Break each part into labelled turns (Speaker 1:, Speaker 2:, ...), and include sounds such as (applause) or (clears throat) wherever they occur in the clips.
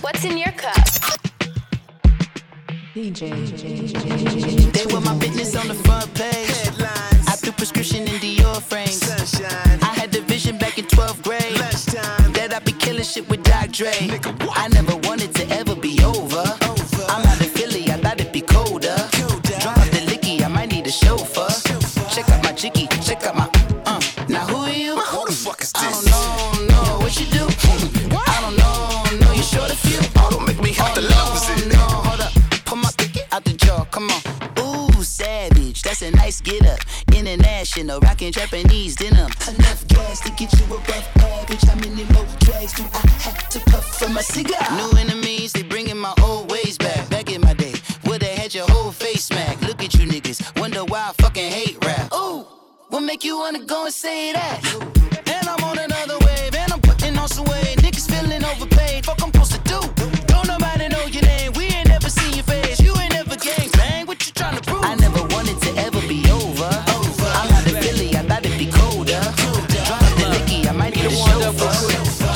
Speaker 1: What's in your cup?
Speaker 2: They were my business on the front page. Headlines. I threw prescription in Dior frames. Sunshine. I had the vision back in 12th grade. Lunchtime. That I'd be killing shit with Doc Dre. I never wanted to ever be over. I'm out of Philly, I thought it'd be colder. Drop out the licky, I might need a chauffeur. Check out my chicky, check out my. Uh. Now who are you? Who the fuck is this? I don't know, no. What you do? I don't know, no. You sure to feel? Oh, don't make me have to love No, hold up. Pull my pick out the jaw, come on. Ooh, savage, that's a nice get up. International, rockin' Japanese denim. Enough gas to get you above average. How many more drags do I have to puff for my cigar? New enemies, they bringin' my old ways back. Back in my day, would've had your whole face smacked. Look at you niggas, wonder why I fucking hate rap. Ooh, what make you wanna go and say that? And I'm on another wave, and I'm putting on some weight. Niggas feeling overpaid, fuck I'm supposed to do. Don't nobody know your name, we ain't never seen your face. You ain't never gang bang, what you tryna prove? I never wanted to ever be over. I'm out of Philly, I thought it'd be colder. Drop the licky, I might need a chauffeur.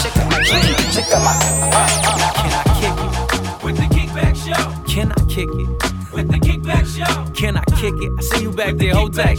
Speaker 2: Check out my dream, check out my.
Speaker 3: With the kickback show.
Speaker 4: Can I kick it?
Speaker 3: With the kickback show.
Speaker 4: Can I kick it? I see you back there whole day.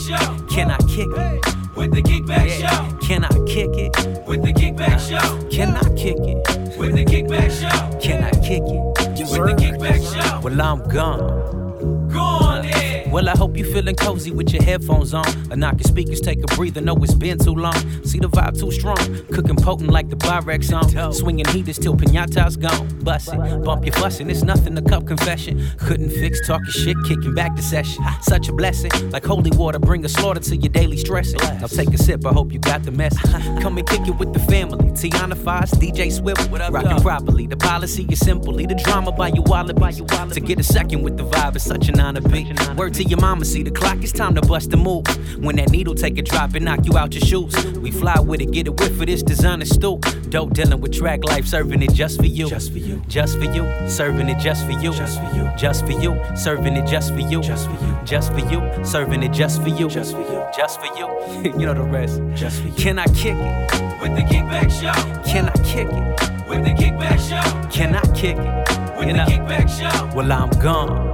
Speaker 4: Can I kick it?
Speaker 3: With the kickback
Speaker 4: Yeah.
Speaker 3: show.
Speaker 4: Can I kick it?
Speaker 3: With the kickback show.
Speaker 4: Can I kick it?
Speaker 3: With the kickback show.
Speaker 4: Can I kick it?
Speaker 3: With the kickback show.
Speaker 4: Well, I'm gone.
Speaker 3: Go on in.
Speaker 4: Well, I hope you feeling cozy with your headphones on. A knock your speakers, take a breather. No, it's been too long. See the vibe too strong. Cooking potent like the Pyrex on. Swinging heaters till pinata's gone. Bust it, bump your fussin'. It's nothing to cup confession. Couldn't fix talking shit, kicking back the session. Such a blessing, like holy water, bring a slaughter to your daily stressing. Now take a sip. I hope you got the message. Come and kick it with the family. Tiana Foss, DJ Swift, rocking properly. The policy is simply the drama by your wallet. By your wallet. To get a second with the vibe is such an honor. Be word to your mama. See the clock. It's time to bust a move. When that needle take a drop and knock you out your shoes. We fly with it, get a whiff for this designer stoop. Dope dealing with track life, serving it just for you. Just for you. Just for you. Serving it just for you. Just for you. Just for you. Serving it just for you. Just for you. Just for you. Serving it just for you. Just for you. Just for you. (laughs) you know the rest. Just for you. Can I kick it?
Speaker 3: With the kickback show.
Speaker 4: Can I kick it?
Speaker 3: With the kickback show.
Speaker 4: Can I kick it?
Speaker 3: With
Speaker 4: You
Speaker 3: the
Speaker 4: know,
Speaker 3: kickback show.
Speaker 4: well, I'm gone.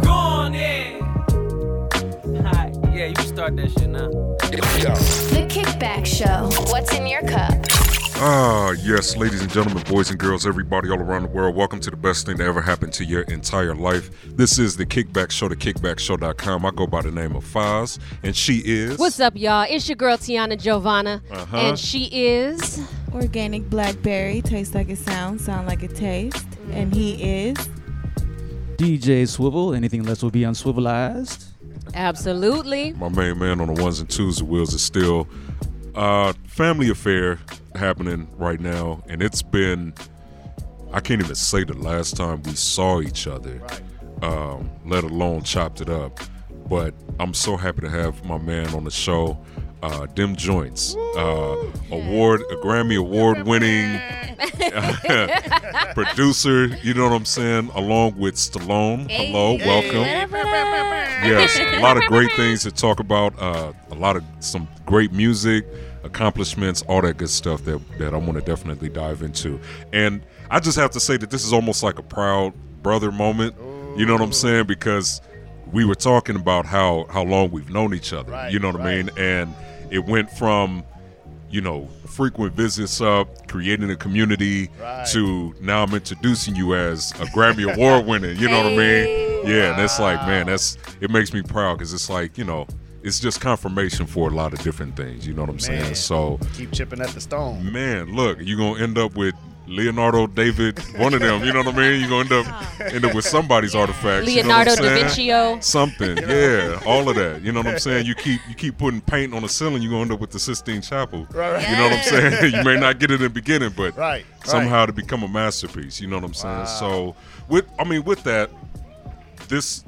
Speaker 3: Go on in.
Speaker 4: Yeah, you can start that shit now.
Speaker 1: The Kickback Show. What's in your cup?
Speaker 5: Ah, yes, ladies and gentlemen, boys and girls, everybody all around the world, welcome to the best thing that ever happened to your entire life. This is the Kickback Show, the kickbackshow.com. I go by the name of Foz, and she is.
Speaker 6: What's up, y'all? It's your girl Tiana Giovanna,
Speaker 5: Uh-huh.
Speaker 6: and she is
Speaker 7: Organic blackberry tastes like it sounds, sound like it tastes, and he is.
Speaker 8: DJ Swivel. Anything less will be unswivelized.
Speaker 6: absolutely
Speaker 5: My main man on the ones and twos and wheels is still uh family affair happening right now, and it's been I can't even say the last time we saw each other, um, let alone chopped it up. But I'm so happy to have my man on the show, uh, Dim Joints, uh, award, a Grammy award winning (laughs)
Speaker 9: (laughs)
Speaker 5: producer. You know what I'm saying? Along with Stallone. Hello, welcome. Yes, a lot of great things to talk about. Uh, a lot of some great music, accomplishments, all that good stuff that that I want to definitely dive into. And I just have to say that this is almost like a proud brother moment. You know what I'm saying? Because we were talking about how how long we've known each other. you know what I mean? And it went from you know frequent visits up creating a community to now i'm introducing you as a grammy award winner you know what i mean yeah and it's like man that's it makes me proud because it's like you know it's just confirmation for a lot of different things you know what i'm saying
Speaker 10: Man.
Speaker 5: so
Speaker 10: Keep chipping at the stone.
Speaker 5: man look you're gonna end up with leonardo david one of them you know what i mean you're gonna end up end up with somebody's artifacts you know what
Speaker 6: Leonardo
Speaker 5: I'm
Speaker 6: da
Speaker 5: saying?
Speaker 6: Vincio. (laughs)
Speaker 5: something yeah all of that you know what i'm saying you keep you keep putting paint on the ceiling you're gonna end up with the sistine chapel you know what i'm saying (laughs) you may not get it in the beginning but
Speaker 10: Right, right.
Speaker 5: somehow to become a masterpiece you know what i'm saying
Speaker 10: Wow.
Speaker 5: so with i mean with that this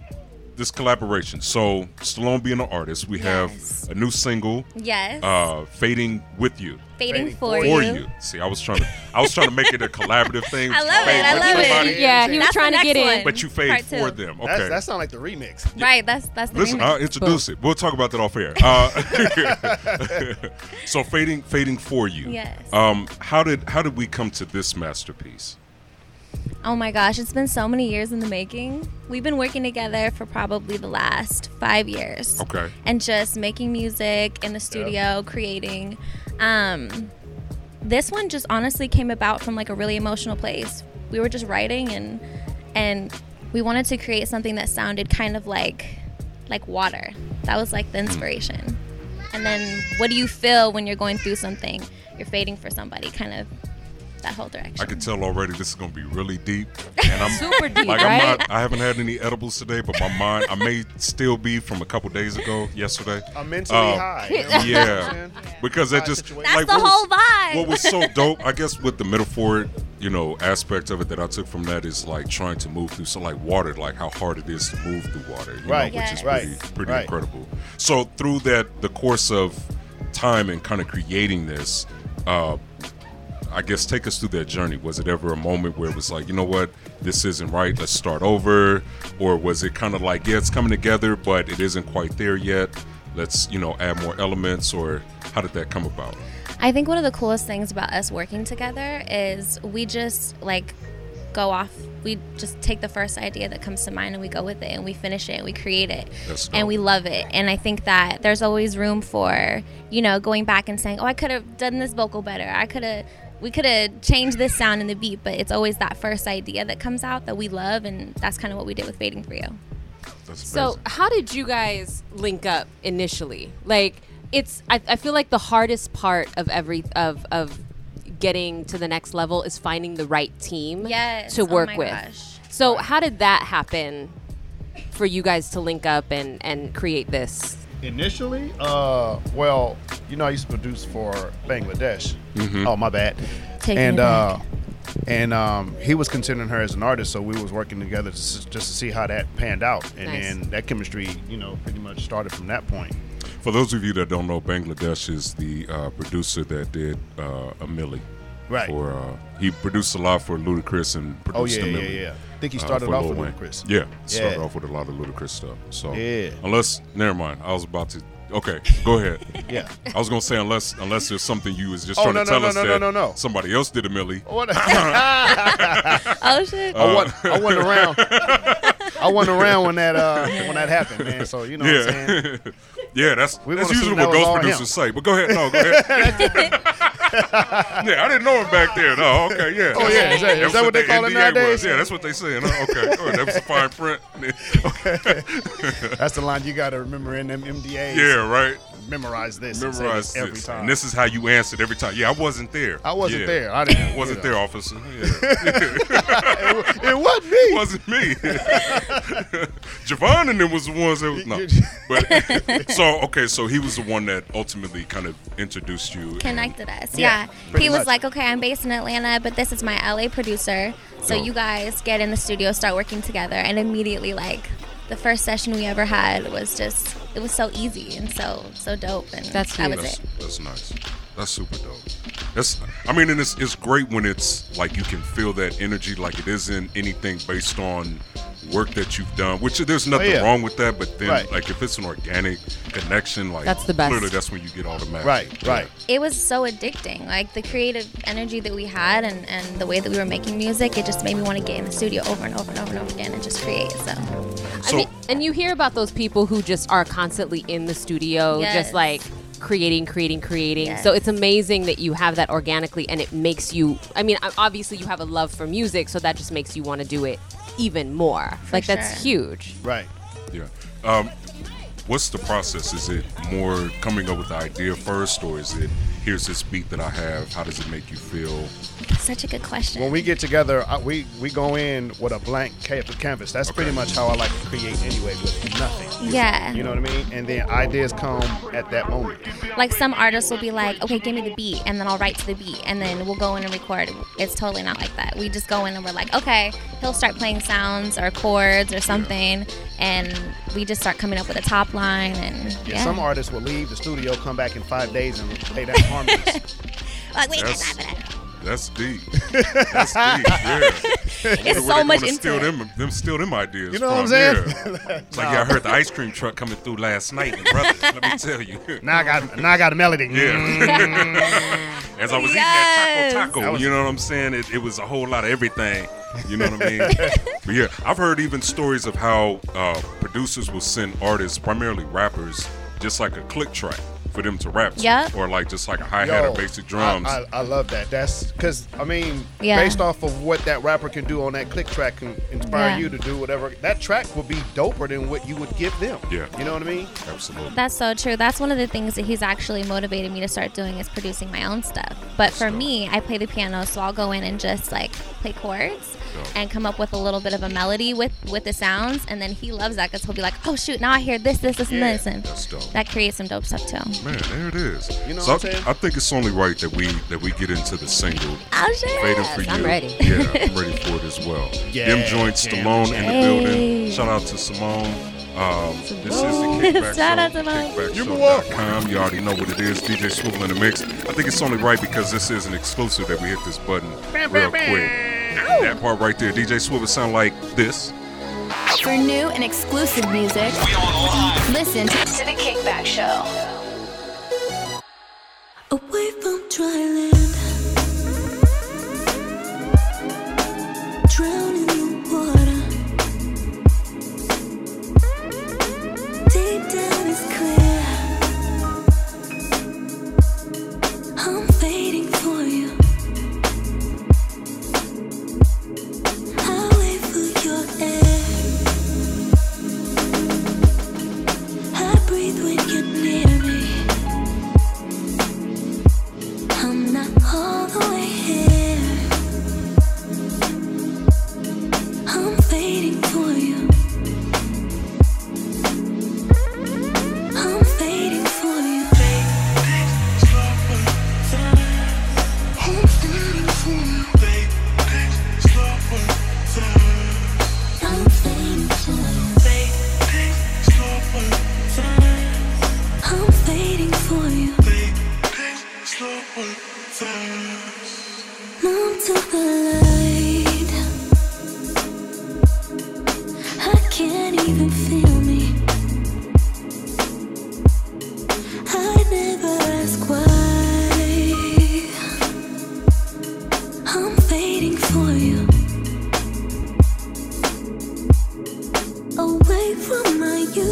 Speaker 5: this collaboration so stallone being an artist we
Speaker 11: Yes.
Speaker 5: have a new single
Speaker 11: Yes.
Speaker 5: uh fading with you
Speaker 11: fading
Speaker 10: fading
Speaker 11: for,
Speaker 5: for
Speaker 11: you.
Speaker 5: you. See, I was trying to, I was trying to make it a collaborative thing.
Speaker 11: (laughs) I love it,
Speaker 5: Fade
Speaker 11: I
Speaker 5: with
Speaker 11: love it.
Speaker 5: somebody,
Speaker 6: yeah. He was
Speaker 11: That's
Speaker 6: trying
Speaker 11: the
Speaker 6: to get
Speaker 11: next
Speaker 6: in.
Speaker 11: one.
Speaker 5: But you fade
Speaker 11: Part two.
Speaker 5: for them. Okay.
Speaker 10: That's, that sound like the remix.
Speaker 11: Right. That's that's the
Speaker 5: Listen, uh,
Speaker 11: remix.
Speaker 5: I'll introduce it. We'll talk about that off air. Uh, (laughs) so fading, fading for you.
Speaker 11: Yes.
Speaker 5: Um, how did how did we come to this masterpiece?
Speaker 11: Oh my gosh, it's been so many years in the making. We've been working together for probably the last five years.
Speaker 5: Okay.
Speaker 11: And just making music in the studio, creating. Um, this one just honestly came about from like a really emotional place. We were just writing and and we wanted to create something that sounded kind of like like water. That was like the inspiration. And then what do you feel when you're going through something? You're fading for somebody, kind of that whole direction.
Speaker 5: I can tell already this is gonna be really deep, and I'm
Speaker 11: (laughs) Super deep,
Speaker 5: Like
Speaker 11: right?
Speaker 5: I'm not, I haven't had any edibles today, but my mind, I may still be from a couple days ago, yesterday. Um,
Speaker 10: I'm
Speaker 5: (laughs)
Speaker 10: mentally high, you know what I'm
Speaker 5: Yeah,
Speaker 10: saying?
Speaker 5: because that just
Speaker 11: That's
Speaker 5: like
Speaker 11: the
Speaker 5: what was-
Speaker 11: whole vibe.
Speaker 5: What was so dope, I guess, with the metaphor, you know, aspect of it that I took from that is like trying to move through so like water, like how hard it is to move through water, you know,
Speaker 10: Right,
Speaker 5: which is
Speaker 11: Yes.
Speaker 5: pretty,
Speaker 10: right,
Speaker 5: pretty
Speaker 10: right.
Speaker 5: incredible. So through that, the course of time and kind of creating this. Uh, I guess take us through that journey. Was it ever a moment where it was like, you know what, this isn't right, let's start over? Or was it kind of like, yeah, it's coming together, but it isn't quite there yet, let's, you know, add more elements? Or how did that come about?
Speaker 11: I think one of the coolest things about us working together is we just like go off. We just take the first idea that comes to mind and we go with it and we finish it and we create it
Speaker 5: That's dope.
Speaker 11: and we love it. And I think that there's always room for, you know, going back and saying, oh, I could have done this vocal better. I could have, we could have changed this sound in the beat. But it's always that first idea that comes out that we love. And that's kind of what we did with Fading For You.
Speaker 5: That's
Speaker 6: So,
Speaker 5: amazing.
Speaker 6: how did you guys link up initially? Like, it's I, I feel like the hardest part of every of of getting to the next level is finding the right team
Speaker 11: Yes,
Speaker 6: to
Speaker 11: oh
Speaker 6: work
Speaker 11: my
Speaker 6: with.
Speaker 11: gosh.
Speaker 6: So, how did that happen for you guys to link up and and create this?
Speaker 10: Initially, uh, well, you know, I used to produce for Bangladesh.
Speaker 5: Mm-hmm.
Speaker 10: Oh, my bad.
Speaker 11: Taking
Speaker 10: and
Speaker 11: it
Speaker 10: uh, and um, he was considering her as an artist, so we was working together to, s- just to see how that panned out, and
Speaker 6: Nice.
Speaker 10: then that chemistry, you know, pretty much started from that point.
Speaker 5: For those of you that don't know, Bangladesh is the uh, producer that did uh, a Millie.
Speaker 10: Right.
Speaker 5: For uh, he produced a lot for Ludacris and
Speaker 10: Oh
Speaker 5: produced
Speaker 10: yeah,
Speaker 5: a
Speaker 10: yeah,
Speaker 5: Millie.
Speaker 10: yeah. I think he
Speaker 5: uh,
Speaker 10: started
Speaker 5: for
Speaker 10: off
Speaker 5: Lil
Speaker 10: with
Speaker 5: Wayne.
Speaker 10: Ludacris.
Speaker 5: Yeah, started
Speaker 10: Yeah.
Speaker 5: off with a lot of Ludacris stuff. So
Speaker 10: Yeah.
Speaker 5: unless, never mind. I was about to. Okay, go ahead.
Speaker 10: (laughs) Yeah.
Speaker 5: I was gonna say unless unless there's something you was just
Speaker 10: Oh,
Speaker 5: trying
Speaker 10: no,
Speaker 5: to
Speaker 10: no,
Speaker 5: tell
Speaker 10: no,
Speaker 5: us
Speaker 10: no,
Speaker 5: that
Speaker 10: no, no, no.
Speaker 5: somebody else did a Millie. (laughs)
Speaker 10: What? (laughs) I
Speaker 11: Oh, shit.
Speaker 10: wasn't.
Speaker 5: Uh,
Speaker 10: I
Speaker 5: (laughs)
Speaker 10: wasn't around. I wasn't around when that uh, when that happened, man. So you know what I'm saying.
Speaker 5: Yeah, yeah. That's
Speaker 10: We
Speaker 5: that's
Speaker 10: wanna
Speaker 5: usually
Speaker 10: see
Speaker 5: what
Speaker 10: that was
Speaker 5: ghost
Speaker 10: all him.
Speaker 5: producers say. But go ahead. No, go ahead. yeah, I didn't know him back there. No, okay, yeah.
Speaker 10: Oh, yeah, is that- is
Speaker 5: That's
Speaker 10: that what they call it
Speaker 5: NDA
Speaker 10: nowadays?
Speaker 5: was. Yeah, that's what they say. No, okay, all right, that was a fine
Speaker 10: (laughs)
Speaker 5: print. (laughs)
Speaker 10: That's the line you got to remember in them MDAs.
Speaker 5: yeah, right.
Speaker 10: Memorize this. and say
Speaker 5: Memorize
Speaker 10: this every
Speaker 5: this.
Speaker 10: time.
Speaker 5: And this is how you answered every time. Yeah, I wasn't there.
Speaker 10: I wasn't
Speaker 5: Yeah.
Speaker 10: there. I didn't.
Speaker 5: (laughs)
Speaker 10: you
Speaker 5: Wasn't
Speaker 10: know.
Speaker 5: there,
Speaker 10: (laughs)
Speaker 5: officer. Yeah.
Speaker 10: It, wa- it
Speaker 5: (laughs) wasn't
Speaker 10: wasn't me.
Speaker 5: me. (laughs) Javon and them was the ones that
Speaker 10: (laughs)
Speaker 5: was no. But (laughs) so okay, so he was the one that ultimately kind of introduced you. and-
Speaker 11: connected us.
Speaker 10: Yeah,
Speaker 11: Yeah.
Speaker 10: pretty
Speaker 11: He was
Speaker 10: much.
Speaker 11: like, okay, I'm based in Atlanta, but this is my LA producer. So
Speaker 5: Dope.
Speaker 11: you guys get in the studio, start working together. And immediately, like, the first session we ever had was just, it was so easy and so, so dope. And
Speaker 6: That's
Speaker 11: that
Speaker 6: huge.
Speaker 11: was
Speaker 5: That's,
Speaker 11: it.
Speaker 5: that's nice. That's super dope. That's I mean, and it's it's great when it's like you can feel that energy, like it isn't anything based on work that you've done, which there's nothing
Speaker 10: Oh, yeah.
Speaker 5: wrong with that. But then,
Speaker 10: Right.
Speaker 5: like if it's an organic connection, like
Speaker 6: That's the best.
Speaker 5: Clearly, that's when you get all the magic.
Speaker 10: Right, right.
Speaker 11: It was so addicting. Like, the creative energy that we had and, and the way that we were making music, it just made me want to get in the studio over and over and over and over again and just create. So,
Speaker 5: So
Speaker 6: I mean, and you hear about those people who just are constantly in the studio,
Speaker 11: Yes.
Speaker 6: just like creating, creating, creating. So
Speaker 11: Yes.
Speaker 6: it's amazing that you have that organically, and it makes you. I mean, ob- obviously you have a love for music, so that just makes you want to do it even more. like that's
Speaker 11: sure.
Speaker 6: huge.
Speaker 10: Right.
Speaker 5: Yeah. Um, what's the process? Is it more coming up with the idea first, or is it here's this beat that I have? How does it make you feel?
Speaker 11: such a good question.
Speaker 10: When we get together, I, we we go in with a blank ca- canvas. That's pretty much how I like to create anyway, with nothing.
Speaker 11: yeah.
Speaker 10: You know what I mean? And then ideas come at that moment.
Speaker 11: Like some artists will be like, okay, give me the beat, and then I'll write to the beat, and then we'll go in and record. It's totally not like that. We just go in and we're like, okay, he'll start playing sounds or chords or something, and we just start coming up with a top line. And yeah,
Speaker 10: Some artists will leave the studio, come back in five days, and play that harmonies.
Speaker 11: (laughs) like, we
Speaker 5: That's-
Speaker 11: just wrap it up.
Speaker 5: That's deep. That's deep.
Speaker 11: (laughs)
Speaker 5: Yeah.
Speaker 11: it's so much into
Speaker 5: steal
Speaker 11: it.
Speaker 5: them, them steal them ideas.
Speaker 10: You know what I'm
Speaker 5: from,
Speaker 10: saying? (laughs)
Speaker 5: Yeah. It's like yeah, I heard the ice cream truck coming through last night, and brother, let me tell you.
Speaker 10: (laughs) now I got now I got a melody. Mm.
Speaker 5: Yeah. (laughs) As I was eating that
Speaker 11: Yes.
Speaker 5: taco taco,
Speaker 10: was-
Speaker 5: you know what I'm saying? It, it was a whole lot of everything. You know what
Speaker 11: (laughs)
Speaker 5: I mean? but yeah, I've heard even stories of how uh, producers will send artists, primarily rappers, just like a click track for them to rap to,
Speaker 11: Yep.
Speaker 5: or like just like a hi hat
Speaker 10: Yo,
Speaker 5: or basic drums.
Speaker 10: I, I, I love that. That's because I mean,
Speaker 11: Yeah.
Speaker 10: based off of what that rapper can do on that click track, can inspire
Speaker 11: Yeah.
Speaker 10: you to do whatever. That track would be doper than what you would give them.
Speaker 5: Yeah.
Speaker 10: you know what I mean.
Speaker 5: Absolutely.
Speaker 11: That's so true. That's one of the things that he's actually motivated me to start doing is producing my own stuff. But for me, I play the piano, so I'll go in and just like play chords and come up with a little bit of a melody with with the sounds. And then he loves that because he'll be like, "Oh shoot, now I hear this, this, this,
Speaker 10: Yeah,
Speaker 11: and this," and
Speaker 5: that's dope.
Speaker 11: that creates some dope stuff too.
Speaker 5: Man, there it is.
Speaker 10: You know
Speaker 5: so
Speaker 10: what I'm
Speaker 5: I,
Speaker 10: saying?
Speaker 5: I think it's only right that we that we get into the single
Speaker 11: Oh shit!
Speaker 5: Fatal for You.
Speaker 6: I'm ready.
Speaker 5: Yeah, I'm
Speaker 11: (laughs)
Speaker 5: ready for it as well.
Speaker 10: Yeah,
Speaker 5: Them joints,
Speaker 10: jam,
Speaker 5: Stallone in the
Speaker 11: jam.
Speaker 5: building.
Speaker 11: Hey.
Speaker 5: Shout out to Simone. Um, this is the Kickback
Speaker 11: (laughs) Shout
Speaker 5: Show.
Speaker 11: out to Simone.
Speaker 5: Kickbackshow.com. You already know what it is. DJ Swivel in the mix. I think it's only right because this is an exclusive that we hit this button real quick. That part right there, DJ Swivel sound like this.
Speaker 1: For new and exclusive music,
Speaker 12: We on live.
Speaker 1: listen to the Kickback Show.
Speaker 9: Away from dry land, drown in the water. Deep down it's clear. I'm waiting for you. I wait for your air. I breathe when you're near me. I'm not all the way here. I'm waiting for you. I'm waiting for you. I'm waiting for you. I'm waiting for you. I'm waiting for you. Numb to the light. I can't even feel me. I never ask why. I'm waiting for you. Away from my youth,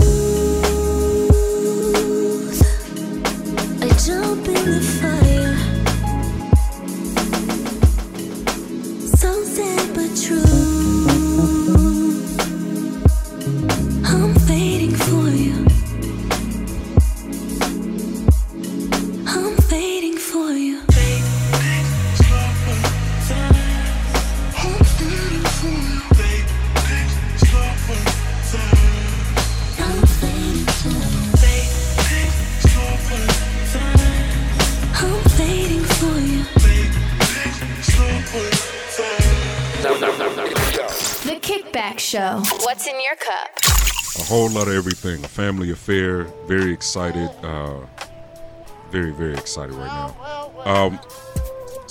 Speaker 9: I jump in the fire. So sad but true. I'm waiting for you. I'm waiting for you. I'm waiting for you. I'm waiting for you. I'm waiting for you.
Speaker 1: The Kickback Show. What's in your cup?
Speaker 5: A whole lot of everything. A family affair. Very excited. Uh, very, very excited right now. Um,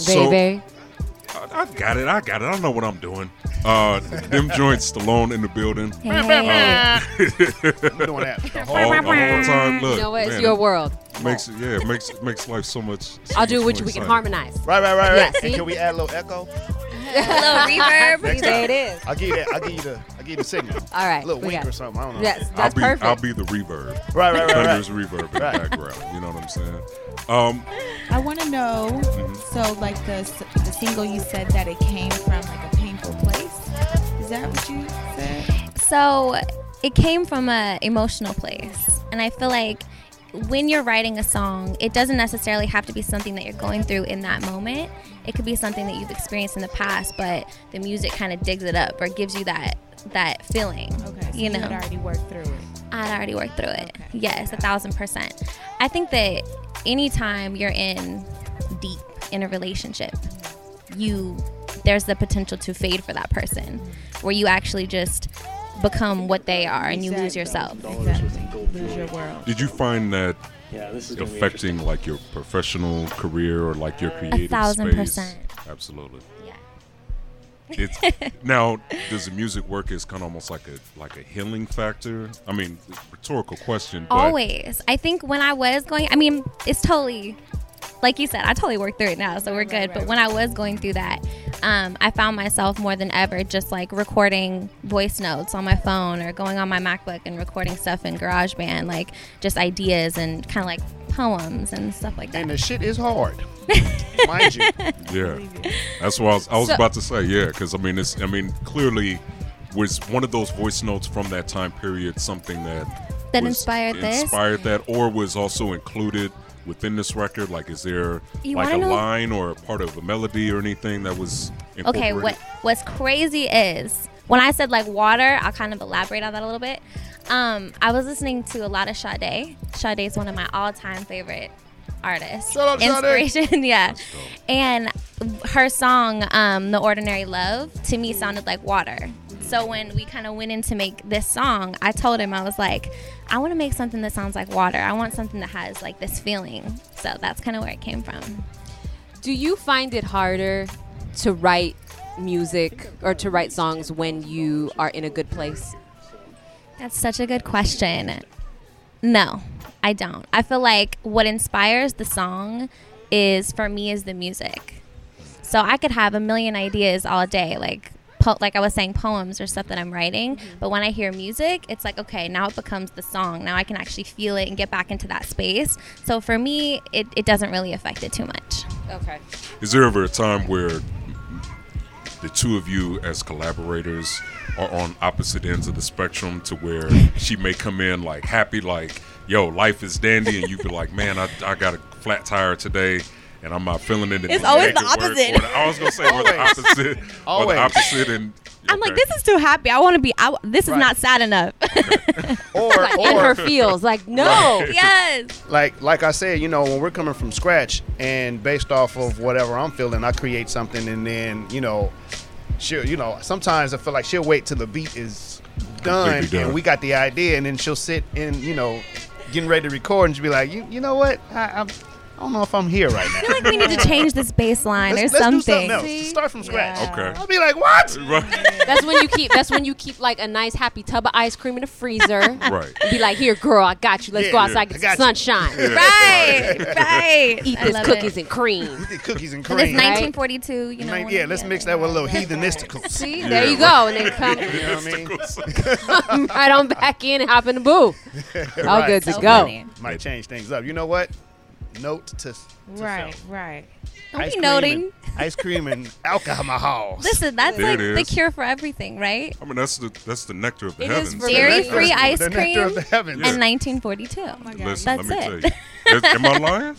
Speaker 6: Very, very.
Speaker 5: I- I've got it. I got it. I know what I'm doing. Uh,
Speaker 6: (laughs)
Speaker 5: them joints, Stallone in the building.
Speaker 10: I'm doing that
Speaker 5: (laughs)
Speaker 10: the whole
Speaker 5: All, the whole time. Look,
Speaker 6: You know what? It's
Speaker 5: man,
Speaker 6: your
Speaker 5: it
Speaker 6: world.
Speaker 5: Makes it, yeah, it makes it makes life so much. so
Speaker 6: I'll do
Speaker 5: much
Speaker 6: what
Speaker 5: more
Speaker 6: you, we
Speaker 5: exciting.
Speaker 6: can
Speaker 11: (laughs)
Speaker 6: harmonize.
Speaker 10: Right, right, right,
Speaker 6: Yeah,
Speaker 10: right. And
Speaker 6: see?
Speaker 10: can we add a little echo?
Speaker 11: A little
Speaker 10: (laughs)
Speaker 11: reverb.
Speaker 10: Next
Speaker 6: There
Speaker 10: time.
Speaker 6: it is.
Speaker 10: I'll give you that. I'll give you the. I'll give you the signal.
Speaker 6: All right,
Speaker 10: A little
Speaker 6: we
Speaker 10: wink
Speaker 6: got
Speaker 10: or
Speaker 6: it.
Speaker 10: something. I don't know.
Speaker 6: Yes,
Speaker 5: I'll
Speaker 6: that's
Speaker 5: be
Speaker 6: perfect.
Speaker 5: I'll be the reverb.
Speaker 10: Right, right, right, right.
Speaker 5: Thunder's reverb in
Speaker 10: Right.
Speaker 5: the background. You know what I'm saying? Um,
Speaker 7: I want to know. So, like the s- the single, you said that it came from like a painful place. Is that what you said?
Speaker 11: So it came from a emotional place, and I feel like when you're writing a song, it doesn't necessarily have to be something that you're going through in that moment. It could be something that you've experienced in the past, but the music kind of digs it up or gives you that that feeling.
Speaker 7: Okay, so
Speaker 11: you know,
Speaker 7: had already worked through it.
Speaker 11: I'd already worked through it.
Speaker 7: Okay.
Speaker 11: Yes, a thousand percent. I think that anytime you're in deep in a relationship, you there's the potential to fade for that person, where you actually just become what they are and you lose
Speaker 7: Exactly.
Speaker 11: yourself.
Speaker 7: Exactly. Lose your world.
Speaker 5: did you find that affecting like your professional career or like your creative
Speaker 11: thousand
Speaker 5: space?
Speaker 11: percent.
Speaker 5: Absolutely.
Speaker 11: Yeah. (laughs)
Speaker 5: It's now does the music work as kind of almost like a like a healing factor? I mean, rhetorical question. But
Speaker 11: Always. I think when I was going, I mean, it's totally like you said, I totally work through it now, so we're good. But when I was going through that, um, I found myself more than ever just like recording voice notes on my phone or going on my MacBook and recording stuff in GarageBand, like just ideas and kind of like poems and stuff like that.
Speaker 10: And the shit is hard, mind you.
Speaker 11: (laughs)
Speaker 5: Yeah, that's what I was, I was
Speaker 11: So-
Speaker 5: about to say. Yeah, because I mean, it's I mean, clearly was one of those voice notes from that time period something that
Speaker 11: That
Speaker 5: was-
Speaker 11: inspired this?
Speaker 5: inspired that, or was also included within this record. Like, is there
Speaker 11: You
Speaker 5: like a
Speaker 11: wanna know-
Speaker 5: line or a part of a melody or anything that was
Speaker 11: Okay,
Speaker 5: incorporated?
Speaker 11: what what's crazy is when I said like water, I'll kind of elaborate on that a little bit. Um, I was listening to a lot of Sade. Sade is one of my all-time favorite artists.
Speaker 9: Shout out Sade.
Speaker 11: Inspiration, (laughs) yeah. And her song, um, "The Ordinary Love," to me sounded like water. So when we kind of went in to make this song, I told him I was like, I want to make something that sounds like water. I want something that has like this feeling. So that's kind of where it came from.
Speaker 6: (laughs) Do you find it harder to write music or to write songs when you are in a good place?
Speaker 11: That's such a good question. No, I don't. I feel like what inspires the song is for me is the music. So I could have a million ideas all day, like po- like I was saying, poems or stuff that I'm writing.
Speaker 10: Mm-hmm.
Speaker 11: But when I hear music, it's like okay, now it becomes the song. Now I can actually feel it and get back into that space. So for me, it, it doesn't really affect it too much.
Speaker 6: Okay.
Speaker 5: Is there ever a time where the two of you as collaborators are on opposite ends of the spectrum to
Speaker 11: (laughs)
Speaker 5: where she may come in like happy, like, yo, life is dandy, and you be like, man, I, I got a flat tire today. And I'm not feeling it. and
Speaker 11: It's
Speaker 5: you
Speaker 11: always
Speaker 5: make
Speaker 11: the
Speaker 5: it work,"
Speaker 11: opposite.
Speaker 5: or the- I was gonna say, or the
Speaker 11: Always.
Speaker 5: opposite, or
Speaker 10: Always.
Speaker 5: the opposite, and
Speaker 11: I'm like, this is too happy. I want to be. I, this is not sad enough.
Speaker 10: (laughs) Or,
Speaker 11: (laughs)
Speaker 6: Like, in her feels, like, no.
Speaker 10: Right.
Speaker 11: yes.
Speaker 10: like like I said, you know, when we're coming from scratch and based off of whatever I'm feeling, I create something and then, you know, she'll you know, sometimes I feel like she'll wait till the beat is done,
Speaker 5: Completely done.
Speaker 10: and we got the idea and then she'll sit and, you know, getting ready to record and she'll be like, You you know what? I I'm I don't know if I'm here right now.
Speaker 11: I feel like we need to change this bass line
Speaker 10: Let's- let's
Speaker 11: or
Speaker 10: do
Speaker 11: something.
Speaker 10: something else. Just Start from scratch. (laughs)
Speaker 5: Okay.
Speaker 10: I'll be like, (laughs) What?
Speaker 6: That's when you keep. That's when you keep like a nice happy tub of ice cream in
Speaker 10: (laughs)
Speaker 6: the freezer.
Speaker 5: Right.
Speaker 6: Be like, here, girl, I got you. Let's
Speaker 10: Yeah,
Speaker 6: go
Speaker 10: yeah,
Speaker 6: outside
Speaker 10: I
Speaker 6: get
Speaker 10: got
Speaker 6: some
Speaker 10: you."
Speaker 6: sunshine.
Speaker 10: Yeah. (laughs)
Speaker 11: Right, right.
Speaker 6: Eat
Speaker 11: I
Speaker 6: this
Speaker 11: love
Speaker 6: cookies
Speaker 11: it.
Speaker 6: and cream.
Speaker 10: Cookies and
Speaker 11: And it's
Speaker 10: cream.
Speaker 11: 1942, you know.
Speaker 10: Like,
Speaker 11: when
Speaker 10: yeah,
Speaker 11: it-
Speaker 10: let's mix that with a little heathenistical.
Speaker 6: See, there you go, and then
Speaker 10: (laughs)
Speaker 6: come-
Speaker 10: You know what I mean?
Speaker 11: (laughs)
Speaker 6: Come (laughs) right on back in and hop in
Speaker 10: (laughs)
Speaker 6: the booth. All
Speaker 10: Right.
Speaker 6: good to go.
Speaker 10: Might change things up. You know what? Note to, to
Speaker 7: Right, right.
Speaker 11: Don't
Speaker 10: ice
Speaker 11: be
Speaker 10: cream
Speaker 11: noting.
Speaker 10: and-
Speaker 5: (laughs)
Speaker 10: ice cream and alcohol.
Speaker 11: Listen, that's
Speaker 5: There
Speaker 11: like
Speaker 5: it
Speaker 11: the
Speaker 5: is.
Speaker 11: cure for everything, right?
Speaker 5: I mean, that's the that's the nectar of the
Speaker 6: It is
Speaker 5: heavens.
Speaker 6: for The
Speaker 11: Dairy free
Speaker 10: nectar-
Speaker 11: ice
Speaker 10: the nectar
Speaker 11: cream
Speaker 10: of the heavens.
Speaker 11: and 1942. Oh my
Speaker 5: Listen,
Speaker 11: that's
Speaker 5: let me
Speaker 11: it.
Speaker 5: tell you. Is- am I
Speaker 11: (laughs)
Speaker 5: lying?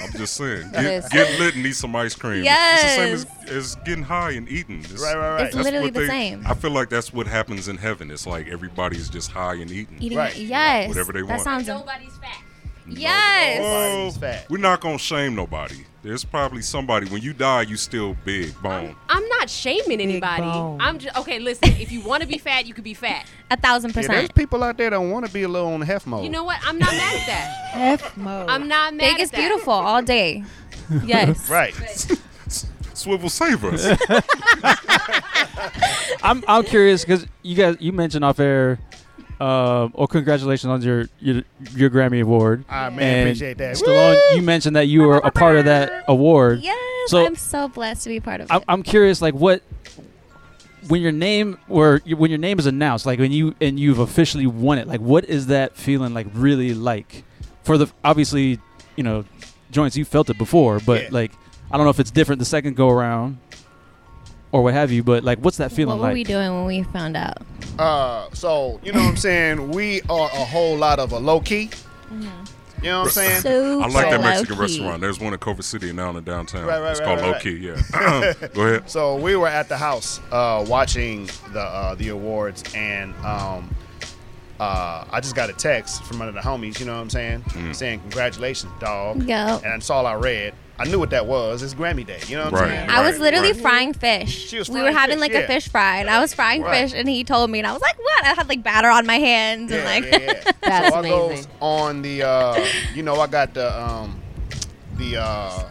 Speaker 5: I'm just saying. Get,
Speaker 6: Listen.
Speaker 5: get lit and eat some ice cream. It's
Speaker 11: Yes.
Speaker 5: the same as, as getting high and eating. It's,
Speaker 10: Right, right, right.
Speaker 11: It's literally
Speaker 5: what
Speaker 11: the same.
Speaker 5: I feel like that's what happens in heaven. It's like everybody's just high and eating.
Speaker 11: Eating
Speaker 10: Right.
Speaker 11: yes.
Speaker 5: Whatever they
Speaker 11: that
Speaker 5: want.
Speaker 11: sounds
Speaker 6: Nobody's fat.
Speaker 11: yes.
Speaker 10: Nobody's fat.
Speaker 5: We're not gonna shame nobody. There's probably somebody when you die, you still big bone.
Speaker 6: I'm not shaming anybody.
Speaker 7: bone.
Speaker 6: I'm just okay. Listen, if you want to be fat, you could be fat.
Speaker 11: A thousand
Speaker 10: Yeah, there's
Speaker 11: percent.
Speaker 10: people out there that want to be a little on hef mode.
Speaker 6: You know what? I'm not mad at that.
Speaker 7: F mode.
Speaker 6: I'm not mad.
Speaker 11: Big is
Speaker 6: at that.
Speaker 11: beautiful all day. Yes.
Speaker 10: right?
Speaker 5: (laughs) Swivel save us.
Speaker 8: (laughs) I'm I'm curious because you guys you mentioned off air. Um, or congratulations on your your, your Grammy award.
Speaker 10: Ah, man,
Speaker 8: And
Speaker 10: appreciate that.
Speaker 8: Stallone, you mentioned that you were a part of that award.
Speaker 11: Yes.
Speaker 8: So-
Speaker 11: I'm so blessed to be part of
Speaker 8: I'm,
Speaker 11: it.
Speaker 8: I'm curious, like what when your name or y- when your name is announced, like when you and you've officially won it, like what is that feeling like really like? For the obviously, you know, joints you felt it before, but
Speaker 10: Yeah.
Speaker 8: like I don't know if it's different the second go around or what have you, but like what's that feeling
Speaker 11: what
Speaker 8: like?
Speaker 11: were we doing when we found out?
Speaker 10: Uh, so you know what I'm saying? We are a whole lot of a low key. You know what I'm saying?
Speaker 11: So
Speaker 5: I like that
Speaker 11: low-key.
Speaker 5: Mexican restaurant. There's one in Culver City now in downtown.
Speaker 10: Right, right,
Speaker 5: it's
Speaker 10: right,
Speaker 5: called
Speaker 10: right,
Speaker 5: Low
Speaker 10: right.
Speaker 5: Key. Yeah. (coughs) (clears throat) Go ahead.
Speaker 10: So we were at the house uh, watching the uh, the awards, and um, uh, I just got a text from one of the homies. You know what I'm saying?
Speaker 5: Mm.
Speaker 10: Saying congratulations, dog.
Speaker 11: Yo.
Speaker 10: And that's all I read. I knew what that was. It's Grammy Day. You know what I'm
Speaker 5: Right.
Speaker 10: saying?
Speaker 11: I was
Speaker 5: Right,
Speaker 11: literally
Speaker 5: right.
Speaker 11: frying fish.
Speaker 10: She was
Speaker 11: we were
Speaker 10: frying
Speaker 11: having
Speaker 10: fish,
Speaker 11: like
Speaker 10: yeah.
Speaker 11: a fish fry, and I was frying
Speaker 10: Right.
Speaker 11: fish, and he told me, and I was like, "What?" I had like batter on my hands, and like, (laughs)
Speaker 10: yeah, yeah.
Speaker 6: That's
Speaker 10: so I goes
Speaker 6: amazing.
Speaker 10: on the, uh, you know, I got the um, the uh,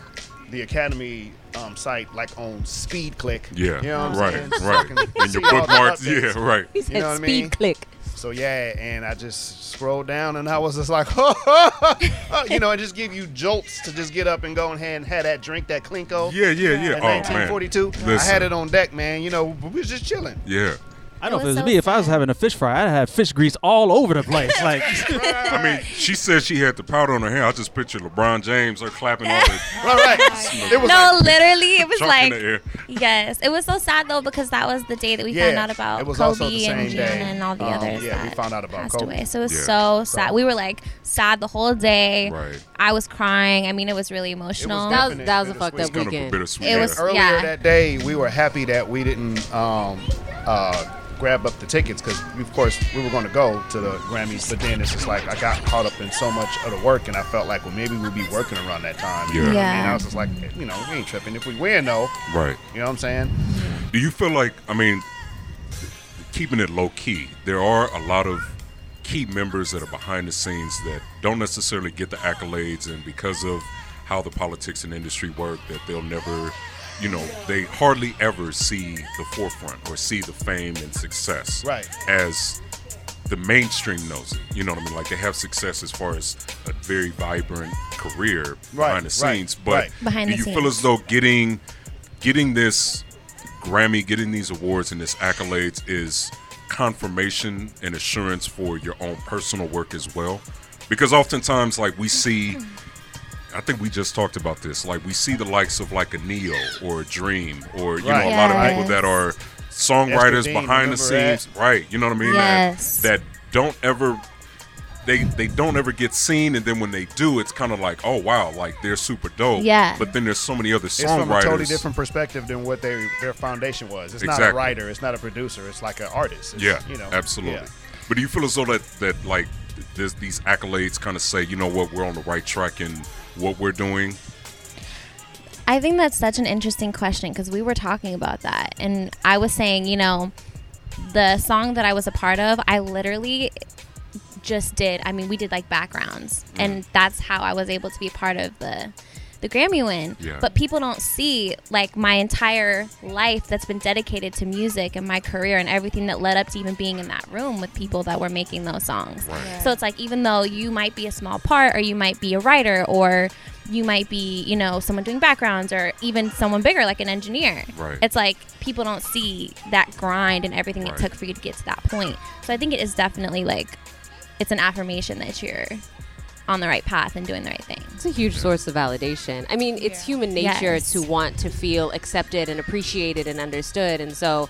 Speaker 10: the academy um, site like on speed click.
Speaker 5: Yeah.
Speaker 10: you know what I'm
Speaker 5: right.
Speaker 10: saying?
Speaker 5: Right.
Speaker 10: So I can
Speaker 5: And
Speaker 10: see
Speaker 5: your
Speaker 10: all the
Speaker 5: bookmarks.
Speaker 10: updates.
Speaker 5: Yeah. Right.
Speaker 6: He said
Speaker 10: know what I
Speaker 6: speed
Speaker 10: mean?
Speaker 6: click.
Speaker 10: So yeah, and I just scrolled down and I was just like, (laughs) oh,
Speaker 6: (laughs)
Speaker 10: you know, it just give you jolts to just get up and go and had, had that drink, that Clinko.
Speaker 5: Yeah, yeah, yeah.
Speaker 10: In
Speaker 5: Oh, man.
Speaker 10: 1942, I
Speaker 5: Listen.
Speaker 10: had it on deck, man. You know, we was just chilling.
Speaker 5: Yeah.
Speaker 8: I don't know if it was me. If I was having a fish fry, I'd have fish grease all over the place. Like,
Speaker 5: I mean, she said she had the powder on her hair. I just picture LeBron James her clapping on it.
Speaker 9: (laughs)
Speaker 10: All right. It
Speaker 11: no,
Speaker 10: was like-
Speaker 11: literally, it was
Speaker 5: Chalk in
Speaker 11: like
Speaker 5: the air.
Speaker 11: yes, it was so sad though because that was the day that we found out about
Speaker 10: it was
Speaker 11: Kobe
Speaker 10: also the same
Speaker 11: and Gianna
Speaker 10: day.
Speaker 11: and all the
Speaker 10: um,
Speaker 11: others
Speaker 10: Yeah, we
Speaker 11: that
Speaker 10: found out about
Speaker 11: passed
Speaker 10: Kobe.
Speaker 11: away. So it was
Speaker 5: Yeah.
Speaker 11: so sad. We were like sad the whole day.
Speaker 5: Right.
Speaker 11: I was crying. I mean, it was really emotional.
Speaker 6: That was
Speaker 10: Definite
Speaker 6: that was a fucked
Speaker 10: bittersweet.
Speaker 6: up
Speaker 5: Kind of a
Speaker 6: weekend.
Speaker 5: bittersweet.
Speaker 11: It
Speaker 5: yeah.
Speaker 11: was-
Speaker 10: earlier
Speaker 11: Yeah.
Speaker 10: that day, we were happy that we didn't um, uh, grab up the tickets because, of course, we were going to go to the Grammys. But then it's just like I got caught up in so much of the work, and I felt like, well, maybe we'll be working around that time. You know what I
Speaker 11: Yeah.
Speaker 10: mean? I was just like, you know, we ain't tripping if we win, though.
Speaker 5: Right.
Speaker 10: You know what I'm saying?
Speaker 5: Do you feel like, I mean, keeping it low key, there are a lot of key members that are behind the scenes that don't necessarily get the accolades, and because of how the politics and industry work, that they'll never, you know, they hardly ever see the forefront or see the fame and success
Speaker 10: Right.
Speaker 5: as the mainstream knows it. You know what I mean? Like they have success as far as a very vibrant career
Speaker 10: Right,
Speaker 5: behind the
Speaker 10: right,
Speaker 5: scenes, but
Speaker 10: right.
Speaker 11: Behind
Speaker 5: do
Speaker 11: the
Speaker 5: you feel
Speaker 11: scenes.
Speaker 5: as though getting getting this Grammy, getting these awards and this accolades is confirmation and assurance for your own personal work as well. Because oftentimes, like we see, I think we just talked about this. Like we see the likes of like a Neo or a Dream or you
Speaker 10: Right.
Speaker 5: know a lot of
Speaker 11: Yes.
Speaker 5: people that are songwriters
Speaker 10: Esther Dean,
Speaker 5: behind
Speaker 10: remember
Speaker 5: the scenes, right? You know what I mean? That-
Speaker 11: Yes.
Speaker 5: that don't ever they they don't ever get seen and then when they do it's kind of like oh wow like they're super dope
Speaker 11: Yeah.
Speaker 5: but then there's so many other
Speaker 10: It's from a
Speaker 5: songwriters
Speaker 10: totally different perspective than what they, their foundation was. It's not a
Speaker 5: Exactly.
Speaker 10: writer. It's not a producer. It's like an artist. It's,
Speaker 5: yeah
Speaker 10: you know,
Speaker 5: absolutely
Speaker 10: yeah.
Speaker 5: but do you feel as though that that like th- this, these accolades kind of say you know what we're on the right track in what we're doing
Speaker 11: I think that's such an interesting question because we were talking about that, and I was saying, you know, the song that I was a part of, I literally just did. I mean, we did like backgrounds, and that's how I was able to be a part of the the Grammy win.
Speaker 5: Yeah.
Speaker 11: But people don't see like my entire life that's been dedicated to music and my career and everything that led up to even being in that room with people that were making those songs. So it's like even though you might be a small part or you might be a writer or you might be, you know, someone doing backgrounds or even someone bigger like an engineer.
Speaker 5: Right.
Speaker 11: It's like people don't see that grind and everything
Speaker 5: Right.
Speaker 11: it took for you to get to that point. So I think it is definitely like it's an affirmation that you're on the right path and doing the right thing.
Speaker 6: It's a huge source of validation. I mean, it's human nature
Speaker 11: Yes.
Speaker 6: to want to feel accepted and appreciated and understood. And so,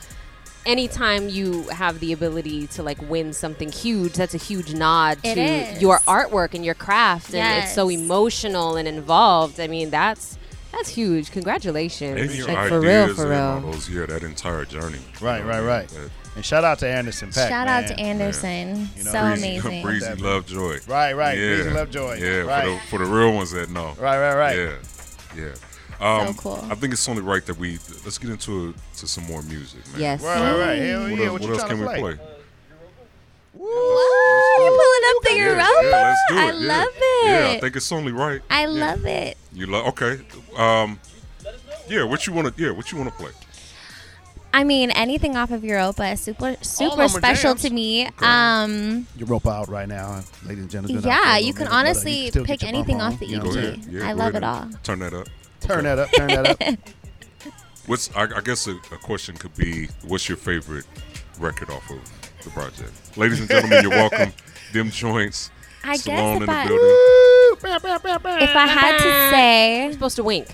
Speaker 6: anytime you have the ability to like win something huge, that's a huge nod
Speaker 11: It
Speaker 6: to
Speaker 11: is.
Speaker 6: your artwork and your craft. And it's so
Speaker 11: Yes.
Speaker 6: emotional and involved. I mean, that's that's huge. Congratulations,
Speaker 5: and your
Speaker 6: like
Speaker 5: ideas
Speaker 6: for real, for
Speaker 5: and all
Speaker 6: real.
Speaker 5: those yeah that entire journey
Speaker 10: Right, right, right.
Speaker 5: That
Speaker 10: And shout out to Anderson Pack.
Speaker 11: Shout out to Anderson.
Speaker 10: You know,
Speaker 11: so
Speaker 5: breezy, (laughs)
Speaker 10: (laughs)
Speaker 11: amazing.
Speaker 5: breezy Lovejoy
Speaker 10: Right, right.
Speaker 5: yeah
Speaker 10: Breezy Lovejoy.
Speaker 5: yeah
Speaker 10: Right.
Speaker 5: for, the, for the real ones that know
Speaker 10: Right, right, right.
Speaker 5: Yeah, yeah. Um,
Speaker 11: cool.
Speaker 5: I think it's only right that we let's get into to some more music, man.
Speaker 6: Yes.
Speaker 10: Right, right, right. Hell
Speaker 5: What,
Speaker 10: yeah,
Speaker 5: else,
Speaker 10: what,
Speaker 5: what
Speaker 10: you
Speaker 5: else
Speaker 10: tryna
Speaker 5: can we play?
Speaker 11: Whoa, you're pulling up the
Speaker 5: Yeah,
Speaker 11: Europa.
Speaker 5: yeah, let's do it.
Speaker 11: I
Speaker 5: yeah.
Speaker 11: love
Speaker 5: Yeah, I
Speaker 11: it.
Speaker 5: think it's only right.
Speaker 11: I love it.
Speaker 5: You love okay. Um, yeah, what you want to? Yeah, what you want to play?
Speaker 11: I mean, anything off of Europa is super
Speaker 10: them
Speaker 11: super
Speaker 10: are
Speaker 11: special
Speaker 10: jams.
Speaker 11: to me. Um,
Speaker 10: Europa out right now, ladies and gentlemen.
Speaker 11: yeah, you
Speaker 10: uh,
Speaker 11: can honestly pick anything
Speaker 10: Uh-huh.
Speaker 11: off the
Speaker 5: Go ahead.
Speaker 11: EMG.
Speaker 5: Yeah,
Speaker 11: I
Speaker 5: go
Speaker 11: love
Speaker 5: ahead
Speaker 11: it all.
Speaker 5: and Turn that up.
Speaker 10: Turn that up. Turn that up.
Speaker 5: What's I, I guess a, a question could be, what's your favorite record off of the project? Ladies and gentlemen, you're welcome. Them joints.
Speaker 11: I guess
Speaker 5: Stallone in
Speaker 11: if
Speaker 5: the
Speaker 11: I-
Speaker 5: building.
Speaker 11: If I had to say,
Speaker 6: Supposed to wink.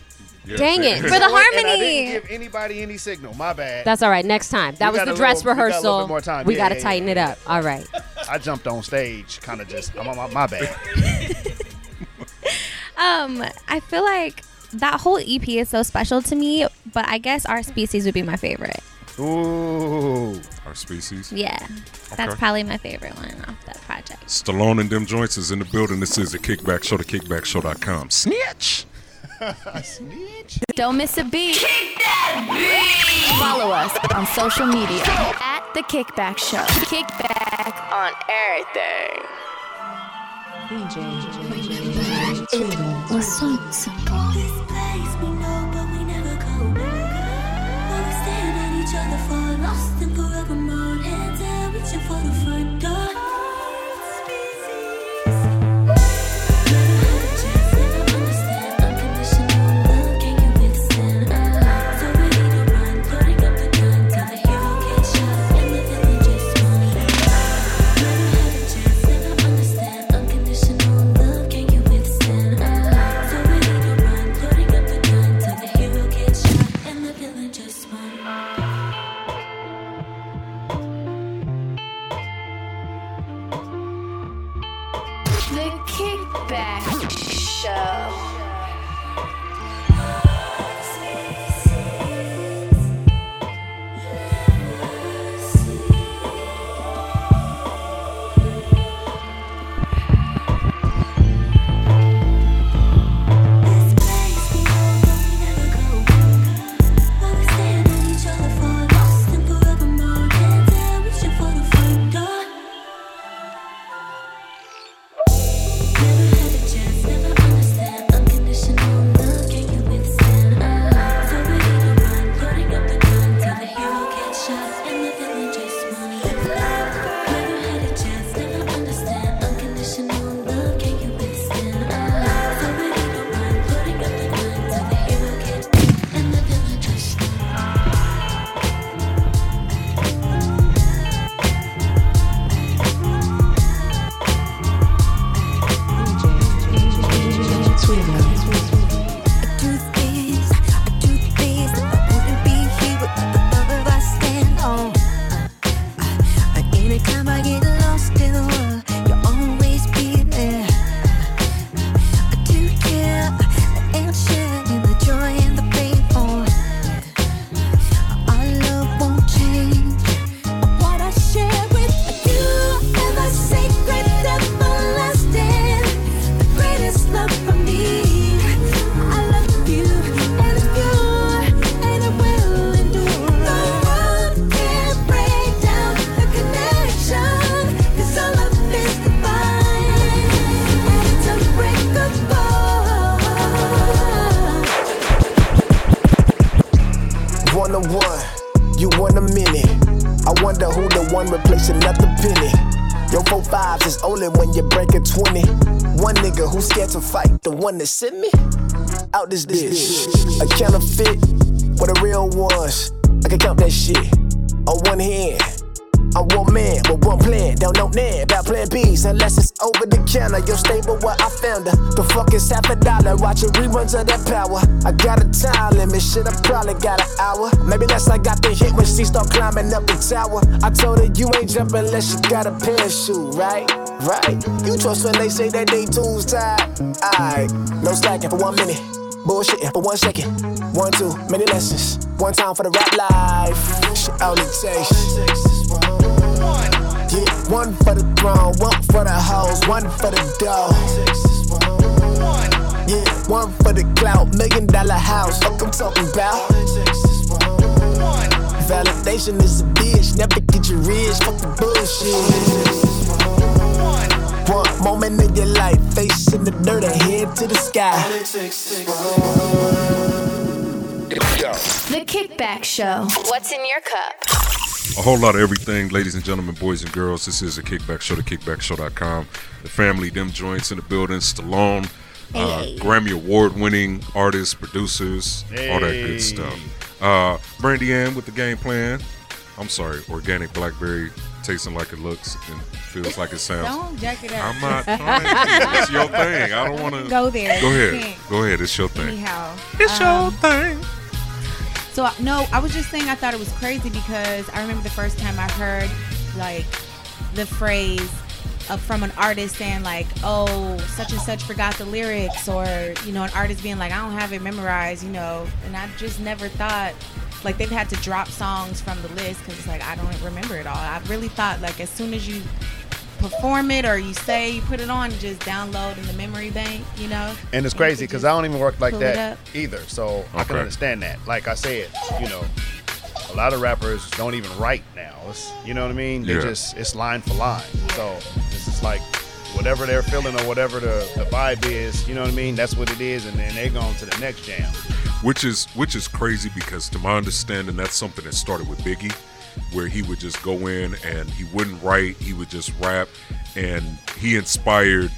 Speaker 5: Yeah,
Speaker 6: Dang
Speaker 5: say- (laughs)
Speaker 6: it.
Speaker 11: for the
Speaker 10: And I didn't
Speaker 11: harmony.
Speaker 10: give anybody any signal. My bad.
Speaker 6: That's all right. Next time. That
Speaker 10: We
Speaker 6: was
Speaker 10: got
Speaker 6: the
Speaker 10: a
Speaker 6: dress
Speaker 10: little- we got a little
Speaker 6: rehearsal.
Speaker 10: bit more time.
Speaker 6: We
Speaker 10: Yeah,
Speaker 6: got to
Speaker 10: yeah, yeah,
Speaker 6: tighten it
Speaker 10: yeah.
Speaker 6: up. All right.
Speaker 10: (laughs) I jumped on stage, kind of just. I'm, I'm, my bad.
Speaker 11: Um, I feel like that whole EP is so special to me, but I guess Our Species would be my favorite.
Speaker 10: Ooh.
Speaker 5: Our species.
Speaker 11: Yeah, that's
Speaker 5: Okay.
Speaker 11: probably my favorite one off
Speaker 10: (laughs)
Speaker 11: that project.
Speaker 5: Stallone and them joints is in the building. This is the Kickback Show, the kickbackshow.com. Snitch.
Speaker 1: Don't miss a beat. Follow us on social media at The Kickback Show. Kickback on everything.
Speaker 9: It was so simple. This place we know, but we never go back. But we staring at each other for lost and forevermore. Hands out, reaching for the front door. Uh, Uh, this one.
Speaker 1: The Kickback Show.
Speaker 13: One on one, you want a minute. I wonder who the one replace another penny. Your four fives is only when you break a 20. One nigga who scared to fight, the one that sent me out this bitch. A counterfeit, what the real ones. I can count that shit on one hand. I'm one man with one plan, don't know nothing about plan B's unless it's over the counter. Your stable where I found her. The fuck is half a dollar, watching reruns of that power. I got a time limit, shit, I probably got an hour. Maybe that's I got the hit when she start climbing up the tower. I told her you ain't jumping unless you got a parachute, right? Right? You trust when they say that they tools tied. Alright, no slacking for one minute. Bullshitting for one second. One, two, many lessons. One time for the rap life. Shit only takes. Yeah, one for the throne, one for the hoes, one for the dough. Yeah, one for the clout, million dollar house. Fuck I'm talking about. Validation is a bitch, never get you rich. Fuck the bullshit. One moment in your life, face in the dirt and head to the sky.
Speaker 1: The Kickback Show. What's in your cup?
Speaker 5: A whole lot of everything, ladies and gentlemen, boys and girls. This is a kickback show, the kickbackshow.com. The family, them joints in the building, Stallone, uh,
Speaker 2: Hey.
Speaker 5: Grammy Award winning artists, producers, all that good stuff. Uh, Brandy Ann with the game plan. I'm sorry, organic blackberry, tasting like it looks and feels like it sounds.
Speaker 7: Don't jack it up.
Speaker 5: I'm not trying to. It's your thing. I don't want to
Speaker 7: Go there.
Speaker 5: Go
Speaker 7: You
Speaker 5: ahead.
Speaker 7: can't.
Speaker 5: Go ahead. It's your thing.
Speaker 7: Anyhow, um,
Speaker 5: It's your thing.
Speaker 7: So I- no, I was just saying I thought it was crazy because I remember the first time I heard like the phrase uh, from an artist saying like, "Oh, such and such forgot the lyrics," or you know, an artist being like, "I don't have it memorized," you know, and I just never thought like they've had to drop songs from the list because it's like I don't remember it all. I really thought like as soon as you perform it or you say you put it on, it just download in the memory bank, you know.
Speaker 10: And it's crazy because I don't even work like
Speaker 7: pull it
Speaker 10: that
Speaker 7: up.
Speaker 10: either. So I can
Speaker 5: Okay.
Speaker 10: understand that. Like I said, you know, a lot of rappers don't even write now. It's, you know what I mean? They
Speaker 5: Yeah.
Speaker 10: just, it's line for line. So it's just like whatever they're feeling or whatever the, the vibe is, you know what I mean? That's what it is. And then they go on to the next jam.
Speaker 5: which is which is crazy because to my understanding that's something that started with biggie where he would just go in and he wouldn't write he would just rap and he inspired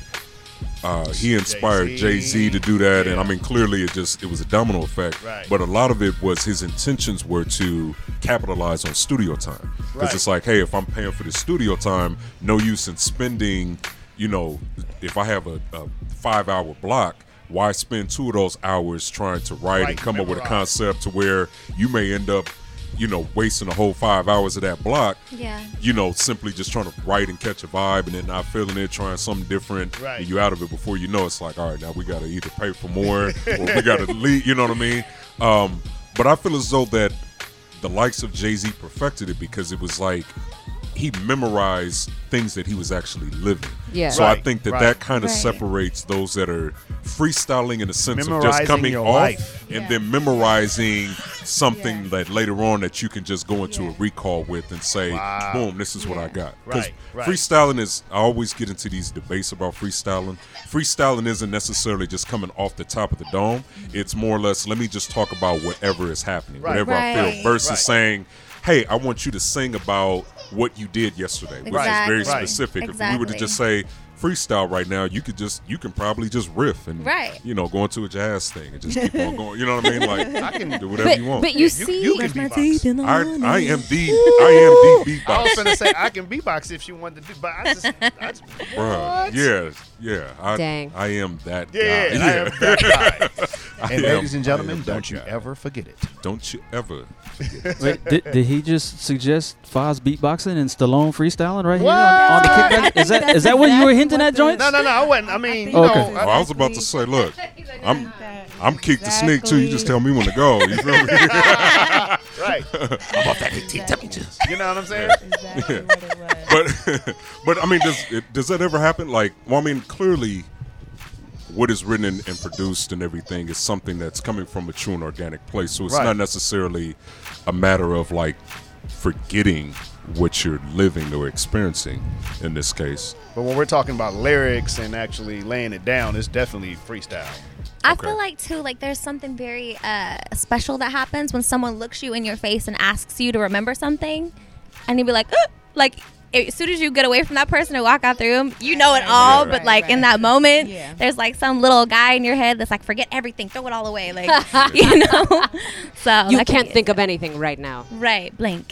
Speaker 5: uh, he inspired jay-z to do that and i mean clearly it just it was a domino effect
Speaker 10: Right.
Speaker 5: but a lot of it was his intentions were to capitalize on studio time because
Speaker 10: Right.
Speaker 5: it's like hey if i'm paying for the studio time no use in spending you know if i have a, a five hour block why spend two of those hours trying to write
Speaker 10: Right,
Speaker 5: and come up with a
Speaker 10: memorize.
Speaker 5: concept to where you may end up, you know, wasting the whole five hours of that block
Speaker 11: Yeah.
Speaker 5: you know, simply just trying to write and catch a vibe and then not feeling it, trying something different.
Speaker 10: Right.
Speaker 5: And you out of it before you know it's like, all right, now we got to either pay for more
Speaker 10: (laughs)
Speaker 5: or we got to leave. You know what I mean? Um, but I feel as though that the likes of Jay Z perfected it because it was like he memorized things that he was actually living.
Speaker 2: Yeah.
Speaker 5: So I
Speaker 2: Right,
Speaker 5: think that
Speaker 2: right.
Speaker 5: that kind of
Speaker 2: Right.
Speaker 5: separates those that are freestyling in the sense of
Speaker 10: Memorizing
Speaker 5: just coming
Speaker 10: your
Speaker 5: off
Speaker 10: life.
Speaker 5: and then memorizing something that later on that you can just go into a recall with and say, boom, this is what I got. 'Cause
Speaker 10: Right, right.
Speaker 5: freestyling is, I always get into these debates about freestyling. Freestyling isn't necessarily just coming off the top of the dome, it's more or less, let me just talk about whatever is happening,
Speaker 10: Right.
Speaker 5: whatever I feel,
Speaker 10: Right.
Speaker 5: versus
Speaker 10: Right.
Speaker 5: saying, hey, I want you to sing about what you did yesterday, which
Speaker 11: Exactly.
Speaker 5: is very
Speaker 11: Right.
Speaker 5: specific. If we were to
Speaker 11: Exactly.
Speaker 5: just say, freestyle right now you could just you can probably just riff and
Speaker 11: Right.
Speaker 5: you know go into a jazz thing and just keep on going you know what i mean like
Speaker 10: I can
Speaker 5: do whatever
Speaker 10: But-
Speaker 5: you want
Speaker 6: but you Yeah, you- see- you can
Speaker 5: I, I am the I am the
Speaker 10: I was
Speaker 5: beatbox.
Speaker 10: gonna say I can beatbox if she wanted to, do, but I just,
Speaker 5: (laughs)
Speaker 10: I just
Speaker 5: Bruh.
Speaker 10: what?
Speaker 5: Yeah, yeah. I,
Speaker 10: Dang.
Speaker 5: I am that guy.
Speaker 10: Yeah, I
Speaker 5: (laughs)
Speaker 10: am that guy.
Speaker 5: I
Speaker 10: And
Speaker 5: am-
Speaker 10: ladies
Speaker 5: I
Speaker 10: and
Speaker 5: am
Speaker 10: gentlemen,
Speaker 5: that
Speaker 10: don't you
Speaker 5: guy.
Speaker 10: ever forget it.
Speaker 5: Don't you ever. forget it.
Speaker 8: Wait, did, did he just suggest Foz beatboxing and Stallone freestyling right here on, on the kickback? Is that is that what you were hinting at, Joints?
Speaker 10: No, no, no. I wasn't. I mean, (laughs) you
Speaker 8: Okay.
Speaker 10: know,
Speaker 5: Well, I was about to say,
Speaker 10: (laughs)
Speaker 5: look, I'm I'm kick the snake too. You just tell me when to go. You feel
Speaker 10: (laughs)
Speaker 5: me? (laughs)
Speaker 10: right.
Speaker 5: I'm about that eighteen temperatures.
Speaker 10: You know what I'm saying?
Speaker 5: Yeah. but (laughs) but I mean, does it, does that ever happen? Like, well, I mean, clearly, what is written and, and produced and everything is something that's coming from a true and organic place. So it's
Speaker 10: Right.
Speaker 5: not necessarily a matter of like forgetting what you're living or experiencing in this case.
Speaker 10: But when we're talking about lyrics and actually laying it down, it's definitely freestyle.
Speaker 11: I feel like too, like there's something very uh, special that happens when someone looks you in your face and asks you to remember something, and you'd be like, "Ugh," like as soon as you get away from that person and walk out the room, you know it all. but like in that moment, there's like some little guy in your head that's like, "Forget everything, throw it all away," like (laughs) you know. So
Speaker 6: You
Speaker 11: I
Speaker 6: can't think of anything right now.
Speaker 11: Right, blank.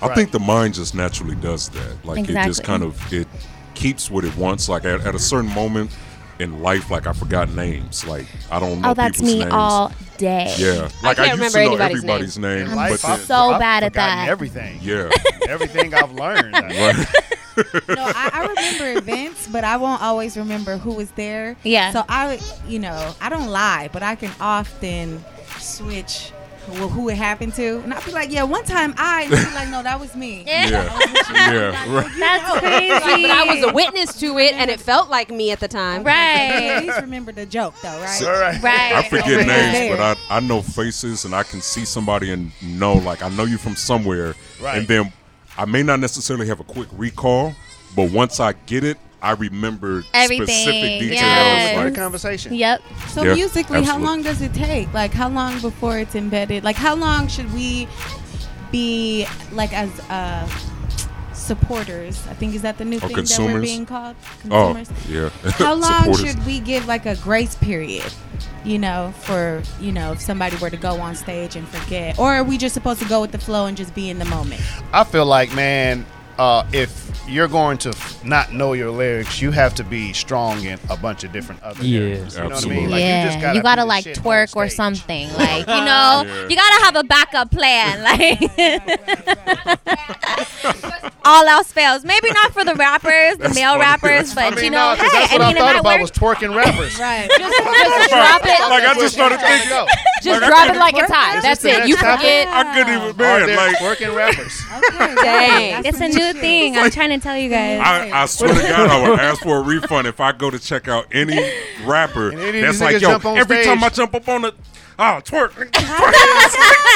Speaker 5: I think the mind just naturally does that. Like it just
Speaker 11: Exactly.
Speaker 5: kind of it keeps what it wants. Like at, at a certain moment in life, like I forgot names. Like I don't know.
Speaker 11: Oh, that's
Speaker 5: people's
Speaker 11: me
Speaker 5: names.
Speaker 11: all day.
Speaker 5: Yeah, like I,
Speaker 11: can't
Speaker 5: used to know
Speaker 11: remember
Speaker 5: everybody's,
Speaker 11: anybody's
Speaker 5: name.
Speaker 11: name. I'm
Speaker 5: but then-
Speaker 11: so I've bad at forgotten that.
Speaker 10: Everything.
Speaker 5: Yeah.
Speaker 10: Everything I've learned.
Speaker 5: (laughs) Right.
Speaker 7: no, I, I remember events, but I won't always remember who was there.
Speaker 11: Yeah.
Speaker 7: So I, you know, I don't lie, but I can often switch who, who it happened to, and I'll be like, yeah, one time I, and I'll be like, no, that was me.
Speaker 5: Yeah. yeah. Right.
Speaker 6: (laughs)
Speaker 11: That's crazy.
Speaker 6: but I was a witness to it, and it felt like me at the time. (laughs)
Speaker 7: Okay, At least remember the joke, though, right?
Speaker 5: So-
Speaker 11: (laughs)
Speaker 5: I forget names,
Speaker 7: Right there.
Speaker 5: but I, I know faces and I can see somebody and know like I know you from somewhere.
Speaker 10: Right.
Speaker 5: And then I may not necessarily have a quick recall, but once I get it, I remember
Speaker 11: Everything.
Speaker 5: specific details.
Speaker 11: Yes.
Speaker 5: Like,
Speaker 10: Good conversation.
Speaker 11: Yep.
Speaker 7: So
Speaker 5: Yeah,
Speaker 7: musically,
Speaker 5: absolutely.
Speaker 7: how long does it take? Like how long before it's embedded? Like how long should we be like as uh, supporters? I think is that the new
Speaker 5: Or
Speaker 7: thing that we're
Speaker 5: consumers?
Speaker 7: being called
Speaker 5: Oh,
Speaker 7: consumers.
Speaker 5: yeah. (laughs)
Speaker 7: How long
Speaker 5: Supporters.
Speaker 7: should we give like a grace period? You know, for you know, if somebody were to go on stage and forget, or are we just supposed to go with the flow and just be in the moment?
Speaker 10: (laughs) I feel like, man, uh, if you're going to f- not know your lyrics, you have have to be strong in a bunch of different other
Speaker 5: Yeah,
Speaker 10: areas. You know what I mean?
Speaker 5: absolutely.
Speaker 10: Like,
Speaker 11: yeah,
Speaker 10: you just gotta, be the
Speaker 11: like
Speaker 10: shit.
Speaker 11: twerk or something.
Speaker 10: (laughs)
Speaker 11: Like you know,
Speaker 10: Yeah.
Speaker 11: you gotta have a
Speaker 10: (laughs)
Speaker 11: backup plan. Like all else fails. Maybe not for the rappers, the male rappers, but
Speaker 10: I mean,
Speaker 11: you know,
Speaker 10: no, 'cause
Speaker 11: hey,
Speaker 10: that's what I,
Speaker 11: mean,
Speaker 10: thought
Speaker 11: it
Speaker 10: about
Speaker 11: might (laughs)
Speaker 10: was
Speaker 11: work.
Speaker 5: (laughs)
Speaker 10: twerking rappers.
Speaker 11: (laughs)
Speaker 7: right.
Speaker 10: (laughs) Just,
Speaker 6: just drop it.
Speaker 10: Like I just started thinking.
Speaker 6: Just drop it like it's hot. That's it. You forget.
Speaker 11: (laughs)
Speaker 5: I couldn't even
Speaker 10: Are
Speaker 5: man,
Speaker 10: there
Speaker 5: like (laughs)
Speaker 10: twerking rappers?
Speaker 6: Dang.
Speaker 11: It's a
Speaker 10: (laughs)
Speaker 11: new thing. I'm trying to tell you guys.
Speaker 5: I, I swear to God, I would ask for a refund if I go to check out
Speaker 10: (laughs)
Speaker 5: any rapper.
Speaker 10: And any of
Speaker 5: That's
Speaker 10: these
Speaker 5: like,
Speaker 10: niggas
Speaker 5: yo,
Speaker 10: jump on
Speaker 5: every
Speaker 10: stage.
Speaker 5: time I jump up on the, oh, twerk.
Speaker 10: (laughs)
Speaker 5: nigga, twerk.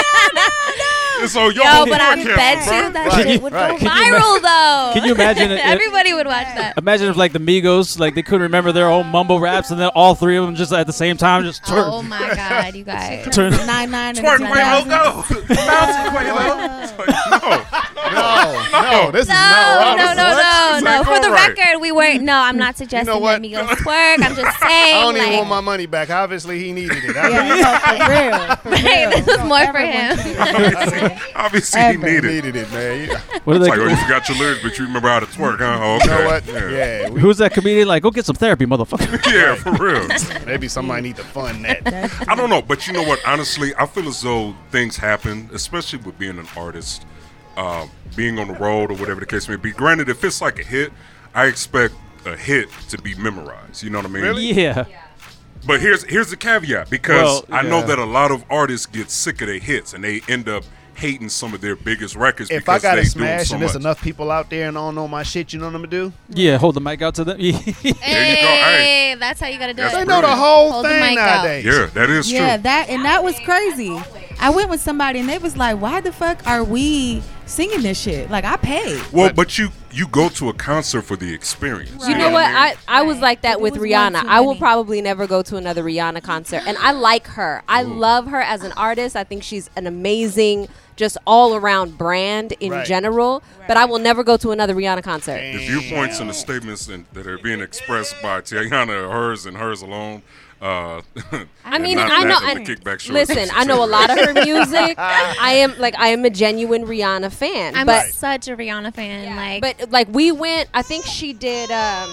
Speaker 5: And so, yo,
Speaker 11: Yo,
Speaker 5: I'm
Speaker 11: but I
Speaker 5: twerking,
Speaker 11: bet
Speaker 5: bruh.
Speaker 11: you that
Speaker 8: Right.
Speaker 11: shit would
Speaker 8: Right.
Speaker 11: go
Speaker 8: Can you ima-
Speaker 11: viral though.
Speaker 8: can you
Speaker 11: (laughs)
Speaker 8: imagine it-
Speaker 11: Everybody would watch that.
Speaker 8: Imagine if like the Migos, like they couldn't remember their own mumble raps, and then all three of them just at the same time just turn.
Speaker 5: (laughs)
Speaker 11: Oh my god, you guys.
Speaker 8: Turn-
Speaker 7: Nine nine. and
Speaker 5: Twerk,
Speaker 7: 2000.
Speaker 5: Quavo, go. Bounce, Quavo. It's like, Oh, No.
Speaker 10: No, no, this is
Speaker 11: No,
Speaker 10: not.
Speaker 11: no, no, no, no. For the record, we worry. No, I'm not suggesting that Migos twerk. I'm just
Speaker 10: (laughs)
Speaker 11: saying.
Speaker 10: I don't even
Speaker 11: like,
Speaker 10: want my money back. Obviously, he needed it.
Speaker 5: (laughs)
Speaker 11: (laughs) Right, this is more for him.
Speaker 5: (laughs) Obviously, he needed it.
Speaker 10: needed it, man.
Speaker 8: What are
Speaker 5: it's
Speaker 8: they-
Speaker 5: like, oh, you forgot your lyrics, but you remember how to twerk, huh? Oh, okay.
Speaker 10: You know what?
Speaker 5: Yeah.
Speaker 8: Who's that comedian? Like, go get some therapy, motherfucker.
Speaker 5: (laughs)
Speaker 8: (laughs)
Speaker 5: Yeah, for real.
Speaker 10: (laughs) Maybe somebody need to fund that.
Speaker 5: I don't know, but you know what? Honestly, I feel as though things happen, especially with being an artist, uh, being on the road or whatever the case may be. Granted, if it's like a hit, I expect a hit to be memorized. You know what I mean?
Speaker 8: Yeah.
Speaker 5: But here's here's the caveat because
Speaker 8: Well,
Speaker 5: I know
Speaker 8: yeah.
Speaker 5: that a lot of artists get sick of their hits and they end up hating some of their biggest records
Speaker 10: If I
Speaker 5: because
Speaker 10: got
Speaker 5: they
Speaker 10: a
Speaker 5: do
Speaker 10: smash
Speaker 5: so
Speaker 10: and there's
Speaker 5: much.
Speaker 10: enough people out there and I don't know my shit, you know what I'm gonna do?
Speaker 8: Yeah, hold the mic out to them. (laughs)
Speaker 11: Hey,
Speaker 5: go. Hey.
Speaker 11: that's how you gotta do
Speaker 5: That's
Speaker 11: it.
Speaker 5: They know the brilliant.
Speaker 10: whole
Speaker 11: Hold the
Speaker 10: thing
Speaker 11: mic out.
Speaker 10: nowadays.
Speaker 5: Yeah, that is
Speaker 7: yeah,
Speaker 5: true.
Speaker 7: that and that was crazy. I went with somebody and they was like, "Why the fuck are we singing this shit? Like, I paid."
Speaker 5: Well, but you you go to a concert for the experience.
Speaker 6: You know
Speaker 5: what
Speaker 6: what?
Speaker 5: I mean?
Speaker 6: I, I was like that with
Speaker 7: one
Speaker 6: Rihanna.
Speaker 7: too
Speaker 6: I will
Speaker 7: many.
Speaker 6: probably never go to another Rihanna concert. And I like her. I love her as an artist. I think she's an amazing, just all around brand in
Speaker 10: Right.
Speaker 6: general. But I will never go to another Rihanna concert.
Speaker 5: the viewpoints and the statements and, that are being expressed by Tiana, hers and hers alone. Uh, (laughs)
Speaker 6: I mean, I know.
Speaker 5: And
Speaker 6: and
Speaker 5: the kickback show
Speaker 6: listen, I know a
Speaker 5: (laughs)
Speaker 6: lot of her music. I am like, I am a genuine Rihanna fan.
Speaker 11: I'm
Speaker 6: but
Speaker 11: such a Rihanna fan. like,
Speaker 6: but like we went i think she did um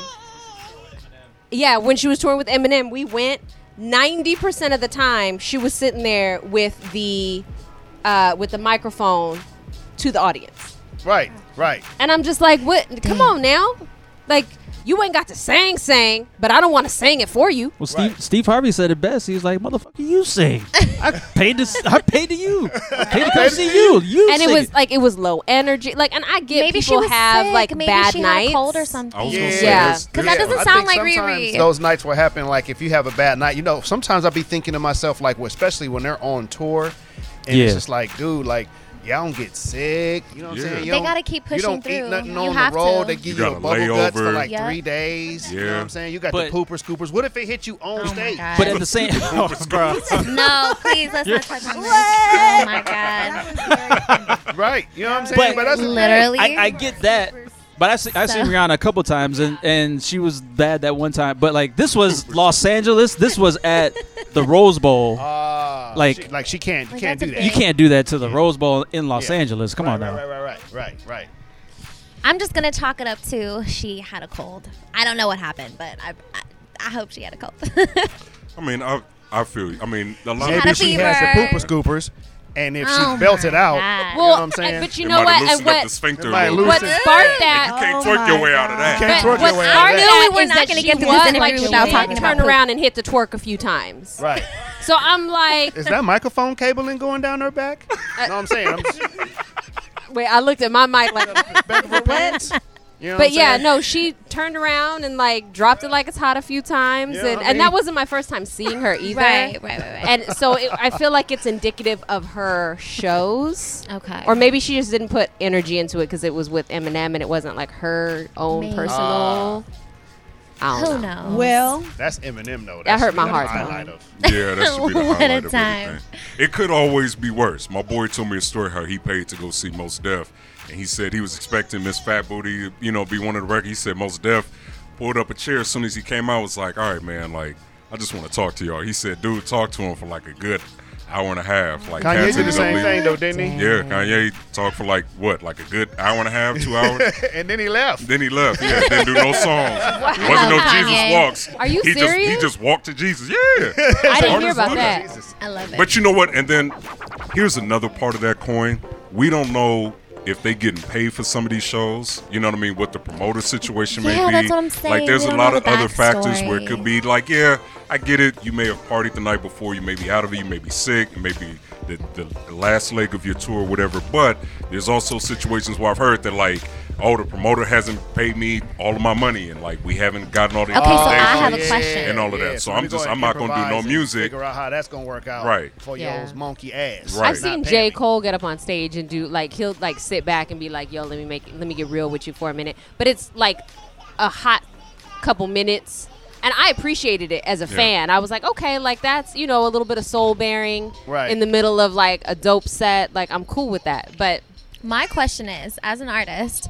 Speaker 6: yeah when she was touring with eminem we went 90% of the time she was sitting there with the uh with the microphone to the audience
Speaker 10: Right, right.
Speaker 6: and i'm just like what come
Speaker 10: Mm.
Speaker 6: on now like you ain't got to sing sing but i don't want to sing it for you
Speaker 8: Well, Steve, Steve Harvey said it best. He was like, "Motherfucker, you sing. I paid to. s- I paid to you. I paid to come see you. You."
Speaker 6: and it
Speaker 8: sing
Speaker 6: was like it was low energy like and i get
Speaker 11: maybe she
Speaker 6: people
Speaker 11: was
Speaker 6: have
Speaker 11: sick.
Speaker 6: like
Speaker 11: maybe
Speaker 6: bad
Speaker 11: she
Speaker 6: nights
Speaker 11: had a cold or
Speaker 5: I
Speaker 11: something.
Speaker 5: was
Speaker 10: Yeah.
Speaker 5: gonna say
Speaker 6: Yeah.
Speaker 5: this.
Speaker 11: 'Cause
Speaker 5: this-
Speaker 11: that doesn't
Speaker 10: I
Speaker 11: sound
Speaker 10: think
Speaker 11: like
Speaker 10: sometimes
Speaker 11: Riri.
Speaker 10: Those nights will happen. Like if you have a bad night, you know. Sometimes I'll be thinking to myself, like, well, especially when they're on tour, and
Speaker 8: Yeah.
Speaker 10: it's just like, dude, like. Y'all don't get sick. You know what
Speaker 5: Yeah.
Speaker 10: I'm saying?
Speaker 5: They
Speaker 10: You don't-
Speaker 11: gotta keep
Speaker 10: You don't
Speaker 11: pushing
Speaker 10: eat
Speaker 11: through.
Speaker 10: nothing
Speaker 11: You
Speaker 10: on
Speaker 11: have
Speaker 10: the road.
Speaker 11: to.
Speaker 10: They give
Speaker 5: You
Speaker 10: you,
Speaker 5: got
Speaker 10: a
Speaker 5: a
Speaker 10: bubble guts for
Speaker 5: layover.
Speaker 10: like
Speaker 11: Yeah.
Speaker 10: three days. You know
Speaker 5: Yeah.
Speaker 10: what I'm saying? You got
Speaker 8: But-
Speaker 10: the pooper scoopers. What if it hit you on
Speaker 11: Oh my
Speaker 10: stage?
Speaker 11: god.
Speaker 8: but at
Speaker 5: (laughs)
Speaker 8: the same. Oh, bro.
Speaker 11: no, please let's not touch on this. Oh my god.
Speaker 10: Right. You know what I'm saying?
Speaker 8: But-
Speaker 10: But, that's the thing.
Speaker 11: Literally.
Speaker 8: I, I get that. But I've, seen, I've seen
Speaker 11: So- (laughs)
Speaker 8: Rihanna a couple times, and, and she was bad that one time. But like this was Los Angeles. This was at the Rose Bowl.
Speaker 10: Ah,
Speaker 8: Like-
Speaker 10: she, like she can't
Speaker 11: Like,
Speaker 10: can't
Speaker 11: that's
Speaker 10: do
Speaker 11: a
Speaker 10: that.
Speaker 8: you can't do that to the Rose Bowl in Los
Speaker 10: Yeah.
Speaker 8: Angeles. Come on
Speaker 10: right,
Speaker 8: now.
Speaker 10: Right, right, right, right, right.
Speaker 11: I'm just gonna chalk it up to she had a cold. I don't know what happened, but I I, I hope she had a cold. (laughs)
Speaker 5: I mean, I I feel. you. I mean, a lot
Speaker 11: Had
Speaker 5: of
Speaker 11: a
Speaker 10: Maybe she has the
Speaker 11: fever.
Speaker 10: pooper scoopers, and if
Speaker 11: Oh
Speaker 10: she belts
Speaker 11: my
Speaker 10: it out,
Speaker 11: God.
Speaker 10: you know what I'm saying?
Speaker 6: (laughs) but
Speaker 5: It
Speaker 6: you know
Speaker 5: might have loosened
Speaker 6: what and
Speaker 5: up
Speaker 6: what
Speaker 5: the sphincter
Speaker 10: It
Speaker 5: a
Speaker 10: might
Speaker 5: little
Speaker 6: what
Speaker 5: bit.
Speaker 10: loosen-
Speaker 6: sparked
Speaker 10: Listen.
Speaker 6: that
Speaker 5: You can't
Speaker 7: Oh
Speaker 5: twerk your
Speaker 7: my
Speaker 5: way out of that.
Speaker 10: You can't
Speaker 6: But
Speaker 10: twerk
Speaker 6: what
Speaker 10: your way out of
Speaker 6: started
Speaker 11: I knew
Speaker 10: that.
Speaker 6: it
Speaker 11: we were
Speaker 6: was
Speaker 11: not
Speaker 6: that
Speaker 11: gonna
Speaker 6: she
Speaker 11: get through this
Speaker 6: was
Speaker 11: interview
Speaker 6: like she
Speaker 11: without
Speaker 6: did
Speaker 11: talking
Speaker 6: turn
Speaker 11: about
Speaker 6: around and hit the twerk a few times.
Speaker 10: Right.
Speaker 6: (laughs) So I'm like,
Speaker 10: Is that microphone cabling going down her
Speaker 11: Uh,
Speaker 10: back? no, I'm saying. I'm
Speaker 6: (laughs) wait, I looked at my mic like,
Speaker 10: (laughs) back of her pants. You know what
Speaker 6: but
Speaker 10: I'm
Speaker 6: yeah,
Speaker 10: saying?
Speaker 6: no, she turned around and like dropped it like it's hot a few times,
Speaker 10: Yeah,
Speaker 6: and,
Speaker 10: I
Speaker 6: and that
Speaker 10: mean-
Speaker 6: wasn't my first time seeing
Speaker 11: (laughs)
Speaker 6: her either.
Speaker 11: right, right, right,
Speaker 6: And so it, I feel like it's indicative of her shows.
Speaker 11: right. Okay.
Speaker 6: Or maybe she just didn't put energy into it because it was with Eminem and it wasn't like her own
Speaker 11: Maybe.
Speaker 6: personal.
Speaker 10: Ah.
Speaker 6: I
Speaker 11: who
Speaker 6: don't know.
Speaker 11: knows?
Speaker 7: Well,
Speaker 10: That's Eminem though.
Speaker 6: That
Speaker 10: That
Speaker 6: hurt my heart, though.
Speaker 10: Highlight of.
Speaker 5: Yeah, that should be the
Speaker 11: (laughs) What a
Speaker 5: highlight of
Speaker 11: time.
Speaker 5: everything. It could always be worse. My boy told me a story how he paid to go see Most Def, and he said he was expecting Miss Fat Booty, you know, be one of the records. He said Most Def pulled up a chair as soon as he came out. Was like, all right, man, like I just want to talk to y'all. He said, dude, talk to him for like a good hour and a half. Like
Speaker 10: Kanye
Speaker 5: cats
Speaker 10: did the
Speaker 5: ended up
Speaker 10: same
Speaker 5: leaving.
Speaker 10: thing though, didn't he?
Speaker 5: Yeah, Kanye talked for like what, like a good hour and a half, two hours.
Speaker 10: (laughs) and then he left.
Speaker 5: Then he left. Yeah, didn't do no
Speaker 11: (laughs)
Speaker 5: songs. It wasn't no Jesus
Speaker 11: Kanye.
Speaker 5: walks.
Speaker 6: Are you
Speaker 5: he Just,
Speaker 6: serious?
Speaker 5: he just walked to Jesus. Yeah.
Speaker 6: (laughs) I didn't hear
Speaker 5: Artists
Speaker 6: about
Speaker 5: do
Speaker 6: that.
Speaker 11: I love it.
Speaker 5: But you know what? And then here's another part of that coin. We don't know if they getting paid for some of these shows. You know what I mean? What the promoter situation may
Speaker 11: Yeah,
Speaker 5: be.
Speaker 11: that's what I'm
Speaker 5: Like
Speaker 11: saying.
Speaker 5: there's
Speaker 11: We
Speaker 5: a
Speaker 11: don't
Speaker 5: lot
Speaker 11: know
Speaker 5: of
Speaker 11: the
Speaker 5: other factors
Speaker 11: backstory.
Speaker 5: where it could be like, yeah, I get it. You may have partied the night before. You may be out of it. You may be sick. Maybe the, the last leg of your tour, or whatever. But there's also situations where I've heard that like, oh, the promoter hasn't paid me all of my money, and like we haven't gotten all the
Speaker 11: Okay, so I
Speaker 5: accommodations
Speaker 11: have a question.
Speaker 5: and all of that. so
Speaker 10: let
Speaker 5: I'm
Speaker 10: me go
Speaker 5: just
Speaker 10: ahead
Speaker 5: I'm not
Speaker 10: and
Speaker 5: gonna do
Speaker 10: improvise
Speaker 5: no
Speaker 10: and
Speaker 5: music.
Speaker 10: Figure out how that's gonna work out.
Speaker 5: Right.
Speaker 10: For
Speaker 6: Yeah.
Speaker 10: y'all's monkey ass.
Speaker 5: Right.
Speaker 6: I've seen
Speaker 10: Not
Speaker 6: J.
Speaker 10: paying me.
Speaker 6: Cole get up on stage and do like he'll like sit back and be like, "Yo, let me make let me get real with you for a minute." But it's like a hot couple minutes, and I appreciated it as a
Speaker 5: Yeah.
Speaker 6: fan. I was like, "Okay, like that's you know a little bit of soul bearing
Speaker 10: Right.
Speaker 6: in the middle of like a dope set. Like I'm cool with that." But
Speaker 11: My question is, as an artist,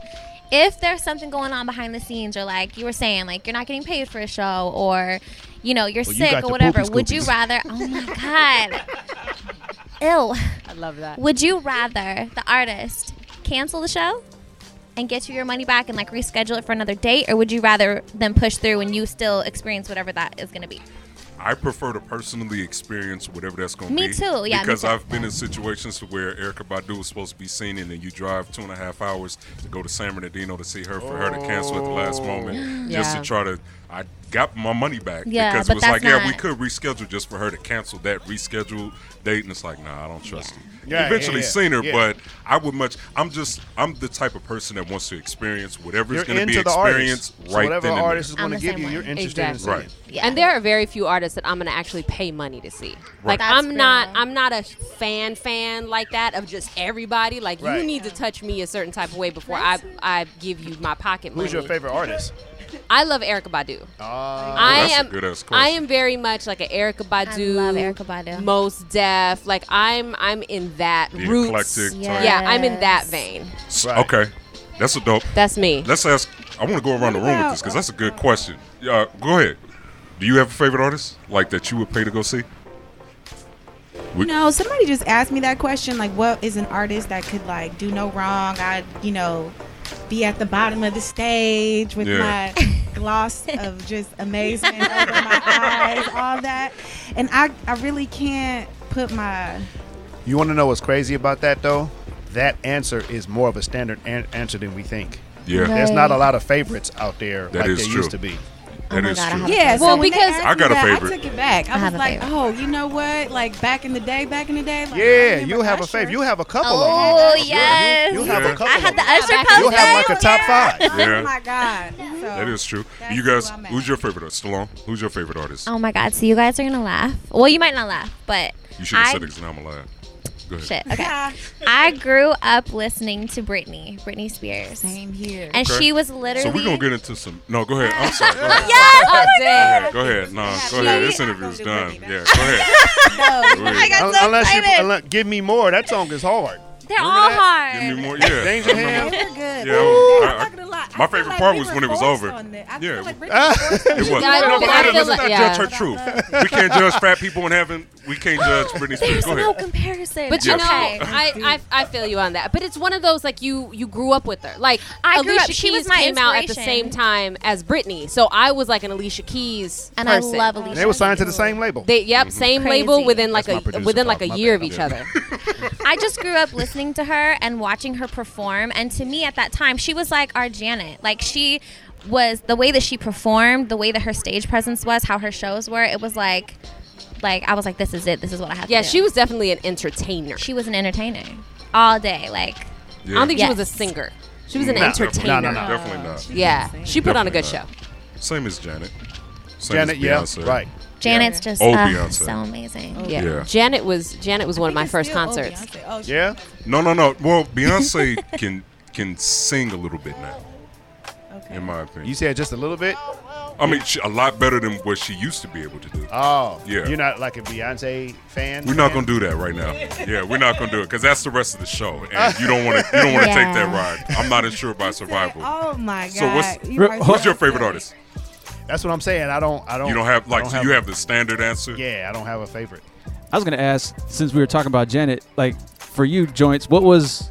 Speaker 11: if there's something going on behind the scenes, or like you were saying, like you're not getting paid for a show, or you know you're
Speaker 9: Well, you
Speaker 11: sick
Speaker 9: got
Speaker 11: or
Speaker 9: your
Speaker 11: whatever,
Speaker 9: poopies
Speaker 11: would you
Speaker 9: scoopies.
Speaker 11: rather? Oh my god, ill.
Speaker 6: I love that.
Speaker 11: Would you rather the artist cancel the show and get you your money back and like reschedule it for another date, or would you rather them push through and you still experience whatever that is going to be?
Speaker 5: I prefer to personally experience whatever that's going to be.
Speaker 11: Me too, yeah, me
Speaker 5: Because
Speaker 11: too.
Speaker 5: I've been in situations to where Erica Badu was supposed to be seen, and then you drive two and a half hours to go to San Bernardino to see her for her to cancel at the last
Speaker 10: Oh.
Speaker 5: moment, just
Speaker 11: Yeah.
Speaker 5: to try to. I got my money back
Speaker 11: Yeah,
Speaker 5: because
Speaker 11: but
Speaker 5: it was
Speaker 11: that's
Speaker 5: like, yeah, we
Speaker 11: not-
Speaker 5: could reschedule just for her to cancel that rescheduled date, and it's like, nah, I don't trust you.
Speaker 10: Yeah, yeah,
Speaker 5: Eventually
Speaker 10: yeah,
Speaker 5: seen her,
Speaker 10: yeah.
Speaker 5: but I would much. I'm just. I'm the type of person that wants to experience whatever is
Speaker 10: You're
Speaker 5: going to be
Speaker 10: into the artist.
Speaker 5: experienced
Speaker 10: So
Speaker 5: right
Speaker 10: whatever
Speaker 5: then and
Speaker 10: artist is
Speaker 5: there.
Speaker 10: gonna I'm the give same you, way. you're interested in
Speaker 5: Right.
Speaker 6: And there are very few artists that I'm gonna actually pay money to see. Like
Speaker 2: That's
Speaker 6: I'm
Speaker 2: fair
Speaker 6: not I'm not a fan fan like that of just everybody. Like you
Speaker 10: Right.
Speaker 6: need to touch me a certain type of way before I I give you my pocket money.
Speaker 10: Who's your favorite artist?
Speaker 6: I love Erica Badu.
Speaker 5: Uh,
Speaker 10: Well,
Speaker 6: I
Speaker 10: that's a
Speaker 6: am
Speaker 10: good-ass
Speaker 6: I
Speaker 10: question.
Speaker 6: am very much like an Erica Badu.
Speaker 11: love Erykah Badu.
Speaker 6: Most deaf. Like I'm I'm in that
Speaker 5: The
Speaker 6: roots.
Speaker 5: eclectic type.
Speaker 6: Yeah, I'm in that vein.
Speaker 5: S- Okay, that's a dope.
Speaker 6: That's me.
Speaker 5: Let's ask. I want to go around the room with this because that's a good question. Uh, go ahead. Do you have a favorite artist like that you would pay to go see? We-
Speaker 7: No, somebody just asked me that question. Like, what is an artist that could like do no wrong? I, you know, be at the bottom of the stage
Speaker 11: (laughs)
Speaker 7: with
Speaker 9: Yeah.
Speaker 7: my gloss of just amazement over my eyes, all that. And I, I really can't put my
Speaker 10: You want to know what's crazy about that though? That answer is more of a standard an- answer than we think.
Speaker 5: Yeah.
Speaker 10: There's not a lot of favorites out there
Speaker 5: That
Speaker 10: like
Speaker 5: is
Speaker 10: there
Speaker 5: true.
Speaker 10: used to be.
Speaker 5: That is true.
Speaker 7: yeah.
Speaker 6: Well,
Speaker 7: so when they
Speaker 6: because-
Speaker 7: asked
Speaker 5: I got
Speaker 7: me
Speaker 5: a
Speaker 7: that,
Speaker 5: favorite.
Speaker 7: I took it back. I,
Speaker 11: I have
Speaker 7: was
Speaker 11: a
Speaker 7: like,
Speaker 11: favorite.
Speaker 7: oh, you know what? Like back in the day, back in the day. Like,
Speaker 10: Yeah, you have a favorite. You have a couple of
Speaker 11: Oh
Speaker 10: them.
Speaker 11: yes,
Speaker 10: You, you have a couple.
Speaker 11: I had the Usher
Speaker 10: of them. You'll have like
Speaker 11: poster.
Speaker 10: a top five.
Speaker 5: Yeah.
Speaker 7: Oh my god.
Speaker 5: That is true. You guys, who's your favorite artist? Stallone. Who's your favorite artist?
Speaker 11: Oh my God! So you guys are gonna laugh. Well, you might not laugh, but
Speaker 5: you should have
Speaker 11: I-
Speaker 5: said it because now I'm alive. Go ahead.
Speaker 6: (laughs)
Speaker 11: Shit. Okay. I grew up listening to Britney, Britney Spears. Same
Speaker 7: here.
Speaker 11: And
Speaker 5: Okay.
Speaker 11: she was literally.
Speaker 5: So we're gonna get into some. No, go ahead. I'm sorry. Go
Speaker 11: (laughs)
Speaker 5: ahead.
Speaker 11: Yes,
Speaker 5: Go
Speaker 11: oh my
Speaker 5: ahead.
Speaker 11: God.
Speaker 5: Go ahead. No, go ahead. This interview's done. Yeah. Go (laughs)
Speaker 11: (laughs)
Speaker 5: ahead. Go ahead.
Speaker 10: Un- unless you unless, give me more. That song is hard.
Speaker 11: They're all hard.
Speaker 5: Give me more. Yeah.
Speaker 10: Danger
Speaker 5: I remember-
Speaker 10: Hands. They were
Speaker 7: good.
Speaker 5: Yeah.
Speaker 10: They
Speaker 5: I-
Speaker 10: were-
Speaker 5: I-
Speaker 10: I'm not gonna lie, I
Speaker 5: my
Speaker 10: feel
Speaker 5: favorite
Speaker 10: like
Speaker 5: part
Speaker 10: we
Speaker 5: was
Speaker 10: were
Speaker 5: when it was
Speaker 10: forced
Speaker 5: over.
Speaker 10: on it. I feel
Speaker 5: yeah.
Speaker 10: like (laughs) we were forced
Speaker 5: it
Speaker 10: on it.
Speaker 5: was.
Speaker 10: Yeah, I
Speaker 5: No,
Speaker 10: feel
Speaker 5: but
Speaker 10: like-
Speaker 5: let's
Speaker 10: I
Speaker 5: not
Speaker 10: feel
Speaker 5: judge her
Speaker 10: like-
Speaker 5: truth. We can't judge fat people in heaven. We can't
Speaker 10: (gasps)
Speaker 5: judge Britney Spears.
Speaker 11: There's
Speaker 5: Go
Speaker 11: no
Speaker 5: ahead.
Speaker 11: comparison.
Speaker 6: But you
Speaker 5: Yes.
Speaker 6: know, I, I I feel you on that. But it's one of those like you you grew up with her. Like
Speaker 11: I grew
Speaker 6: Alicia
Speaker 11: up- she
Speaker 6: Keys
Speaker 11: was my
Speaker 6: came out at the
Speaker 11: inspiration.
Speaker 6: same time as Britney, so I was like an Alicia Keys
Speaker 11: And I
Speaker 6: person.
Speaker 11: love
Speaker 10: And They were signed to the same label.
Speaker 6: They yep, same
Speaker 11: Crazy.
Speaker 6: label within like
Speaker 10: That's my
Speaker 6: a
Speaker 10: producer
Speaker 6: within like
Speaker 10: talk,
Speaker 6: a
Speaker 10: my
Speaker 6: year
Speaker 10: bad.
Speaker 6: of each
Speaker 10: Yeah.
Speaker 6: other.
Speaker 11: I just grew up listening to her and watching her perform. And to me, at that time, she was like our Janet. Like she was the way that she performed, the way that her stage presence was, how her shows were. It was like, like I was like, this is it. This is what I have.
Speaker 6: Yeah,
Speaker 11: to do.
Speaker 6: she was definitely an entertainer.
Speaker 11: She was an entertainer all day. Like
Speaker 6: I don't think she was a
Speaker 11: Yes.
Speaker 6: singer. She was an
Speaker 5: No, definitely
Speaker 6: entertainer.
Speaker 5: not. Definitely not.
Speaker 6: Yeah, she put on a good
Speaker 5: Definitely
Speaker 6: show.
Speaker 5: not. Same as Janet. Same
Speaker 10: Janet,
Speaker 5: as
Speaker 10: yeah,
Speaker 5: Beyonce.
Speaker 10: right.
Speaker 11: Janet's just
Speaker 5: Oh,
Speaker 11: uh,
Speaker 5: Beyonce.
Speaker 11: so amazing.
Speaker 6: Yeah.
Speaker 5: Yeah.
Speaker 6: Janet was Janet was one of my first
Speaker 11: still- oh,
Speaker 6: concerts.
Speaker 10: Yeah.
Speaker 5: No, no, no. Well, Beyonce (laughs) can can sing a little bit now. In my opinion.
Speaker 10: You said just a little bit.
Speaker 5: I mean, she, a lot better than what she used to be able to do.
Speaker 10: Oh,
Speaker 5: Yeah.
Speaker 10: You're not like a Beyonce fan.
Speaker 5: We're not
Speaker 10: fan?
Speaker 5: gonna do that right now. Yeah, we're not gonna do it because that's the rest of the show, and you don't want to. You don't want to take that
Speaker 10: Yeah.
Speaker 5: ride. I'm not insured by survival.
Speaker 7: Oh my god.
Speaker 5: So what's
Speaker 7: You are
Speaker 5: who's your favorite artist?
Speaker 10: That's what I'm saying. I don't. I don't.
Speaker 5: You don't have
Speaker 10: I
Speaker 5: like
Speaker 10: don't
Speaker 5: so you have the standard
Speaker 10: (laughs)
Speaker 5: answer.
Speaker 10: Yeah, I don't have a favorite.
Speaker 8: I was gonna ask, since we were talking about Janet, like for you, joints, what was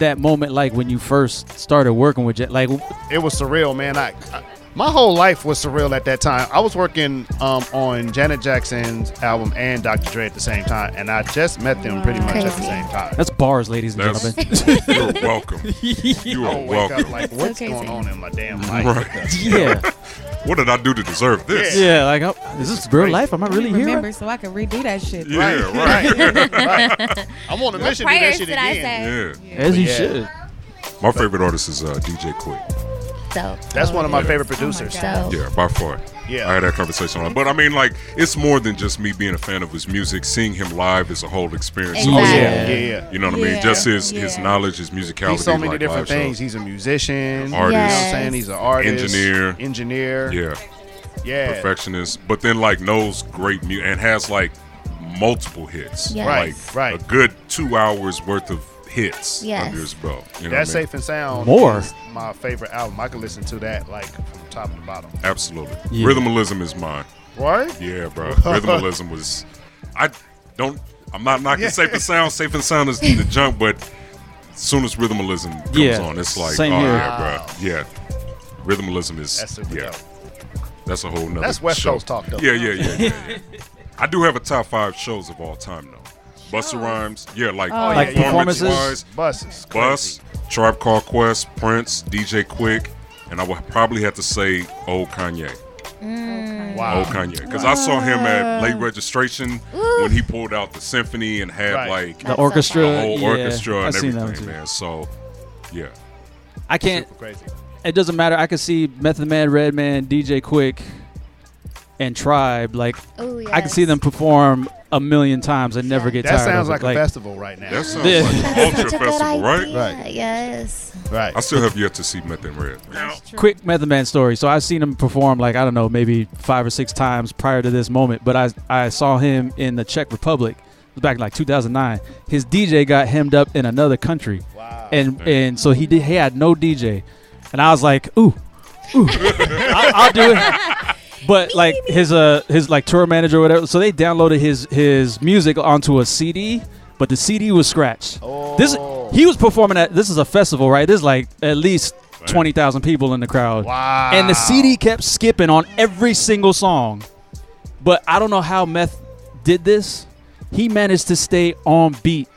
Speaker 8: that moment like when you first started working with Janet? Like,
Speaker 10: It was surreal, man. I, I my whole life was surreal at that time. I was working um, on Janet Jackson's album and Dr. Dre at the same time, and I just met them pretty much at the
Speaker 8: Crazy.
Speaker 10: same time.
Speaker 8: that's bars, ladies and
Speaker 5: (laughs)
Speaker 8: gentlemen.
Speaker 5: You're welcome.
Speaker 10: (laughs)
Speaker 5: You
Speaker 10: I
Speaker 5: are
Speaker 10: would wake
Speaker 5: welcome.
Speaker 10: up like, what's going on in
Speaker 5: (laughs)
Speaker 10: my damn life?
Speaker 5: Right.
Speaker 8: (laughs) Yeah.
Speaker 5: what did I do to deserve this?
Speaker 8: yeah, like, oh, is this real life? Am I really here?
Speaker 7: remember so I can redo that shit.
Speaker 5: Yeah,
Speaker 7: (laughs)
Speaker 5: right.
Speaker 10: Right. I'm on a
Speaker 7: What
Speaker 10: mission to do that
Speaker 7: prayers
Speaker 10: shit
Speaker 7: did I
Speaker 10: again.
Speaker 5: Yeah.
Speaker 8: As you
Speaker 10: Yeah.
Speaker 8: should.
Speaker 5: My favorite artist is uh, DJ Quick.
Speaker 11: So
Speaker 10: That's one of my
Speaker 5: Yeah.
Speaker 10: favorite producers.
Speaker 5: Yeah, by far.
Speaker 10: Oh. Yeah.
Speaker 5: I had that conversation a lot. But I mean, like, it's more than just me being a fan of his music. Seeing him live is a whole experience.
Speaker 10: Exactly. Oh,
Speaker 5: also.
Speaker 10: yeah, yeah, yeah.
Speaker 5: You know what I
Speaker 10: Yeah.
Speaker 5: mean? Just his, his knowledge, his musicality.
Speaker 10: He's so many
Speaker 5: like, live
Speaker 10: different things.
Speaker 5: shows.
Speaker 10: He's a musician.
Speaker 5: Artist.
Speaker 10: You know what I'm saying? He's an artist.
Speaker 5: Engineer.
Speaker 10: Engineer.
Speaker 5: Yeah.
Speaker 10: Yeah.
Speaker 5: Perfectionist. But then, like, knows great music and has, like, multiple hits.
Speaker 10: Yes. Right,
Speaker 5: Like, right. a good two hours worth of hits
Speaker 11: Yes.
Speaker 5: under his belt. You know
Speaker 10: That's
Speaker 5: what I mean?
Speaker 10: safe and sound.
Speaker 5: More.
Speaker 10: is my favorite album. I can listen to that like from top to bottom.
Speaker 5: Absolutely.
Speaker 10: Yeah.
Speaker 5: Rhythmalism is mine.
Speaker 10: What?
Speaker 5: Yeah,
Speaker 10: (laughs)
Speaker 5: bro. Rhythmalism was. I don't. I'm not knocking
Speaker 10: Yeah.
Speaker 5: Safe and Sound. Safe and Sound is the jump, but as soon as Rhythmalism comes
Speaker 8: Yeah.
Speaker 5: on, it's like,
Speaker 8: Same
Speaker 5: oh,
Speaker 8: here.
Speaker 5: yeah, bro. Yeah. Rhythmalism is.
Speaker 10: That's super
Speaker 5: yeah. That's a whole nother
Speaker 10: That's West
Speaker 5: show.
Speaker 10: Coast talk, though.
Speaker 5: Yeah, yeah, yeah. yeah, yeah. I do have a top five shows of all time, though. Buster Rhymes, yeah, like,
Speaker 10: Oh, Like yeah, yeah.
Speaker 5: performance-wise,
Speaker 10: Buses.
Speaker 5: Bus, Tribe Called Quest, Prince, DJ Quick, and I would probably have to say old Kanye.
Speaker 8: Mm.
Speaker 10: Wow.
Speaker 5: Old Kanye. Because I saw him at late registration when he pulled out the symphony and had
Speaker 8: Right.
Speaker 5: like
Speaker 8: The That's orchestra,
Speaker 5: the whole
Speaker 8: yeah.
Speaker 5: orchestra
Speaker 8: I've
Speaker 5: and
Speaker 8: seen that one,
Speaker 5: everything, man. So, yeah.
Speaker 8: I can't.
Speaker 10: Super crazy.
Speaker 8: It doesn't matter. I could see Method Man, Redman, DJ Quick, and Tribe. Like
Speaker 11: Ooh,
Speaker 8: I could see them perform a million times and never get
Speaker 10: That
Speaker 8: tired.
Speaker 10: sounds
Speaker 8: of it.
Speaker 10: like a festival right now. That sounds
Speaker 8: Yeah.
Speaker 5: like (laughs) an That is ultra such a good festival, right? idea.
Speaker 11: Right. Yes.
Speaker 10: Right.
Speaker 5: I still have yet to see Meth and Red. Now,
Speaker 8: quick Method Man story. So I've seen him perform like I don't know, maybe five or six times prior to this moment. But I I saw him in the Czech Republic It was back in like 2009. His DJ got hemmed up in another country, and and so he did. He had no DJ, and I was like, ooh, ooh, I'll, I'll do it. But like his uh his like tour manager or whatever, so they downloaded his his music onto a CD, but the CD was scratched. This he was performing at this is a festival, right? This is like at least twenty thousand people in the crowd.
Speaker 10: Wow.
Speaker 8: And the CD kept skipping on every single song. But I don't know how Meth did this. He managed to stay on beat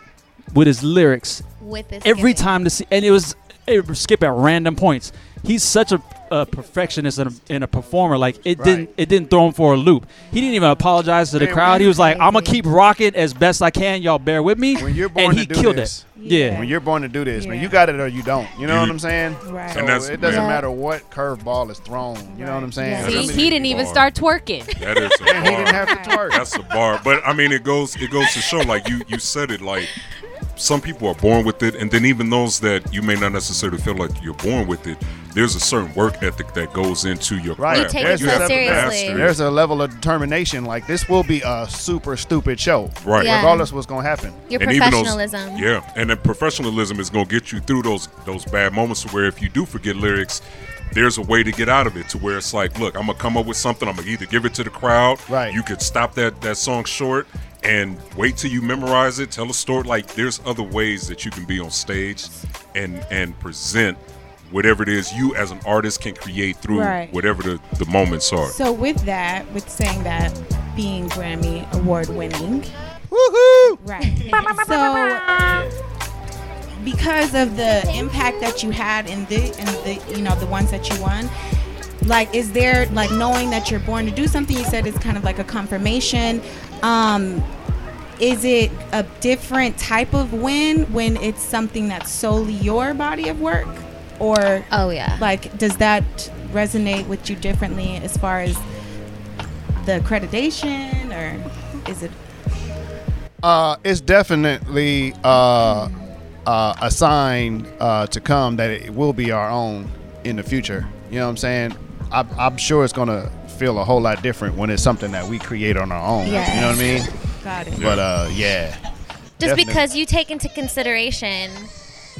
Speaker 8: with his lyrics
Speaker 11: With this
Speaker 8: every time to see, and it was it would skip at random points. He's such a, a perfectionist and a, and a performer. Like it didn't it didn't throw him for a loop. He didn't even apologize to the
Speaker 10: Man,
Speaker 8: crowd.
Speaker 10: when-
Speaker 8: He was like, "I'm gonna keep rocking as best I can. Y'all bear with me."
Speaker 10: When you're born
Speaker 8: and
Speaker 10: to
Speaker 8: he
Speaker 10: do
Speaker 8: killed
Speaker 10: this,
Speaker 8: it. Yeah.
Speaker 10: When you're born to do this, man, you got it or you don't. You know
Speaker 5: You-
Speaker 10: what I'm saying?
Speaker 5: Right.
Speaker 10: So
Speaker 5: And that's-
Speaker 10: it doesn't
Speaker 5: yeah.
Speaker 10: matter what curveball is thrown. You know what I'm saying?
Speaker 6: See, he didn't even start twerking.
Speaker 10: (laughs)
Speaker 5: That is a bar.
Speaker 10: he didn't have to twerk.
Speaker 5: That's a bar. But I mean, it goes it goes to show, like you you said it, like some people are born with it, and then even those that you may not necessarily feel like you're born with it, there's a certain work ethic that goes into your
Speaker 10: Right.
Speaker 5: craft.
Speaker 10: There's a
Speaker 5: have to
Speaker 10: level-
Speaker 5: master it.
Speaker 10: There's a level of determination. Like this will be a super stupid show.
Speaker 5: Right. Yeah.
Speaker 10: Regardless what's gonna happen.
Speaker 11: Your
Speaker 5: And even those-
Speaker 11: professionalism.
Speaker 5: yeah, and then professionalism is gonna get you through those those bad moments to where if you do forget lyrics, there's a way to get out of it to where it's like, look, I'm gonna come up with something. I'm gonna either give it to the crowd. Right. You could stop that that song short and wait till you memorize it. Tell a story. Like there's other ways that you can be on stage and and present whatever it is you as an artist can create through
Speaker 7: Right.
Speaker 5: whatever the, the moments are.
Speaker 7: So with that, with saying that being Grammy award winning,
Speaker 10: woohoo!
Speaker 7: Right. so because of the impact that you had in the in the you know the ones that you won, like is there like knowing that you're born to do something? You said it's kind of like a confirmation. Um, is it a different type of win when it's something that's solely your body of work, or
Speaker 11: oh yeah,
Speaker 7: like does that resonate with you differently as far as the accreditation, or is it
Speaker 10: Uh, it's definitely uh, uh, a sign uh, to come that it will be our own in the future. You know what I'm saying? I, I'm sure it's gonna feel a whole lot different when it's something that we create on our own. You know what I mean?
Speaker 7: Yes. Got it.
Speaker 10: But uh, yeah.
Speaker 11: Just
Speaker 10: Definitely.
Speaker 11: because you take into consideration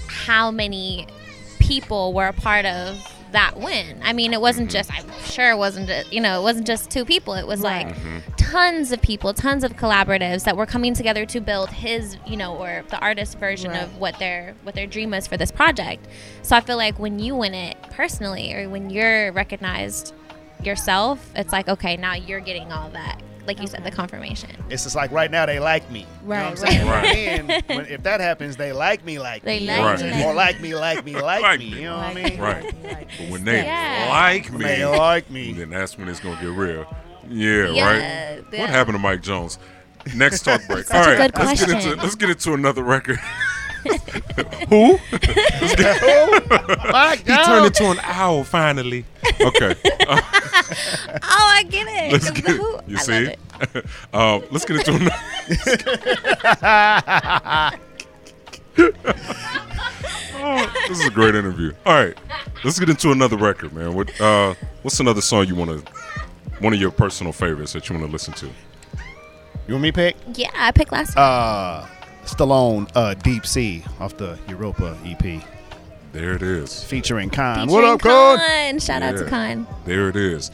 Speaker 11: how many people were a part of that win. I mean, it wasn't just, I'm sure it wasn't, just, you know, it wasn't just two people. It was like
Speaker 9: (laughs)
Speaker 11: tons of people, tons of collaboratives that were coming together to build his, you know, or the artist version of what their what their dream was for this project. So I feel like when you win it personally or when you're recognized yourself, it's like, okay, now you're getting all that. Like you said, the confirmation.
Speaker 10: It's just like right now they like me.
Speaker 7: Right,
Speaker 10: You know what I'm
Speaker 11: right.
Speaker 10: saying? Then, when, if that happens, they like me like
Speaker 11: They
Speaker 10: me.
Speaker 11: like Right. me.
Speaker 10: Or like me like me like, me. You know what I mean?
Speaker 11: (laughs)
Speaker 5: Right. But when they
Speaker 11: Yeah.
Speaker 5: like me,
Speaker 10: When they like me,
Speaker 5: then that's when it's gonna get real. Yeah,
Speaker 11: Yeah,
Speaker 5: right.
Speaker 11: yeah.
Speaker 5: What happened to Mike Jones? Next talk break.
Speaker 11: Such
Speaker 5: All
Speaker 11: a
Speaker 5: right,
Speaker 11: good
Speaker 5: let's get
Speaker 11: question.
Speaker 5: into let's get into another
Speaker 10: (laughs)
Speaker 5: record. Who? Let's get-
Speaker 10: Mike
Speaker 5: he turned into an owl finally. Okay. Uh,
Speaker 11: (laughs) Oh, I get it.
Speaker 5: let's
Speaker 11: It's
Speaker 5: get,
Speaker 11: the who-
Speaker 5: you
Speaker 11: I
Speaker 5: see?
Speaker 11: love it.
Speaker 5: (laughs) um, let's get into another.
Speaker 10: (laughs)
Speaker 11: (laughs)
Speaker 5: this is a great interview. All right, let's get into another record, man. What uh, what's another song you want to, one of your personal favorites that you want to listen to?
Speaker 10: You want me to pick?
Speaker 11: Yeah, I picked last.
Speaker 10: Uh, Stallone, uh, Deep Sea, off the Europa EP.
Speaker 5: There it is.
Speaker 10: Featuring Khan.
Speaker 11: Featuring
Speaker 10: what up,
Speaker 11: Khan?
Speaker 10: Khan?
Speaker 11: Shout out to
Speaker 5: Yeah.
Speaker 11: Khan.
Speaker 5: There it is.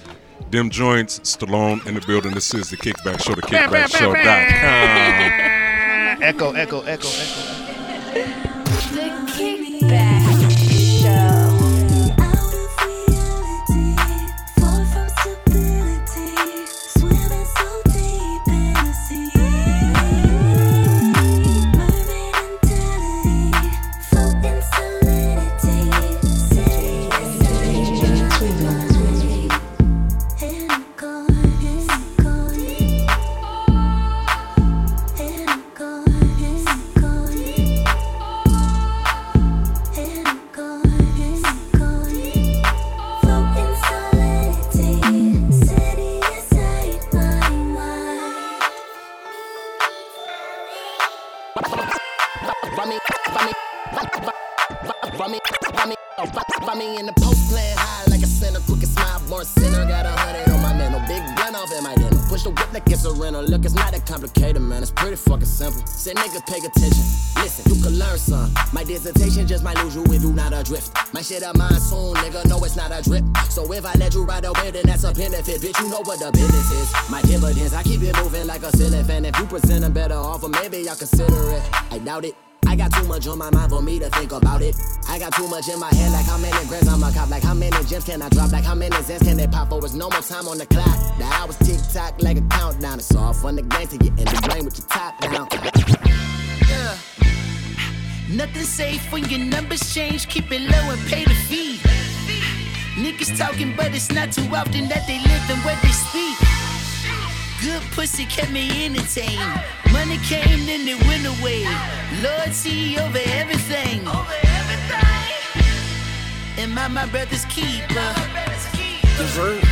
Speaker 5: Them joints, Stallone in the building. This is the Kickback Show, the kickbackshow.com.
Speaker 10: Echo, echo, echo, echo.
Speaker 1: The Kickback Show.
Speaker 14: Me in the post playing high like a center, quick and smile, born sinner. Got a hundred on my mental, big gun off in my dental. Push the whip like it's a rental. Look, it's not that complicated, man. It's pretty fucking simple. Say, nigga, pay attention. Listen, you can learn some. My dissertation just might lose you if you not adrift. My shit a monsoon, nigga. No, it's not a drip. So if I let you ride away, then that's a benefit, bitch. You know what the business is. My dividends, I keep it moving like a silly fan. If you present a better offer, maybe I'll consider it. I doubt it. I got too much on my mind for me to think about it. I got too much in my head, like how many grams I'm a cop, like how many gems can I drop, like how many zens can they pop? Oh, it's no more time on the clock. The hours tick tock like a countdown. It's all fun and games to get in the game with your top down.
Speaker 2: Yeah. Nothing safe when your numbers change. Keep it low and pay the fee. Niggas talking, but it's not too often that they live and what they speak. Good pussy kept me entertained. Money came and it went away. Loyalty over everything. Am I my brother's keeper? The root.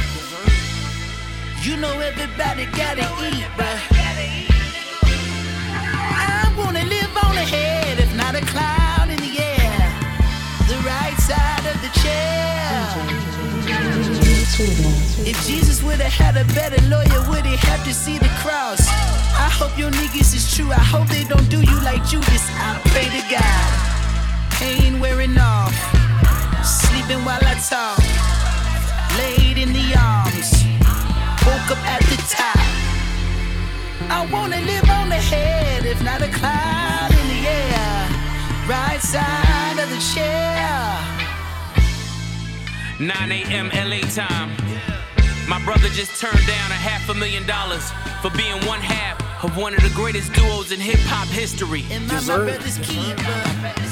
Speaker 2: You know everybody gotta eat, bruh. I wanna live on ahead, if not a cloud in the air. The right side of the chair. If Jesus would have had a better lawyer, would he have to see the cross? I hope your niggas is true. I hope they don't do you like Judas. I pray to God. Pain wearing off. Sleeping while I talk. Laid in the arms. Woke up at the top. I wanna live on the head, if not a cloud in the air. Right side of the chair.
Speaker 12: 9 a.m. LA time. My brother just turned down a half a million dollars for being one half of one of the greatest duos in hip hop history.
Speaker 2: My, my brother's keeper.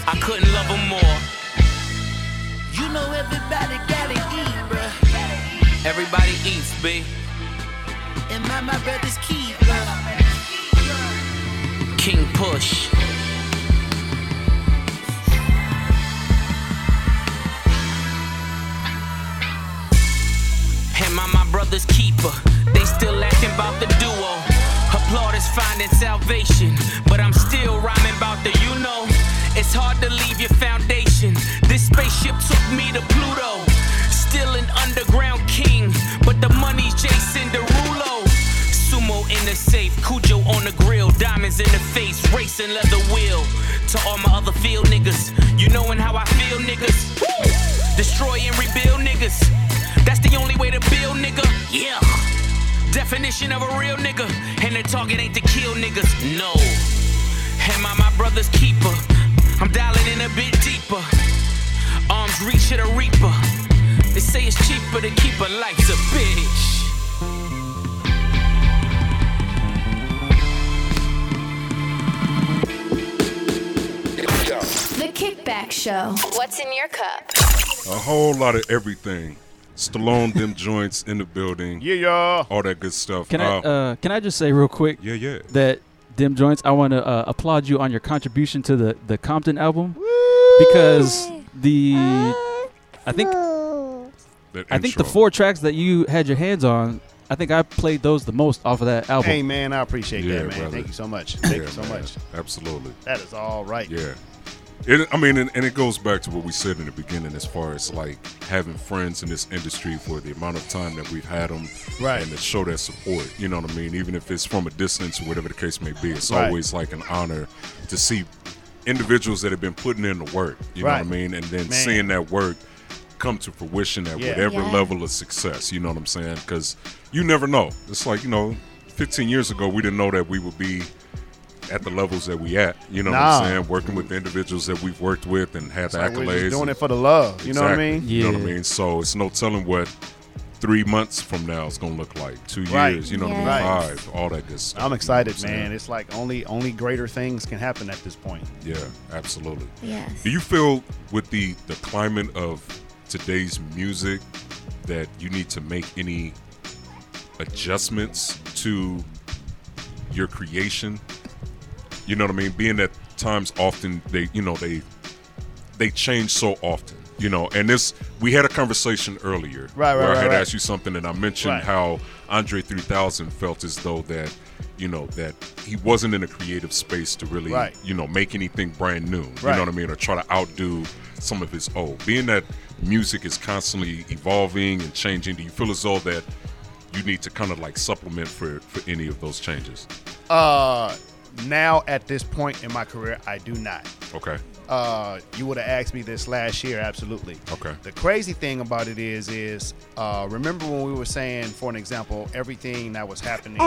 Speaker 12: I couldn't love him more.
Speaker 2: You know everybody gotta eat, bruh.
Speaker 12: Everybody eats, B.
Speaker 2: Am I my brother's keeper?
Speaker 12: King Push. Am I my brother's keeper? They still laughing about the duo. Applaud is finding salvation, but I'm still rhyming about the you know. It's hard to leave your foundation. This spaceship took me to Pluto. Still an underground king, but the money's Jason Derulo. Sumo in the safe, Cujo on the grill, diamonds in the face, racing leather wheel. To all my other field niggas, you knowin' how I feel, niggas. Woo! Destroy and rebuild, niggas. That's the only way to build, nigga. Yeah. Definition of a real nigga, and the target ain't to kill niggas. No. Am I my brother's keeper? I'm dialing in a bit deeper. Arms reach at a reaper. They say it's cheaper to keep a life's a bitch.
Speaker 1: The Kickback Show. What's in your cup?
Speaker 5: A whole lot of everything. Stallone, them joints in the building.
Speaker 10: Yeah, y'all.
Speaker 5: All that good stuff.
Speaker 8: Can
Speaker 5: Uh,
Speaker 8: I uh, can I just say real quick?
Speaker 5: Yeah, yeah.
Speaker 8: That dim joints. I want to uh, applaud you on your contribution to the the Compton album because the I think I think the four tracks that you had your hands on. I think I played those the most off of that album.
Speaker 10: Hey, man, I appreciate
Speaker 5: Yeah,
Speaker 10: that, man.
Speaker 5: brother.
Speaker 10: Thank you so much. Thank
Speaker 5: Yeah,
Speaker 10: you so
Speaker 5: man.
Speaker 10: much.
Speaker 5: Absolutely.
Speaker 10: That is all right.
Speaker 5: Yeah. It, I mean, and, and it goes back to what we said in the beginning, as far as like having friends in this industry for the amount of time that we've had them,
Speaker 10: Right.
Speaker 5: And to show that support, you know what I mean. Even if it's from a distance or whatever the case may be, it's
Speaker 10: Right.
Speaker 5: always like an honor to see individuals that have been putting in the work. You know
Speaker 10: Right.
Speaker 5: what I mean, and then
Speaker 10: Man.
Speaker 5: seeing that work come to fruition at
Speaker 10: Yeah.
Speaker 5: whatever
Speaker 10: Yeah.
Speaker 5: level of success. You know what I'm saying? Because you never know. It's like you know, 15 years ago, we didn't know that we would be at the levels that we at. You know what
Speaker 10: Nah.
Speaker 5: I'm saying? Working with the individuals that we've worked with and had the
Speaker 10: Like,
Speaker 5: accolades.
Speaker 10: we're just doing
Speaker 5: and-
Speaker 10: it for the love. You know what I
Speaker 5: Exactly.
Speaker 10: mean?
Speaker 5: You know what I mean? So it's no telling what three months from now it's gonna look like. Two
Speaker 10: Right.
Speaker 5: years, you know
Speaker 10: Yeah.
Speaker 5: what I mean?
Speaker 10: Right.
Speaker 5: Five, all that good stuff.
Speaker 10: I'm excited,
Speaker 5: You know what I'm
Speaker 10: man. It's like only only greater things can happen at this point.
Speaker 5: saying? Yeah, absolutely.
Speaker 10: Yes.
Speaker 5: Do you feel with the the climate of today's music that you need to make any adjustments to your creation? You know what I mean? Being that times often they you know they they change so often. You know, and this we had a conversation earlier
Speaker 10: Right, right,
Speaker 5: where I
Speaker 10: right,
Speaker 5: had
Speaker 10: right.
Speaker 5: asked you something, and I mentioned
Speaker 10: Right.
Speaker 5: how Andre 3000 felt as though that, you know, that he wasn't in a creative space to really,
Speaker 10: Right.
Speaker 5: you know, make anything brand new. You
Speaker 10: Right.
Speaker 5: know what I mean? Or try to outdo some of his old. Being that music is constantly evolving and changing, do you feel as though that you need to kind of like supplement for for any of those changes?
Speaker 10: Uh, now at this point in my career, I do not.
Speaker 5: Okay.
Speaker 10: Uh, you would have asked me this last year, absolutely.
Speaker 5: Okay.
Speaker 10: The crazy thing about it is, is uh, remember when we were saying, for an example, everything that was happening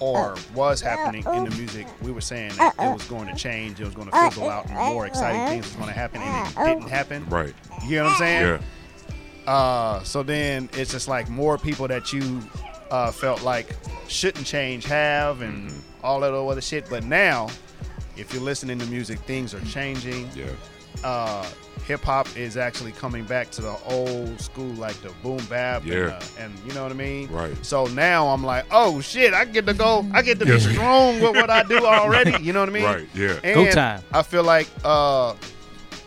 Speaker 10: or was happening in the music, we were saying that it was going to change, it was going to fizzle out, and more exciting things was going to happen, and it didn't happen.
Speaker 5: Right.
Speaker 10: You hear what I'm saying?
Speaker 5: Yeah.
Speaker 10: Uh, so then it's just like more people that you uh, felt like shouldn't change have and
Speaker 5: Mm-hmm.
Speaker 10: all that other shit. But now, if you're listening to music, things are changing.
Speaker 5: Yeah.
Speaker 10: Uh, Hip hop is actually coming back to the old school, like the boom bap,
Speaker 5: Yeah.
Speaker 10: and, the, and you know what I mean.
Speaker 5: Right.
Speaker 10: So now I'm like, oh shit, I get to go, I get to
Speaker 5: Yeah.
Speaker 10: be strong with what I do already. You know what I mean?
Speaker 5: Right, yeah.
Speaker 8: Go
Speaker 10: And
Speaker 8: time.
Speaker 10: I feel like uh,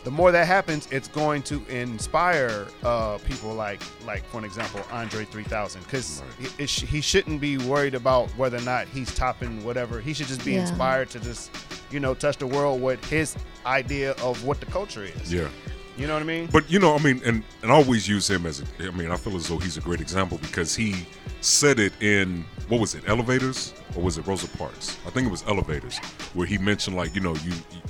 Speaker 10: the more that happens, it's going to inspire uh, people like, like for an example, Andre 3000, because he, it sh- he shouldn't be worried about whether or not he's topping whatever. He should just be
Speaker 5: Yeah.
Speaker 10: inspired to just, you know, touch the world with his idea of what the culture is.
Speaker 5: Yeah.
Speaker 10: You know what I mean?
Speaker 5: But you know, I mean, and and I always use him as a. I mean, I feel as though he's a great example because he said it in what was it, elevators or was it Rosa Parks? I think it was elevators where he mentioned like you know you. you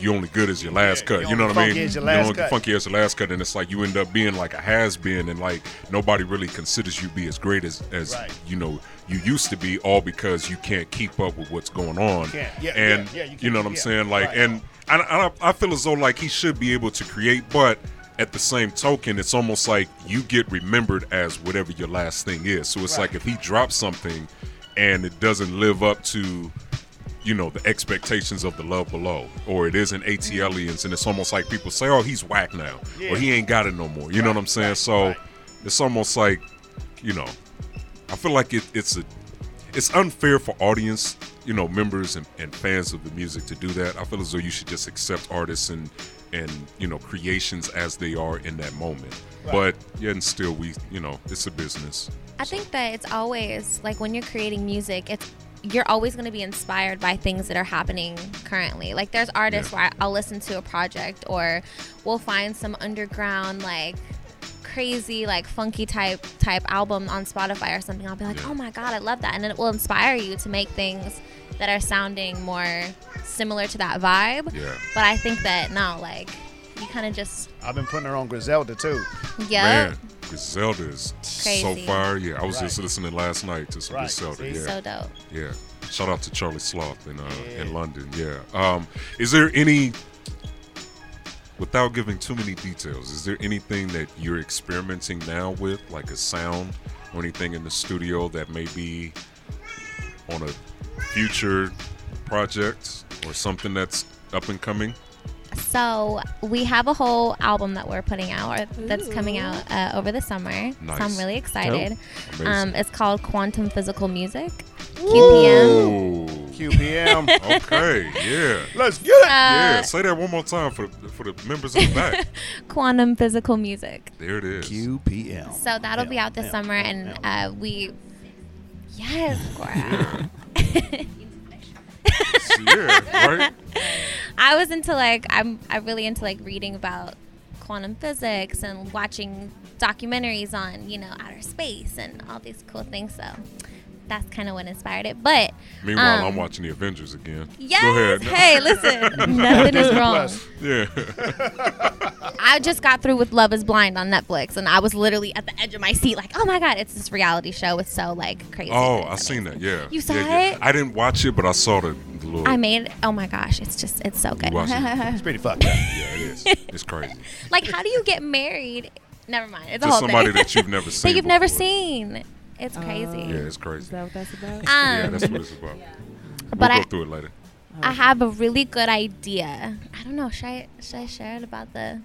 Speaker 5: you only good as your last
Speaker 10: Yeah,
Speaker 5: cut.
Speaker 10: you
Speaker 5: You know
Speaker 10: only
Speaker 5: what I mean?
Speaker 10: funky as your
Speaker 5: You
Speaker 10: last
Speaker 5: only
Speaker 10: cut.
Speaker 5: funky as your last cut, and it's like you end up being like a has been, and like nobody really considers you be as great as as
Speaker 10: Right.
Speaker 5: you know you used to be, all because you can't keep up with what's going on.
Speaker 10: Can't. Yeah,
Speaker 5: and
Speaker 10: yeah, yeah, you
Speaker 5: you,
Speaker 10: can't.
Speaker 5: know what I'm
Speaker 10: Yeah,
Speaker 5: saying? Like,
Speaker 10: right.
Speaker 5: and and I, I, I feel as though like he should be able to create, but at the same token, it's almost like you get remembered as whatever your last thing is. So it's like if he drops something and it doesn't live up to you know the expectations of the love below or it isn't ATLians and it's almost like people say oh he's whack now
Speaker 10: Yeah.
Speaker 5: or he ain't got it no more you know what I'm saying so it's almost like you know I feel like it, it's a it's unfair for audience, you know, members and, and fans of the music to do that. I feel as though you should just accept artists and and you know creations as they are in that moment.
Speaker 11: Right.
Speaker 5: But yet and still, we you know, it's a business.
Speaker 11: I think that it's always like when you're creating music, it's you're always going to be inspired by things that are happening currently. Like there's artists where I'll listen to a project or we'll find some underground like crazy like funky type type album on Spotify or something. I'll be like, "Oh my god, I love that." And it will inspire you to make things that are sounding more similar to that vibe.
Speaker 10: Yeah.
Speaker 11: But I think that no, like you kind of just
Speaker 10: I've been putting her on Griselda too.
Speaker 11: yeah.
Speaker 5: Man, Griselda is so
Speaker 11: Crazy.
Speaker 5: fire. Yeah, I was just
Speaker 10: Right.
Speaker 5: listening last night to some
Speaker 11: Right,
Speaker 5: Griselda.
Speaker 11: see?
Speaker 5: Yeah.
Speaker 11: So dope.
Speaker 5: Yeah. Shout out to Charlie Sloth in uh, in London. Yeah. Um, is there any without giving too many details, is there anything that you're experimenting now with, like a sound or anything in the studio that may be on a future project or something that's up and coming?
Speaker 11: So we have a whole album that we're putting out or that's coming out uh, over the summer.
Speaker 5: Nice.
Speaker 11: So I'm really excited.
Speaker 5: Dope.
Speaker 11: Um, it's called Quantum Physical Music.
Speaker 5: Ooh.
Speaker 10: QPM.
Speaker 5: (laughs) okay, yeah.
Speaker 10: Let's get it.
Speaker 5: yeah,
Speaker 11: Uh,
Speaker 5: say that one more time for for the members in the back.
Speaker 11: (laughs) Quantum Physical Music.
Speaker 5: there it is.
Speaker 10: QPM.
Speaker 11: So that'll be out this summer, and uh, we. Yes, Cora.
Speaker 5: yeah, right?
Speaker 11: (laughs) I was into like I'm I'm really into like reading about quantum physics and watching documentaries on you know outer space and all these cool things. So that's kind of what inspired it. But
Speaker 5: Meanwhile,
Speaker 11: um,
Speaker 5: I'm watching the Avengers again.
Speaker 11: Yes.
Speaker 5: Go ahead. (laughs)
Speaker 11: Hey, listen. Nothing is wrong.
Speaker 5: (laughs) Yeah.
Speaker 11: I just got through with Love Is Blind on Netflix, and I was literally at the edge of my seat, like, oh my god, it's this reality show. It's so like crazy.
Speaker 5: oh, I seen that. Yeah.
Speaker 11: You saw
Speaker 5: Yeah, yeah.
Speaker 11: it?
Speaker 5: I didn't watch it, but I saw the the little.
Speaker 11: I made. Oh my gosh, it's just it's so good.
Speaker 5: watched
Speaker 11: (laughs)
Speaker 5: it.
Speaker 10: pretty fucked up.
Speaker 5: Yeah, it is. It's crazy.
Speaker 11: like, how do you get married? Never mind. It's
Speaker 5: To
Speaker 11: a whole
Speaker 5: somebody
Speaker 11: thing.
Speaker 5: that you've never seen
Speaker 11: (laughs) that you've never seen. It's (laughs) crazy.
Speaker 5: Yeah, it's crazy. Is that
Speaker 7: what that's about?
Speaker 5: yeah,
Speaker 11: Um,
Speaker 5: that's what it's about. We'll
Speaker 11: but
Speaker 5: go
Speaker 11: I-
Speaker 5: through it later.
Speaker 11: I have a really good idea. I don't know. Should I should I share it about the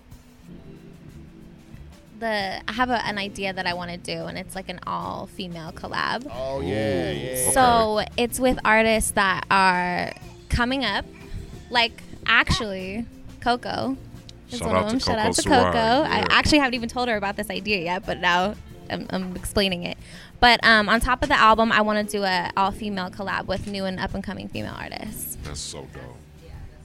Speaker 11: the I have a, an idea that I want to do, and it's like an all female collab.
Speaker 10: Oh yeah, yeah.
Speaker 11: So it's with artists that are coming up, like actually Coco. Is
Speaker 5: Shout
Speaker 11: one
Speaker 5: out
Speaker 11: of
Speaker 5: to
Speaker 11: them. Shout out
Speaker 5: Coco
Speaker 11: to Coco.
Speaker 5: Sarari,
Speaker 11: I
Speaker 5: yeah.
Speaker 11: actually haven't even told her about this idea yet, but now I'm, I'm explaining it. But um, on top of the album, I want to do a all female collab with new and up and coming female artists.
Speaker 5: That's so dope.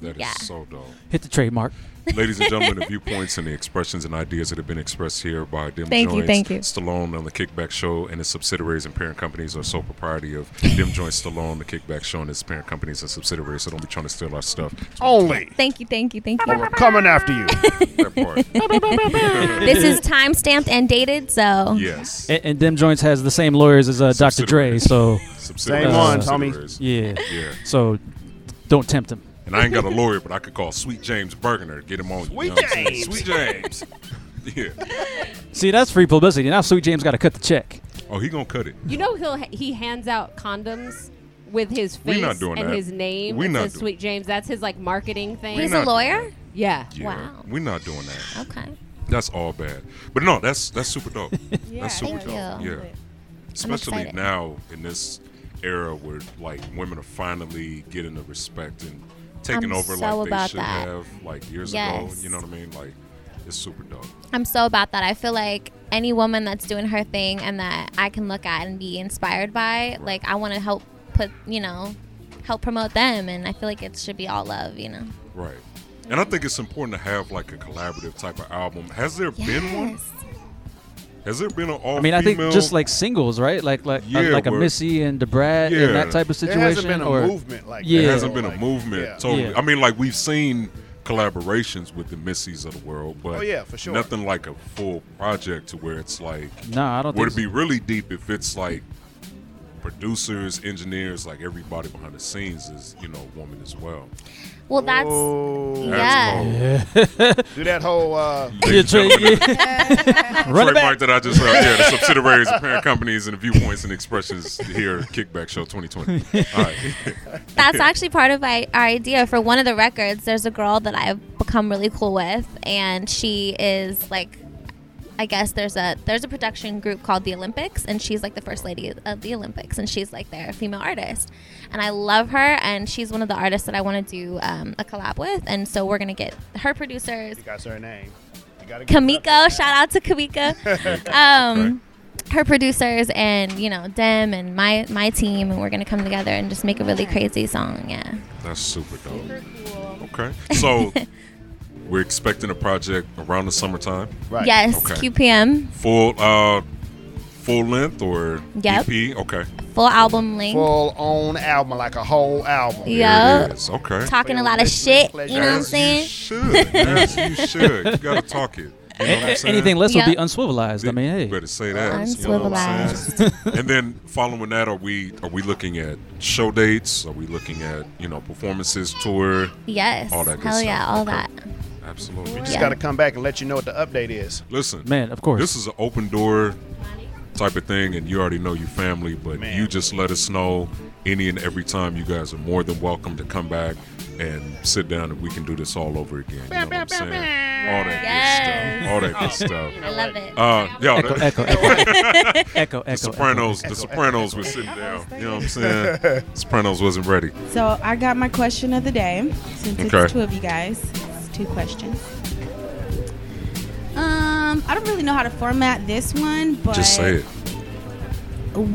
Speaker 5: That is
Speaker 11: Yeah.
Speaker 5: so dope.
Speaker 8: Hit the trademark.
Speaker 5: Ladies and gentlemen, the viewpoints and the expressions and ideas that have been expressed here by Dim
Speaker 11: Thank you,
Speaker 5: Joints,
Speaker 11: thank you.
Speaker 5: Stallone on the Kickback Show and its subsidiaries and parent companies are sole propriety of Dim Joint Stallone, the Kickback Show, and its parent companies and subsidiaries. So don't be trying to steal our stuff.
Speaker 10: Only.
Speaker 11: Thank you, thank you, thank
Speaker 10: Well,
Speaker 5: (laughs)
Speaker 11: you.
Speaker 10: we're coming after you.
Speaker 11: this is time stamped and dated, so
Speaker 5: Yes.
Speaker 8: And, and Dim Joints has the same lawyers as uh, Dr. Dre, so.
Speaker 5: (laughs) Subsidiaries.
Speaker 10: Same ones,
Speaker 5: Subsidiaries.
Speaker 8: Yeah.
Speaker 5: Yeah.
Speaker 8: So don't tempt him.
Speaker 5: And I ain't got a lawyer, but I could call Sweet James Bergener, get him on. Sweet
Speaker 10: James.
Speaker 5: Sweet James. yeah.
Speaker 8: See, that's free publicity. Now Sweet James got to cut the check.
Speaker 5: Oh, he gonna cut it.
Speaker 6: You know he'll he hands out condoms with his
Speaker 5: We
Speaker 6: face
Speaker 5: not doing
Speaker 6: and
Speaker 5: that.
Speaker 6: his name.
Speaker 5: We
Speaker 6: It
Speaker 5: not
Speaker 6: says
Speaker 5: doing-
Speaker 6: Sweet James. That's his like marketing thing.
Speaker 5: We He's a not-
Speaker 11: lawyer.
Speaker 6: Yeah.
Speaker 5: Yeah. We're not doing that.
Speaker 11: Okay.
Speaker 5: That's all bad. But no, that's that's super
Speaker 11: (laughs)
Speaker 5: dope. that's super
Speaker 11: thank
Speaker 5: dope.
Speaker 11: you.
Speaker 5: Yeah. Especially
Speaker 11: excited.
Speaker 5: now in this era where like women are finally getting the respect and taking
Speaker 11: I'm
Speaker 5: over
Speaker 11: so
Speaker 5: like they
Speaker 11: about
Speaker 5: should
Speaker 11: that.
Speaker 5: have like years ago.
Speaker 11: Yes.
Speaker 5: You know what I mean? Like it's super dope.
Speaker 11: I'm so about that. I feel like any woman that's doing her thing and that I can look at and be inspired by, like I want to help put, you know, help promote them, and I feel like it should be all love, you know.
Speaker 5: Right. And I think it's important to have like a collaborative type of album. Has there been one? Has there been an all
Speaker 8: I mean, I think
Speaker 5: female-
Speaker 8: just like singles, right? Like like uh,
Speaker 5: Yeah,
Speaker 8: like a
Speaker 5: where-
Speaker 8: Missy and DeBrat and that type of
Speaker 10: There
Speaker 8: situation.
Speaker 10: hasn't been a
Speaker 8: or
Speaker 10: movement like that,
Speaker 8: yeah.
Speaker 5: It hasn't
Speaker 10: though,
Speaker 5: been a
Speaker 10: like,
Speaker 5: movement
Speaker 10: yeah.
Speaker 5: totally.
Speaker 8: Yeah.
Speaker 5: I mean, like we've seen collaborations with the Missies of the world, but
Speaker 10: Oh, yeah, for sure.
Speaker 5: nothing like a full project to where it's like
Speaker 8: Nah, I don't
Speaker 5: Would
Speaker 8: think
Speaker 5: it be really deep if it's like producers, engineers, like everybody behind the scenes is you know a woman as well.
Speaker 11: Well, that's
Speaker 10: Oh.
Speaker 11: yeah.
Speaker 10: Do that whole. Uh,
Speaker 5: Ladies and
Speaker 8: Yeah, Trey,
Speaker 5: gentlemen,
Speaker 8: (laughs) Run it
Speaker 5: Trademark that I just heard. Yeah, the subsidiaries, the parent companies, and the viewpoints and expressions here. at Kickback Show 2020. All right.
Speaker 11: That's actually part of my, our idea for one of the records. There's a girl that I've become really cool with, and she is like, I guess there's a there's a production group called the Olympics, and she's like the first lady of the Olympics, and she's like their female artist, and I love her, and she's one of the artists that I want to do um, a collab with, and so we're gonna get her producers,
Speaker 10: you got her name. You gotta get
Speaker 11: Kamiko. Shout out to Kamiko. um, Her producers and you know Dem and my my team, and we're gonna come together and just make a really crazy song. Yeah.
Speaker 5: That's super dope. Okay. So we're expecting a project around the summertime.
Speaker 10: Right.
Speaker 11: Yes, QPM,
Speaker 5: Full uh full length or
Speaker 11: Yep.
Speaker 5: EP? Okay.
Speaker 11: full album length.
Speaker 10: full on album, like a whole album.
Speaker 11: Yeah.
Speaker 5: Yes, okay.
Speaker 11: Talking a lot of
Speaker 10: Listening
Speaker 11: shit,
Speaker 10: pleasure.
Speaker 11: you know what I'm
Speaker 5: Yes,
Speaker 11: saying?
Speaker 5: Should. yes, (laughs) you should. You gotta talk it. You know what I'm
Speaker 8: A-
Speaker 5: saying?
Speaker 8: anything less will
Speaker 11: Yeah.
Speaker 8: be unswivelized. I mean, hey.
Speaker 5: Better say that.
Speaker 11: I'm
Speaker 5: You know what I'm saying? and then following that, are we are we looking at show dates? Are we looking at you know performances, tour?
Speaker 11: Yes,
Speaker 5: All that good
Speaker 11: hell
Speaker 5: stuff.
Speaker 11: yeah, all
Speaker 5: Okay.
Speaker 11: that.
Speaker 5: Absolutely.
Speaker 10: Just gotta come back and let you know what the update is.
Speaker 5: Listen,
Speaker 8: Man, of course.
Speaker 5: This is an open door type of thing, and you already know your family, but
Speaker 10: Man.
Speaker 5: you just let us know any and every time. You guys are more than welcome to come back and sit down, and we can do this all over again. You know what I'm saying? All that good
Speaker 4: Oh.
Speaker 5: stuff. All that good stuff.
Speaker 11: I love it.
Speaker 5: Uh, yo,
Speaker 8: Echo,
Speaker 5: that- (laughs)
Speaker 8: echo, echo, echo, echo.
Speaker 5: The Sopranos, the Sopranos were sitting down. You know what I'm saying?
Speaker 11: (laughs)
Speaker 5: Sopranos wasn't ready.
Speaker 7: So I got my question of the day since
Speaker 5: Okay.
Speaker 7: it's two of you guys. It's two questions. Um, I don't really know how to format this one, but
Speaker 5: Just say it.
Speaker 7: W-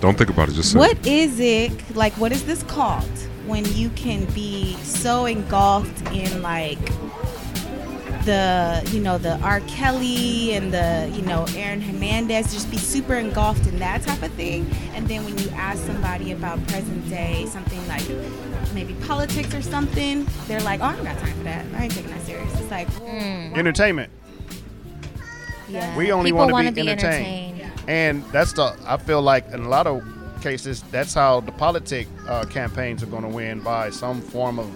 Speaker 5: Don't think about it. Just say it.
Speaker 7: What is it like? What is this called? when you can be so engulfed in like the you know the R. Kelly and the you know Aaron Hernandez, just be super engulfed in that type of thing. And then when you ask somebody about present day, something like maybe politics or something, they're like, "Oh, I don't got time for that. I ain't taking that serious." It's like,
Speaker 10: Hmm.
Speaker 7: well,
Speaker 10: Entertainment.
Speaker 7: yeah,
Speaker 10: We only
Speaker 7: People
Speaker 10: want to
Speaker 7: wanna
Speaker 10: be, entertained. And that's the, I feel like in a lot of cases, that's how the politic uh, campaigns are going to win by some form of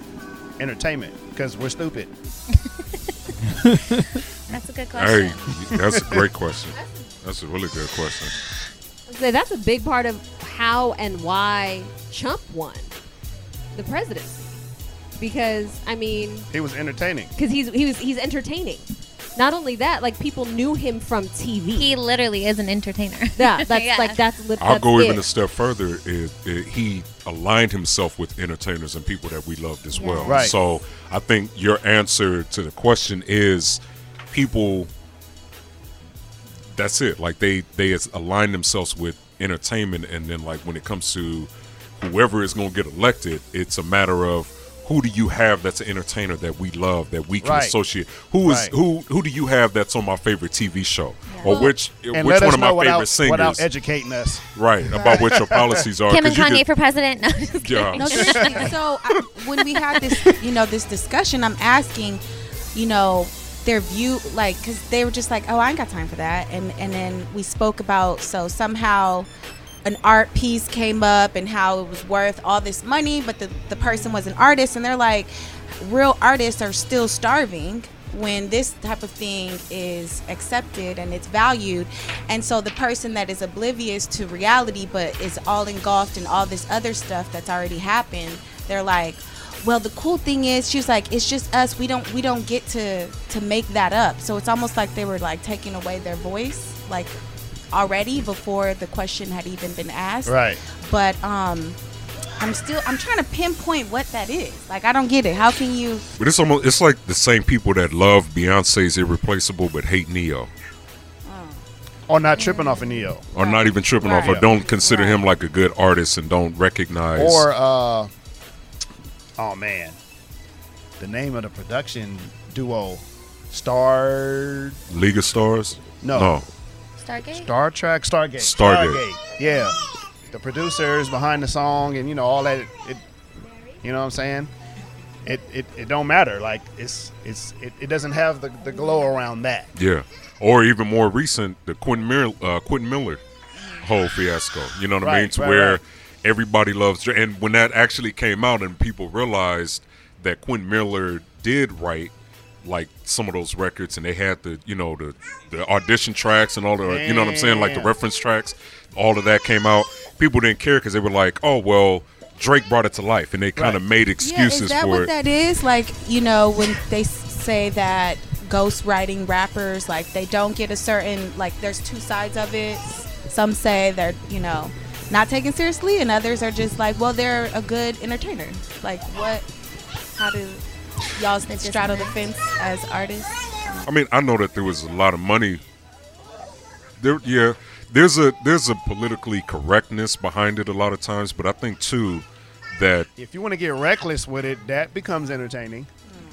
Speaker 10: entertainment because we're stupid.
Speaker 11: That's a good
Speaker 5: Hey,
Speaker 11: question.
Speaker 5: that's a
Speaker 11: (laughs)
Speaker 5: great question. That's a really good question.
Speaker 6: (laughs) So that's a big part of how and why Trump won the presidency. Because I mean,
Speaker 10: He was entertaining.
Speaker 6: because he's he was he's entertaining. Not only that, like people knew him from TV. He
Speaker 11: literally is an entertainer. (laughs)
Speaker 6: Yeah, that's
Speaker 11: Yeah.
Speaker 6: like that's. Li-
Speaker 5: I'll
Speaker 6: that's
Speaker 5: go
Speaker 6: it.
Speaker 5: even a step further. Is, is he aligned himself with entertainers and people that we loved as well?
Speaker 10: Right.
Speaker 5: So I think your answer to the question is people. That's it. Like they they as- align themselves with entertainment, and then like when it comes to whoever is going to get elected, it's a matter of who do you have that's an entertainer that we love that we can
Speaker 10: Right.
Speaker 5: associate. Who is
Speaker 10: Right.
Speaker 5: who? Who do you have that's on my favorite TV show, or which
Speaker 10: And
Speaker 5: which
Speaker 10: let
Speaker 5: one
Speaker 10: us
Speaker 5: of my
Speaker 10: know
Speaker 5: favorite
Speaker 10: without,
Speaker 5: singers?
Speaker 10: without educating us.
Speaker 5: Right, about what your policies are.
Speaker 11: Kim and
Speaker 5: 'cause you
Speaker 11: Kanye
Speaker 5: could-
Speaker 11: for
Speaker 7: (laughs)
Speaker 11: president. No,
Speaker 5: (laughs)
Speaker 11: just
Speaker 5: Yeah.
Speaker 11: kidding.
Speaker 5: No,
Speaker 7: seriously. so I, when we had this, you know, this discussion, I'm asking, you know, their view, like, because they were just like, oh, I ain't got time for that, and and then we spoke about so somehow an art piece came up and how it was worth all this money, but the the person was an artist, and they're like, real artists are still starving when this type of thing is accepted and it's valued and so the person that is oblivious to reality but is all engulfed in all this other stuff that's already happened they're like well the cool thing is she's like it's just us we don't we don't get to to make that up so it's almost like they were like taking away their voice like already before the question had even been asked
Speaker 10: Right.
Speaker 7: but um i'm still i'm trying to pinpoint what that is like i don't get it how can you
Speaker 5: But it's almost it's like the same people that love Beyonce's Irreplaceable but hate Neo,
Speaker 10: Or not tripping off a Neo.
Speaker 5: or not even tripping off, or
Speaker 10: Right.
Speaker 5: don't consider him like a good artist and don't recognize.
Speaker 10: Or, uh, oh man, the name of the production duo, Star.
Speaker 5: League of Stars.
Speaker 10: No.
Speaker 5: no,
Speaker 11: Stargate.
Speaker 10: Star Trek, Stargate.
Speaker 5: Stargate.
Speaker 10: Yeah. The producers behind the song and you know all that it, you know what I'm saying? It, it it don't matter. Like it's it's it, it doesn't have the, the glow around that.
Speaker 5: yeah, or even more recent, the Quentin Miller, uh, Quentin Miller whole fiasco. You know what I mean?
Speaker 10: Right,
Speaker 5: To
Speaker 10: right,
Speaker 5: where
Speaker 10: right.
Speaker 5: everybody loves, and when that actually came out and people realized that Quentin Miller did write like some of those records, and they had the you know the the audition tracks and all the you know what I'm saying, like the
Speaker 10: Damn.
Speaker 5: reference tracks. All of that came out. People didn't care because they were like, oh well. Drake brought it to life, and they kind of made excuses
Speaker 7: yeah, is that
Speaker 5: for
Speaker 7: what
Speaker 5: it.
Speaker 7: that is like you know when they s- say that ghostwriting rappers like they don't get a certain like there's two sides of it some say they're you know not taken seriously and others are just like well they're a good entertainer like what how do y'all straddle the fence as artists
Speaker 5: I mean, I know that there was a lot of money. There, yeah, there's a there's a politically correctness behind it a lot of times, but I think too that
Speaker 10: If you want to get reckless with it, that becomes entertaining.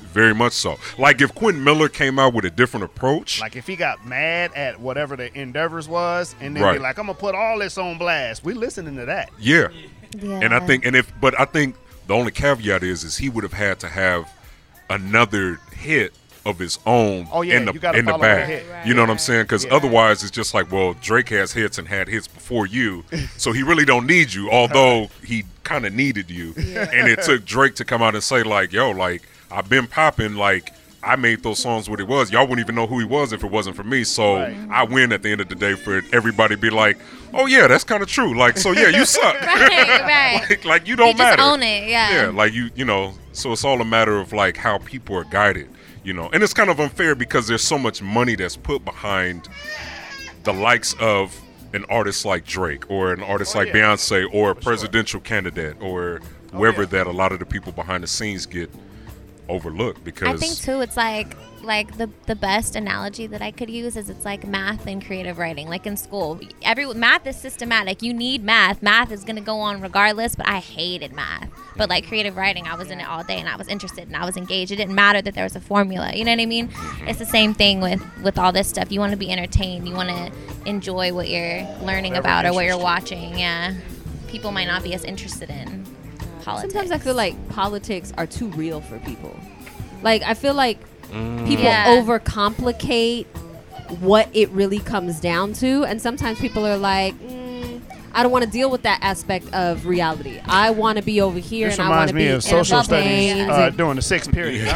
Speaker 5: very much so. Like if Quentin Miller came out with a different approach,
Speaker 10: Like if he got mad at whatever the endeavors was and then be
Speaker 5: Right.
Speaker 10: like, I'm gonna put all this on blast. We listening to that.
Speaker 5: yeah.
Speaker 10: Yeah.
Speaker 5: and I think and if but I think the only caveat is is he would have had to have another hit of his own
Speaker 10: Oh, yeah,
Speaker 5: in the
Speaker 10: you gotta
Speaker 5: in the
Speaker 10: follow the
Speaker 5: bag.
Speaker 10: hit.
Speaker 5: you know what I'm saying? Because otherwise, it's just like, well, Drake has hits and had hits before
Speaker 10: (laughs)
Speaker 5: you, so he really don't need you. Although he kind of needed you, and it took Drake to come out and say like, yo, like I've been popping, like. I made those songs what it was. Y'all wouldn't even know who he was if it wasn't for me. So I win at the end of the day for it. Everybody be like, "Oh yeah, that's kind of true." Like, so yeah, you suck.
Speaker 11: right, (laughs) right.
Speaker 5: like, (laughs) like, you don't
Speaker 11: just
Speaker 5: matter.
Speaker 11: own it, yeah.
Speaker 5: Yeah, like you, you know. So it's all a matter of like how people are guided, you know. And it's kind of unfair because there's so much money that's put behind the likes of an artist like Drake or an artist
Speaker 11: Oh,
Speaker 5: like Beyonce or a presidential candidate or whoever that a lot of the people behind the scenes get overlooked because
Speaker 11: I think too it's like like the the best analogy that I could use is it's like math and creative writing. Like in school, every math is systematic. You need math. Math is going to go on regardless, but I hated math. But like creative writing, I was in it all day and I was interested and I was engaged. It didn't matter that there was a formula. You know what I mean?
Speaker 9: Mm-hmm.
Speaker 11: It's the same thing with with all this stuff. You want to be entertained. You want to enjoy what you're learning
Speaker 9: Whatever
Speaker 11: about or what you're
Speaker 9: interests you.
Speaker 11: watching. Yeah. People might not be as interested in politics.
Speaker 6: Sometimes I feel like politics are too real for people. Like I feel like
Speaker 11: Mm.
Speaker 6: people
Speaker 11: Yeah.
Speaker 6: overcomplicate what it really comes down to, and sometimes people are like. "Mm, I don't want to deal with that aspect of reality. I want to be over here.
Speaker 10: This
Speaker 6: and I wanna
Speaker 10: reminds me
Speaker 6: be
Speaker 10: of
Speaker 6: in a
Speaker 10: social studies
Speaker 6: plane."
Speaker 10: uh, during the
Speaker 5: (laughs)
Speaker 10: sixth period.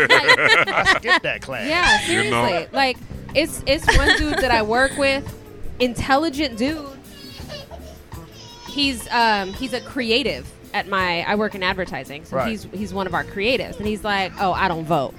Speaker 10: I skipped that class.
Speaker 6: Yeah, seriously. Like it's it's one dude that I work with, intelligent dude. He's um he's a creative at my I work in advertising, so
Speaker 9: Right.
Speaker 6: he's he's one of our creatives, and he's like, oh, I don't vote.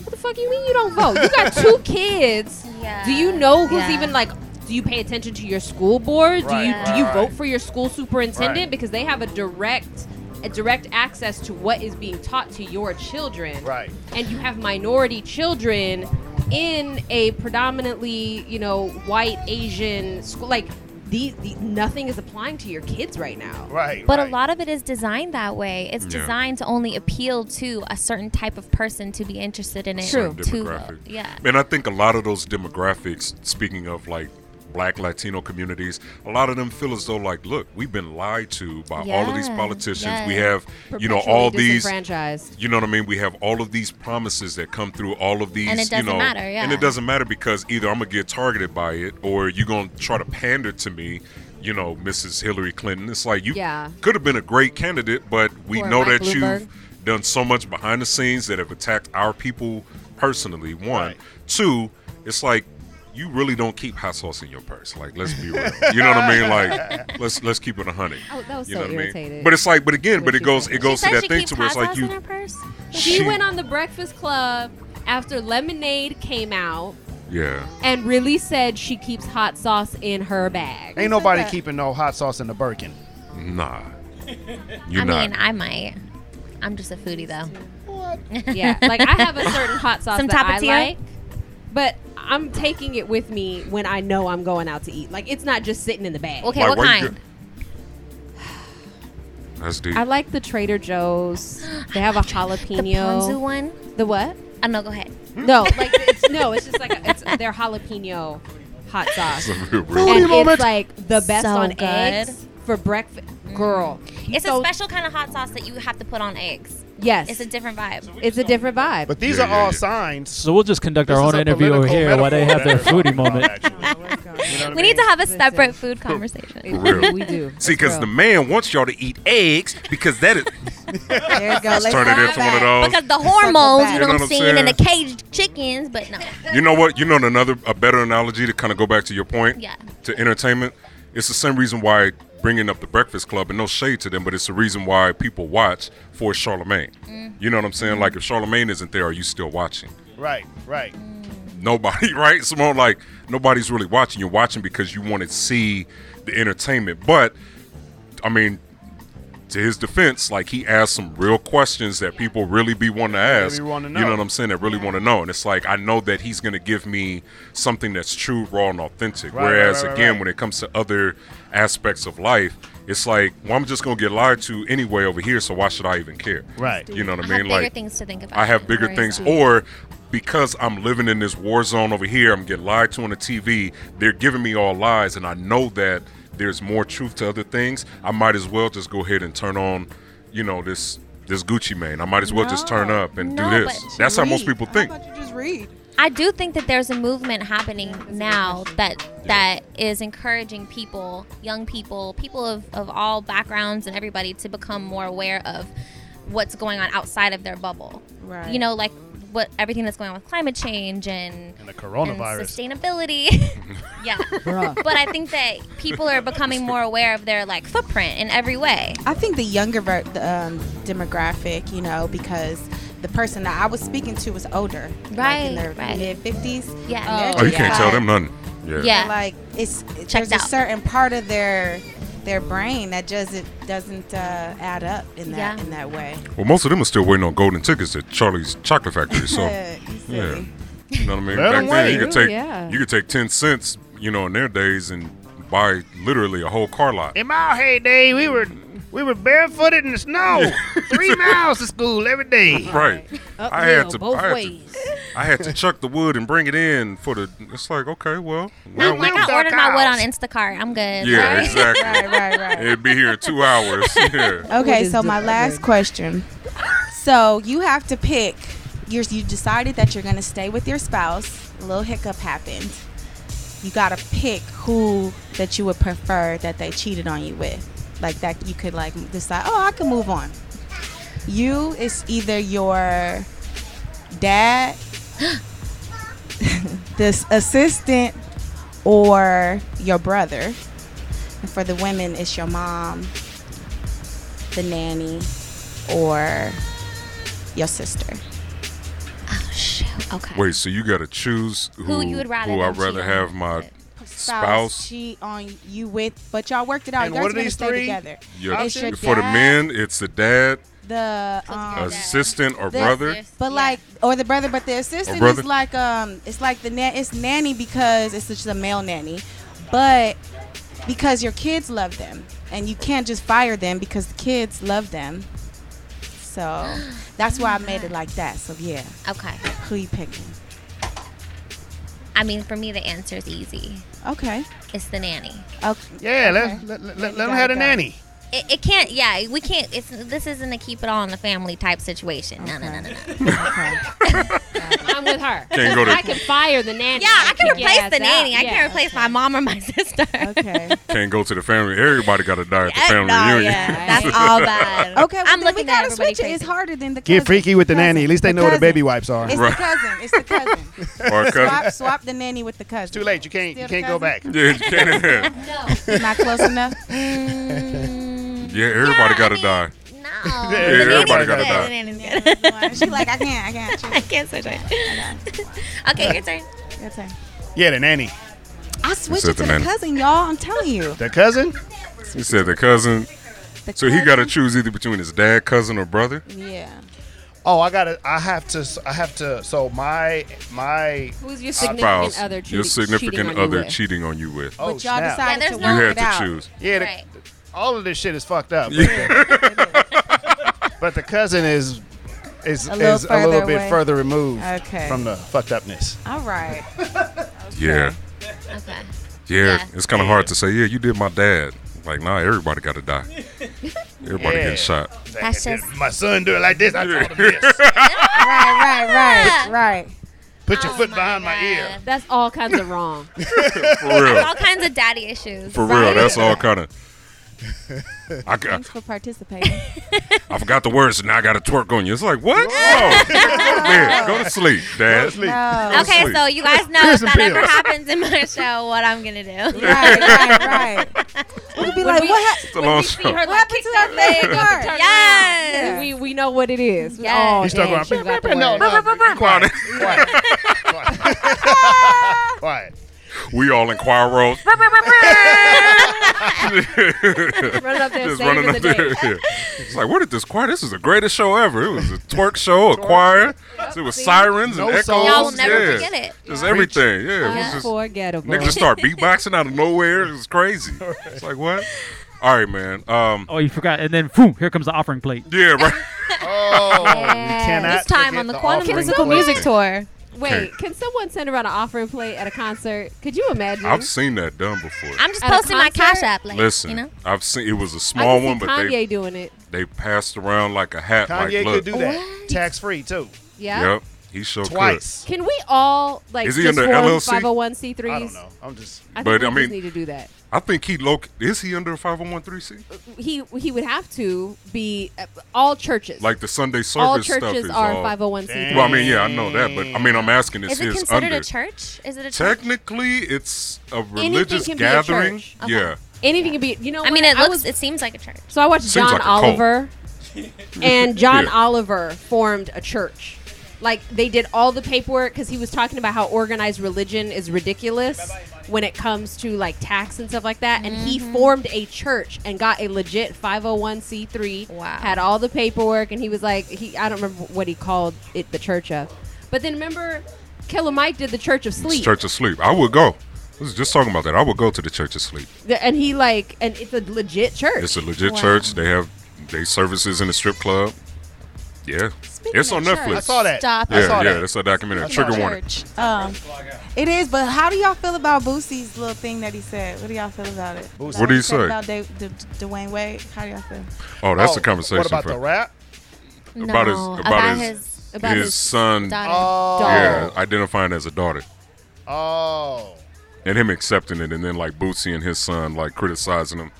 Speaker 6: What the fuck you mean you don't vote? You got
Speaker 9: (laughs)
Speaker 6: two kids. Do you know who's
Speaker 9: Yeah.
Speaker 6: even like? Do you pay attention to your school board? do you
Speaker 9: Right,
Speaker 6: do you
Speaker 9: right,
Speaker 6: vote
Speaker 9: right.
Speaker 6: for your school superintendent
Speaker 9: Right.
Speaker 6: because they have a direct a direct access to what is being taught to your children.
Speaker 10: Right.
Speaker 6: And you have minority children in a predominantly, you know, white Asian school like these, the nothing is applying to your kids right now.
Speaker 10: Right.
Speaker 11: But a lot of it is designed that way. It's
Speaker 6: Yeah.
Speaker 11: designed to only appeal to a certain type of person to be interested in it.
Speaker 5: certain
Speaker 11: To,
Speaker 5: demographic.
Speaker 11: yeah.
Speaker 5: And I think a lot of those demographics, speaking of like black Latino communities, a lot of them feel as though like, look, we've been lied to by all of these
Speaker 6: Yeah,
Speaker 5: politicians.
Speaker 6: yeah.
Speaker 5: We have, you know, all
Speaker 6: Perpetually
Speaker 5: these
Speaker 6: disenfranchised.
Speaker 5: You know what I mean? We have all of these promises that come through all of these
Speaker 6: And it doesn't
Speaker 5: you know,
Speaker 6: matter,
Speaker 5: And
Speaker 6: yeah.
Speaker 5: it doesn't matter because either I'm gonna get targeted by it or you're gonna try to pander to me. You know, Mrs. Hillary Clinton. It's like you
Speaker 6: Yeah.
Speaker 5: could have been a great candidate, but we
Speaker 6: Or
Speaker 5: know
Speaker 6: Mike
Speaker 5: that
Speaker 6: Bloomberg.
Speaker 5: you've done so much behind the scenes that have attacked our people personally. One, two, it's like you really don't keep hot sauce in your purse. Like, let's be real. You know what I mean? Like, let's let's keep it a hundred.
Speaker 6: Oh, that was
Speaker 5: you
Speaker 6: so
Speaker 5: know what I mean?
Speaker 6: irritated.
Speaker 5: But it's like, but again,
Speaker 6: When
Speaker 5: but it
Speaker 6: she
Speaker 5: goes,
Speaker 6: said
Speaker 5: it goes to
Speaker 11: She said
Speaker 5: that
Speaker 11: she
Speaker 5: thing
Speaker 11: keeps
Speaker 5: to where it's
Speaker 11: hot
Speaker 5: like
Speaker 11: sauce
Speaker 5: you.
Speaker 11: in her purse?
Speaker 6: She
Speaker 5: She-
Speaker 6: went on the Breakfast Club after Lemonade came out
Speaker 5: Yeah.
Speaker 6: and really said she keeps hot sauce in her bag.
Speaker 10: Ain't nobody keeping no hot sauce in the Birkin.
Speaker 5: Nah.
Speaker 10: You're
Speaker 11: I
Speaker 10: not.
Speaker 11: mean, I might. I'm just a foodie though. (laughs) What?
Speaker 6: yeah, like I have a certain hot sauce
Speaker 11: Some
Speaker 6: that I
Speaker 11: tapatio?
Speaker 6: like, but I'm taking it with me when I know I'm going out to eat. Like it's not just sitting in the bag.
Speaker 5: Like, why you get- That's deep.
Speaker 6: I like the Trader Joe's.
Speaker 11: (gasps)
Speaker 6: They have a jalapeno.
Speaker 11: ponzu one?
Speaker 6: The what?
Speaker 11: Oh, no, go ahead.
Speaker 6: No, (laughs)
Speaker 11: (laughs)
Speaker 6: like it's, no, it's just like a, it's their jalapeno hot sauce.
Speaker 11: It's a
Speaker 5: real-
Speaker 11: real-
Speaker 6: and
Speaker 11: moment.
Speaker 6: it's like the best
Speaker 11: So
Speaker 6: on
Speaker 11: good. Mm.
Speaker 6: eggs for breakfast, girl.
Speaker 11: It's a special kind of hot sauce that you have to put on eggs.
Speaker 6: Yes.
Speaker 11: It's a different vibe.
Speaker 6: It's a different vibe.
Speaker 10: But these
Speaker 8: Yeah,
Speaker 10: are
Speaker 8: yeah,
Speaker 10: all
Speaker 8: yeah.
Speaker 10: signs.
Speaker 8: So we'll just conduct our
Speaker 10: This is
Speaker 8: own
Speaker 10: a
Speaker 8: interview over
Speaker 10: political
Speaker 8: here while they have
Speaker 10: metaphor
Speaker 8: their
Speaker 10: that we're
Speaker 8: foodie
Speaker 10: talking about,
Speaker 8: moment.
Speaker 11: we need to have a separate food conversation.
Speaker 5: For real. See, because the man wants y'all to eat eggs because that is.
Speaker 11: there
Speaker 5: go. Let's Let's turn it circle into one of back. those.
Speaker 11: Because the
Speaker 5: Let's circle
Speaker 11: hormones,
Speaker 5: back.
Speaker 11: you know what I'm saying, and the
Speaker 5: saying?
Speaker 11: caged chickens, but no.
Speaker 5: You know what? You know another a better analogy to kind of go back to your point.
Speaker 11: Yeah.
Speaker 5: To entertainment, it's the same reason why bringing up the Breakfast Club and no shade to them, but it's the reason why people watch for Charlemagne.
Speaker 10: Mm.
Speaker 5: You know what I'm saying? Like if Charlemagne isn't there, are you still watching?
Speaker 10: Right, right.
Speaker 5: Nobody, (laughs) right? It's more like nobody's really watching. You're watching because you want to see the entertainment. But I mean, to his defense, like he asked some real questions that people really be wanting to ask.
Speaker 10: Really wanna
Speaker 5: You
Speaker 10: know.
Speaker 5: know what I'm saying? That really want to know. And it's like I know that he's gonna give me something that's true, raw, and authentic.
Speaker 10: Right, right,
Speaker 5: Whereas
Speaker 10: right, right,
Speaker 5: again,
Speaker 10: right.
Speaker 5: when it comes to other aspects of life, it's like, well, I'm just gonna get lied to anyway over here, so why should I even care?
Speaker 10: Right.
Speaker 5: You know what I
Speaker 11: I
Speaker 5: mean?
Speaker 11: have bigger
Speaker 5: like
Speaker 11: things to think about.
Speaker 5: I have bigger
Speaker 11: Worry
Speaker 5: things,
Speaker 11: about.
Speaker 5: or because I'm living in this war zone over here, I'm getting lied to on the TV. They're giving me all lies, and I know that there's more truth to other things. I might as well just go ahead and turn on, you know, this this Gucci Mane. I might as well just turn up and
Speaker 11: No,
Speaker 5: do this.
Speaker 11: but-
Speaker 5: That's how most people think.
Speaker 7: Just read.
Speaker 11: I do think that there's a movement happening now that that is encouraging people, young people, people of, of all backgrounds and everybody to become more aware of what's going on outside of their bubble.
Speaker 9: Right.
Speaker 11: You know, like what everything that's going on with climate change and
Speaker 10: And the coronavirus.
Speaker 11: and sustainability. (laughs) yeah.
Speaker 7: Bruh.
Speaker 11: But I think that people are becoming more aware of their like footprint in every way.
Speaker 7: I think the younger ver- the, um, demographic, you know, because the person that I was speaking to was older, like in
Speaker 11: Right,
Speaker 7: their
Speaker 11: right.
Speaker 7: mid fifties.
Speaker 11: Yeah.
Speaker 5: Oh, you can't tell them nothing. Yeah.
Speaker 7: Like it's
Speaker 11: Checked
Speaker 7: there's a
Speaker 11: out.
Speaker 7: certain part of their their brain that doesn't doesn't uh, add up in that
Speaker 11: Yeah.
Speaker 7: in that way.
Speaker 5: Well, most of them are still waiting on golden tickets at Charlie's Chocolate
Speaker 11: (laughs)
Speaker 5: Factory. So, yeah, you know what I mean.
Speaker 10: Let
Speaker 5: Back then,
Speaker 10: 'em
Speaker 5: you
Speaker 10: wait.
Speaker 5: could take
Speaker 10: Yeah.
Speaker 5: you could take ten cents, you know, in their days, and buy literally a whole car lot.
Speaker 10: In my heyday, we were we were barefooted in the snow,
Speaker 8: (laughs)
Speaker 10: three miles to school every day.
Speaker 5: (laughs) Right. I
Speaker 10: Uphill,
Speaker 5: had to.
Speaker 10: both
Speaker 5: I had
Speaker 10: ways.
Speaker 5: To, I had to chuck the wood and bring it in for the. It's like okay, well, now
Speaker 11: I'm
Speaker 5: we
Speaker 11: like,
Speaker 5: can-
Speaker 11: I ordered my wood on Instacart. I'm good.
Speaker 5: Yeah,
Speaker 11: (laughs) Sorry.
Speaker 5: exactly. It'd be here in two hours. Yeah.
Speaker 7: Okay, so my last question. So you have to pick. You're, you decided that you're going to stay with your spouse. A little hiccup happened. You got to pick who that you would prefer that they cheated on you with. Like that, you could like decide. Oh, I can move on. You is either your dad, (gasps) this assistant, or your brother. And for the women, it's your mom, the nanny or your sister.
Speaker 11: Okay.
Speaker 5: Wait, so you got to choose who,
Speaker 7: Who you would rather
Speaker 5: who I'd
Speaker 7: them
Speaker 5: rather
Speaker 7: cheat
Speaker 5: have
Speaker 7: on.
Speaker 5: my spouse.
Speaker 7: cheat on you with, but y'all worked it out.
Speaker 10: And
Speaker 7: you
Speaker 10: what
Speaker 7: guys
Speaker 10: are
Speaker 7: gonna
Speaker 10: these
Speaker 7: stay
Speaker 10: three?
Speaker 7: together.
Speaker 5: Yeah.
Speaker 7: It's your
Speaker 5: For the
Speaker 7: dad,
Speaker 5: men, it's the dad,
Speaker 7: the um,
Speaker 5: assistant, or
Speaker 7: the-
Speaker 5: brother.
Speaker 7: but like or the brother, but the assistant
Speaker 5: brother?
Speaker 7: is like um, it's like the na- it's nanny because it's just a male nanny, but because your kids love them and you can't just fire them because the kids love them. (gasps) So that's why I made it like that. So yeah.
Speaker 11: Okay.
Speaker 7: Who you picking?
Speaker 11: I mean, for me, the answer is easy.
Speaker 7: Okay. Oh.
Speaker 11: It's the nanny.
Speaker 7: Okay.
Speaker 10: Yeah, let let let, let 'em have the nanny.
Speaker 11: It, it can't. Yeah, we can't. It's this isn't a keep it all in the family type situation. No, no, no, no, no.
Speaker 6: I'm with her.
Speaker 11: Can't go to-
Speaker 6: I can fire the nanny.
Speaker 11: Yeah, I can
Speaker 6: Kick your
Speaker 11: replace
Speaker 6: ass
Speaker 11: the
Speaker 6: out.
Speaker 11: nanny. I
Speaker 6: Yeah.
Speaker 11: can't replace my mom or my (laughs) sister.
Speaker 7: Okay.
Speaker 5: Can't go to the family. Everybody got to die at the family
Speaker 11: no,
Speaker 5: reunion.
Speaker 11: yeah, that's (laughs) all bad.
Speaker 7: Okay, well,
Speaker 11: I'm
Speaker 7: then we
Speaker 11: looking at
Speaker 7: gotta
Speaker 11: everybody
Speaker 7: switch it. It's harder than the
Speaker 10: Get
Speaker 7: cousin.
Speaker 10: freaky with the nanny. At least they know where the baby wipes are.
Speaker 7: It's the cousin. It's the
Speaker 11: (laughs)
Speaker 7: cousin.
Speaker 5: Or a
Speaker 7: Swap,
Speaker 5: cousin.
Speaker 7: swap the nanny with the cousin.
Speaker 10: Too late. You can't.
Speaker 7: Still
Speaker 10: You
Speaker 7: the
Speaker 10: can't go back.
Speaker 7: cousin?
Speaker 5: (laughs) Yeah, you can't-
Speaker 10: (laughs)
Speaker 7: Not close enough.
Speaker 5: yeah, everybody got to die.
Speaker 11: No.
Speaker 5: Yeah, everybody got to
Speaker 11: The
Speaker 5: die.
Speaker 11: nanny's
Speaker 7: Yeah,
Speaker 11: good.
Speaker 7: that's the one. She like I can't. I can't.
Speaker 11: I can't switch it. (laughs) Okay, your turn.
Speaker 7: Your turn.
Speaker 10: Yeah, the nanny.
Speaker 7: I switched
Speaker 5: said
Speaker 7: it to
Speaker 5: the
Speaker 7: the
Speaker 5: nanny.
Speaker 7: cousin, y'all. I'm telling you.
Speaker 10: The cousin.
Speaker 5: He said the cousin.
Speaker 7: The
Speaker 5: so he got to choose either between his dad, cousin, or brother.
Speaker 7: Yeah.
Speaker 10: Oh, I gotta. I have to. I have to. So my my. uh,
Speaker 6: Who's your
Speaker 5: Spouse, your significant other cheating on you with.
Speaker 10: Oh,
Speaker 7: But y'all
Speaker 10: snap.
Speaker 7: decided
Speaker 11: Yeah,
Speaker 7: to
Speaker 11: there's
Speaker 5: you
Speaker 7: work
Speaker 5: had
Speaker 7: it
Speaker 5: to
Speaker 7: out.
Speaker 5: choose.
Speaker 10: Yeah, the,
Speaker 11: Right.
Speaker 10: all of this shit is fucked up.
Speaker 5: Yeah.
Speaker 10: (laughs) but the cousin is is
Speaker 7: A
Speaker 10: a
Speaker 7: little
Speaker 10: is a little
Speaker 7: further
Speaker 10: bit
Speaker 7: away.
Speaker 10: further removed
Speaker 7: Okay.
Speaker 10: from the fucked upness.
Speaker 7: All right.
Speaker 5: Yeah.
Speaker 11: Okay.
Speaker 5: Yeah, it's kind of hard to say. Yeah, you did my dad. Like, nah, everybody got to die.
Speaker 11: (laughs)
Speaker 5: Everybody
Speaker 10: Yeah.
Speaker 5: getting shot.
Speaker 11: That's just
Speaker 10: My son do it like this. I told him (laughs) this.
Speaker 11: (laughs)
Speaker 7: Right. Right. Right. Right.
Speaker 10: Put
Speaker 11: Oh
Speaker 10: your foot behind my ear.
Speaker 6: That's all kinds of wrong.
Speaker 5: For real,
Speaker 11: all kinds of daddy issues.
Speaker 5: for real. That's all kind
Speaker 10: (laughs)
Speaker 5: of. I, ca-
Speaker 7: Thanks
Speaker 11: (laughs)
Speaker 7: for participating.
Speaker 5: I forgot the words, and now I got to twerk on you. It's like what? No, go to
Speaker 11: (laughs)
Speaker 5: bed, go to sleep, Dad.
Speaker 10: Go to sleep.
Speaker 7: No.
Speaker 11: Okay,
Speaker 5: Sweet.
Speaker 11: so you guys know
Speaker 10: Here's
Speaker 11: if
Speaker 10: some
Speaker 11: that ever
Speaker 10: pills.
Speaker 11: happens in my show, what I'm gonna do.
Speaker 7: Right. Right. Right. We'd be like,
Speaker 6: we-
Speaker 7: what? hap-
Speaker 5: It's a long show.
Speaker 6: her
Speaker 7: What happened to that leg? Right.
Speaker 11: Yes.
Speaker 6: We we know what it is.
Speaker 11: Yes.
Speaker 6: Oh,
Speaker 10: He's still
Speaker 6: damn,
Speaker 10: going.
Speaker 6: she's got the
Speaker 10: No,
Speaker 6: word.
Speaker 10: no,
Speaker 11: (laughs)
Speaker 10: quiet, quiet, quiet, quiet.
Speaker 5: We all in choir roles. (laughs)
Speaker 6: Running up there,
Speaker 5: Just running
Speaker 6: saving the
Speaker 5: up there.
Speaker 6: day.
Speaker 5: Yeah. It's like, where did this choir? This is the greatest show ever. It was a twerk show, a choir. It was sirens
Speaker 10: No
Speaker 5: and echoes.
Speaker 10: songs.
Speaker 11: Y'all will never
Speaker 5: yeah.
Speaker 11: forget it.
Speaker 5: Just everything. Yeah, it was just
Speaker 6: Unforgettable.
Speaker 5: niggas just start beatboxing out of nowhere. It was crazy. It's like what? All right, man.
Speaker 6: (laughs)
Speaker 5: Um,
Speaker 15: Oh, you forgot. And then, boom, here comes the offering plate.
Speaker 5: yeah, right.
Speaker 10: Oh, we cannot.
Speaker 11: This time
Speaker 10: forget
Speaker 11: on the Quantum
Speaker 10: offering
Speaker 11: Physical
Speaker 10: plate.
Speaker 11: Music Tour.
Speaker 6: Wait, can someone send around an offering plate at a concert? Could you imagine?
Speaker 5: I've seen that done before.
Speaker 11: I'm just
Speaker 6: At a
Speaker 11: posting my
Speaker 6: concert?
Speaker 11: cash app, like
Speaker 5: Listen,
Speaker 11: you know.
Speaker 5: I've seen it was a
Speaker 6: I
Speaker 5: small
Speaker 6: can see
Speaker 5: one, but
Speaker 6: Kanye
Speaker 5: they
Speaker 6: doing it.
Speaker 5: they passed around like a hat.
Speaker 10: Kanye
Speaker 5: like, look,
Speaker 10: could do that tax free too.
Speaker 6: Yeah.
Speaker 5: Yep, he sure
Speaker 10: Twice.
Speaker 6: Can we all like
Speaker 5: Is he
Speaker 6: just
Speaker 5: under
Speaker 6: form
Speaker 5: LLC?
Speaker 6: 501c3s?
Speaker 10: I don't know. I'm just.
Speaker 6: I think
Speaker 5: But,
Speaker 6: we
Speaker 5: I
Speaker 6: just
Speaker 5: mean-
Speaker 6: need to do that.
Speaker 5: could. I think he loc is he under five hundred one three C?
Speaker 6: He he would have to be uh, all churches.
Speaker 5: Like the Sunday service
Speaker 6: all
Speaker 5: stuff
Speaker 6: churches
Speaker 5: is
Speaker 6: are
Speaker 5: all.
Speaker 6: 501c3.
Speaker 5: Well, I mean, yeah, I know that, but I mean, I'm asking this
Speaker 11: Is it
Speaker 5: is
Speaker 11: considered
Speaker 5: under.
Speaker 11: a church? Is it a church?
Speaker 5: Technically, it's a religious
Speaker 6: can be a
Speaker 5: gathering.
Speaker 6: church. Uh-huh.
Speaker 5: Yeah,
Speaker 6: Anything could be. You know,
Speaker 11: I mean,
Speaker 6: what?
Speaker 11: it looks.
Speaker 6: was-
Speaker 11: it seems like a church.
Speaker 6: So I watched
Speaker 5: Seems (laughs)
Speaker 6: John
Speaker 5: like a cult.
Speaker 6: Oliver, and John
Speaker 5: Yeah.
Speaker 6: Oliver formed a church. Like they did all the paperwork because he was talking about how organized religion is ridiculous when it comes to like tax and stuff like that. And
Speaker 11: Mm-hmm.
Speaker 6: he formed a church and got a legit 501c3. Wow. Had all the paperwork and he was like, he I don't remember what he called it the church of. But then remember, Killer Mike did the Church of Sleep.
Speaker 5: Church of Sleep. I would go. I was just talking about that. I would go to the Church of Sleep.
Speaker 6: Th- and he like and it's a legit church.
Speaker 5: It's a legit church. They have they services in the strip club. Yeah, it's on
Speaker 7: of
Speaker 5: Netflix.
Speaker 7: church, I saw that. stop
Speaker 5: Yeah,
Speaker 7: it. I saw
Speaker 5: yeah,
Speaker 7: that.
Speaker 5: that's a documentary. Trigger warning.
Speaker 7: Um, it is, but how do y'all feel about Boosie's little thing that he said? What do y'all feel about it?
Speaker 5: Boosie. What did he
Speaker 7: Said
Speaker 5: say?
Speaker 7: About Da- D- Dwayne Wade. How do y'all feel?
Speaker 5: Oh, that's a conversation.
Speaker 10: What about
Speaker 5: for-
Speaker 10: the rap?
Speaker 5: About his
Speaker 7: No,
Speaker 5: about,
Speaker 7: about
Speaker 5: his,
Speaker 7: his-
Speaker 5: his
Speaker 7: about his
Speaker 5: son.
Speaker 7: daughter. Oh.
Speaker 5: Yeah, identifying as a daughter.
Speaker 10: Oh.
Speaker 5: And him accepting it, and then like Bootsy and his son like criticizing him.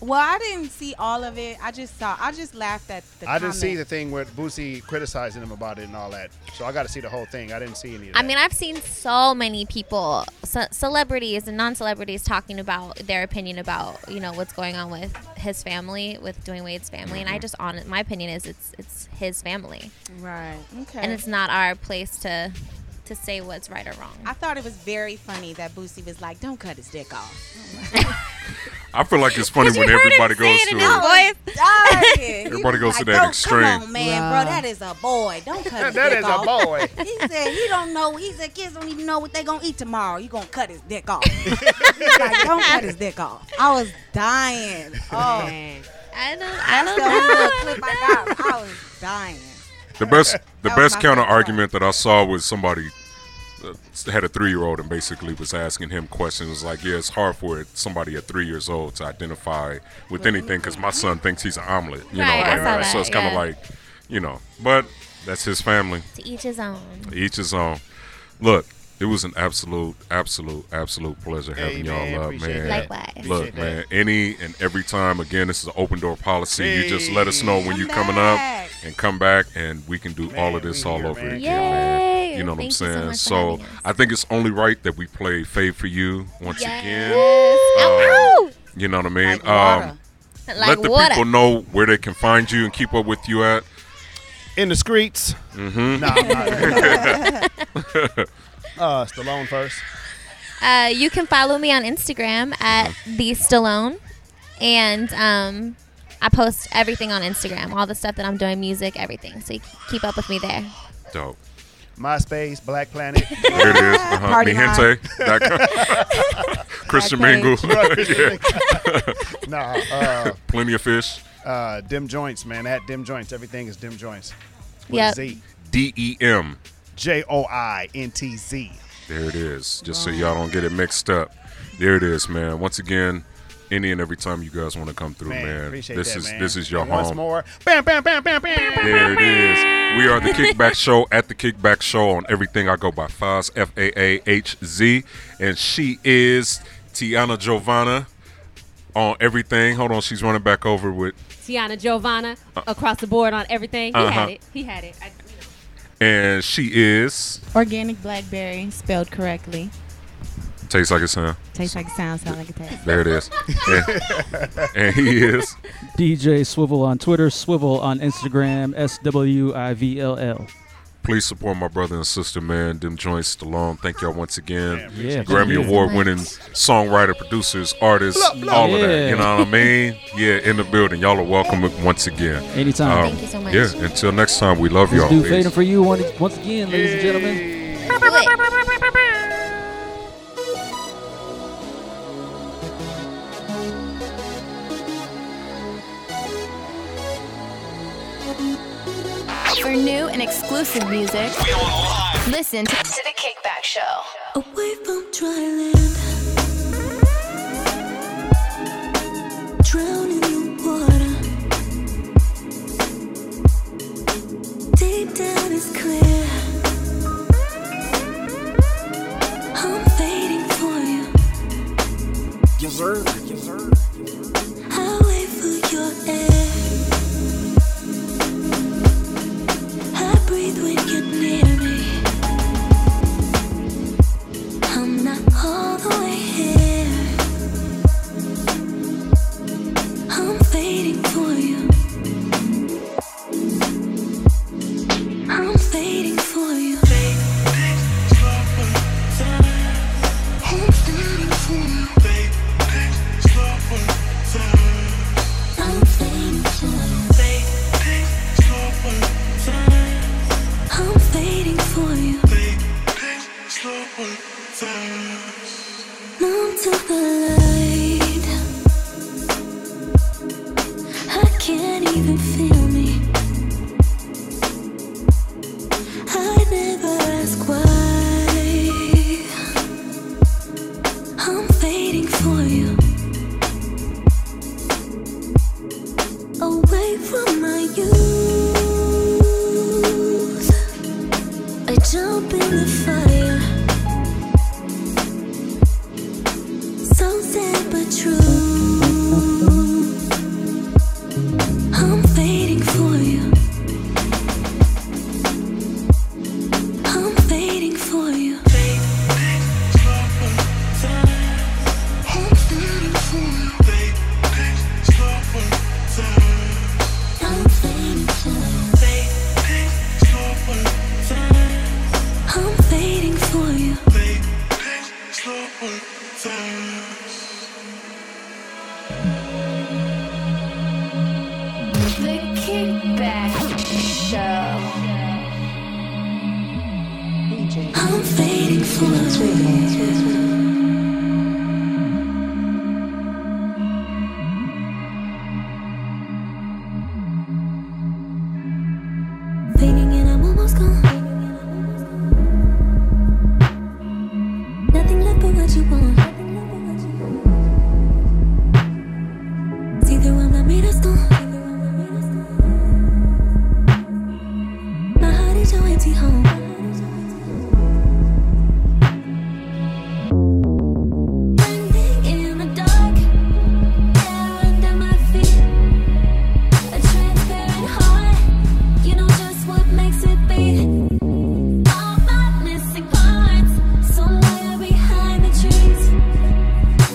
Speaker 7: Well, I didn't see all of it. I just saw. I just laughed at the.
Speaker 10: I didn't see
Speaker 7: comment.
Speaker 10: the thing where Boosie criticizing him about it and all that. So I got to see the whole thing. I didn't see any of that.
Speaker 11: I mean, I've seen so many people, ce- celebrities and non-celebrities, talking about their opinion about you know what's going on with his family, with Dwayne Wade's family, and I
Speaker 7: Mm-hmm.
Speaker 11: just on my opinion is it's it's his family,
Speaker 7: Right. Okay.
Speaker 11: and it's not our place to to say what's right or wrong.
Speaker 7: I thought it was very funny that Boosie was like, "Don't cut his dick off."
Speaker 11: (laughs)
Speaker 5: I feel
Speaker 7: (laughs)
Speaker 5: like it's funny when everybody goes to a,
Speaker 7: voice.
Speaker 5: everybody goes to that extreme.
Speaker 7: Come on, man, bro, that is a boy. Don't
Speaker 10: (laughs)
Speaker 7: cut his
Speaker 10: That
Speaker 7: dick
Speaker 10: is a
Speaker 7: off.
Speaker 10: boy.
Speaker 7: (laughs) He said he don't know. He said kids don't even know what they gonna eat tomorrow. You gonna cut his dick
Speaker 10: (laughs)
Speaker 7: off? like, don't cut his dick off. I was (laughs) dying. Oh,
Speaker 11: I don't.
Speaker 7: I don't know. (laughs) Clip I got. I was dying.
Speaker 5: The
Speaker 11: (laughs)
Speaker 5: best, the
Speaker 7: That was
Speaker 5: best
Speaker 7: my
Speaker 5: counter argument that I saw was somebody uh, had a three-year-old and basically was asking him questions like, "Yeah, it's hard for somebody at three years old to identify with anything because my son thinks he's an omelet." You know,
Speaker 11: Right, I
Speaker 5: like,
Speaker 11: saw
Speaker 5: that.
Speaker 11: that,
Speaker 5: so it's kind of
Speaker 11: yeah.
Speaker 5: like, you know, but that's his family.
Speaker 11: To each his own.
Speaker 5: Each his own. Look, it was an absolute, absolute, absolute pleasure
Speaker 11: Hey,
Speaker 5: having
Speaker 11: man,
Speaker 5: y'all up,
Speaker 11: appreciate
Speaker 5: man.
Speaker 11: that. Likewise.
Speaker 5: Look,
Speaker 11: Appreciate
Speaker 5: man, any and every time. Again, this is an open door policy. You just let us know when you're coming up and come back, and we can do all of this all over again, man. You know what
Speaker 11: Thank you
Speaker 5: I'm
Speaker 11: so
Speaker 5: saying?
Speaker 11: much for
Speaker 5: So, I think it's only right that we play "Fade for You" once again.
Speaker 11: Ow,
Speaker 5: Um, You know what I mean? um,
Speaker 11: Like
Speaker 5: let the
Speaker 11: water.
Speaker 5: people know where they can find you and keep up with you at.
Speaker 10: In the streets.
Speaker 5: Mm-hmm.
Speaker 10: Nah, I'm
Speaker 7: (laughs)
Speaker 10: not- (laughs) uh, Stallone first.
Speaker 11: Uh, you can follow me on Instagram at the Stallone, and um, I post everything on Instagram, all the stuff that I'm doing, music, everything. So you can keep up with me there.
Speaker 5: (laughs) Dope.
Speaker 10: MySpace, Black
Speaker 7: (laughs)
Speaker 10: Planet.
Speaker 5: There it is. Uh-huh. Party Mihente. Dot (laughs) com. Christian Mingle. (laughs)
Speaker 10: (laughs) nah, uh,
Speaker 5: Plenty of fish.
Speaker 10: uh, Dim Joints, man. At Dim Joints. Everything is Dim Joints. With
Speaker 11: Yep.
Speaker 10: a Z.
Speaker 5: D E M.
Speaker 10: J O I N T Z.
Speaker 5: There it is. Just so y'all don't get it mixed up. There it is, man. Once again, any and every time you guys want to come through, man.
Speaker 10: Man, appreciate
Speaker 5: this
Speaker 10: that,
Speaker 5: is
Speaker 10: man.
Speaker 5: this is your
Speaker 10: And
Speaker 5: home.
Speaker 10: Once more. Bam, bam, bam, bam, bam.
Speaker 5: There it is. We are the Kickback Show at the Kickback Show on everything. I go by Foz, F A A H Z, and she is Tiana Giovanna on everything. Hold on, she's running back over with,
Speaker 6: Tiana Giovanna across the board on everything. He
Speaker 5: Uh-huh.
Speaker 6: had it. He had it. I,
Speaker 5: and she is
Speaker 7: Organic blackberry, spelled correctly.
Speaker 5: tastes like it sound.
Speaker 7: Tastes like sounds, sound like it tastes.
Speaker 5: There it is. And, and he is
Speaker 8: DJ Swivel on Twitter, Swivel on Instagram, S W I V L L.
Speaker 5: Please support my brother and sister, man. Them joints Stallone. Thank y'all once again.
Speaker 8: Yeah, appreciate
Speaker 5: Grammy
Speaker 8: you.
Speaker 5: award winning songwriter, producers, artists, all of that. You
Speaker 8: Yeah.
Speaker 5: know what I mean? Yeah, in the building. Y'all are welcome once again. Um,
Speaker 8: Anytime. Thank you so much.
Speaker 5: Yeah, until next time, we love
Speaker 8: Let's
Speaker 5: y'all.
Speaker 8: do
Speaker 5: Peace.
Speaker 8: fading for you once once again, ladies and gentlemen.
Speaker 1: For new and exclusive music, listen to the Kickback Show.
Speaker 9: Away from dry land. Drown in the water. Deep down is clear. I'm fading for you.
Speaker 16: Yes, sir.
Speaker 9: I wait for your air. I breathe when you're near me. I'm not all the way here. I'm waiting for you. I'm waiting. Mom took the light. I can't even feel me. I never ask why. I'm waiting for you. Away from my youth, I jump in the fire. So sad but true. I'm waiting for you. I'm waiting for you. I'm waiting for you. I'm waiting for you. I'm waiting for you.
Speaker 1: The Kickback Show.
Speaker 9: I'm waiting for you. Thinking and I'm almost gone. Nothing left but what you want. See through all my made us gone. My heart is your empty home. in the dark, air under my feet. A transparent heart, you know just what makes it beat. All my missing parts, somewhere behind the trees.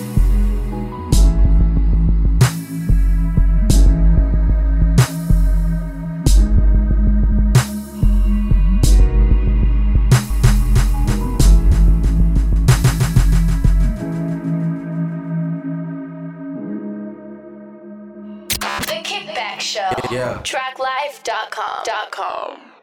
Speaker 1: The Kickback Show.
Speaker 16: Yeah.
Speaker 1: Tracklife.com. Dot com.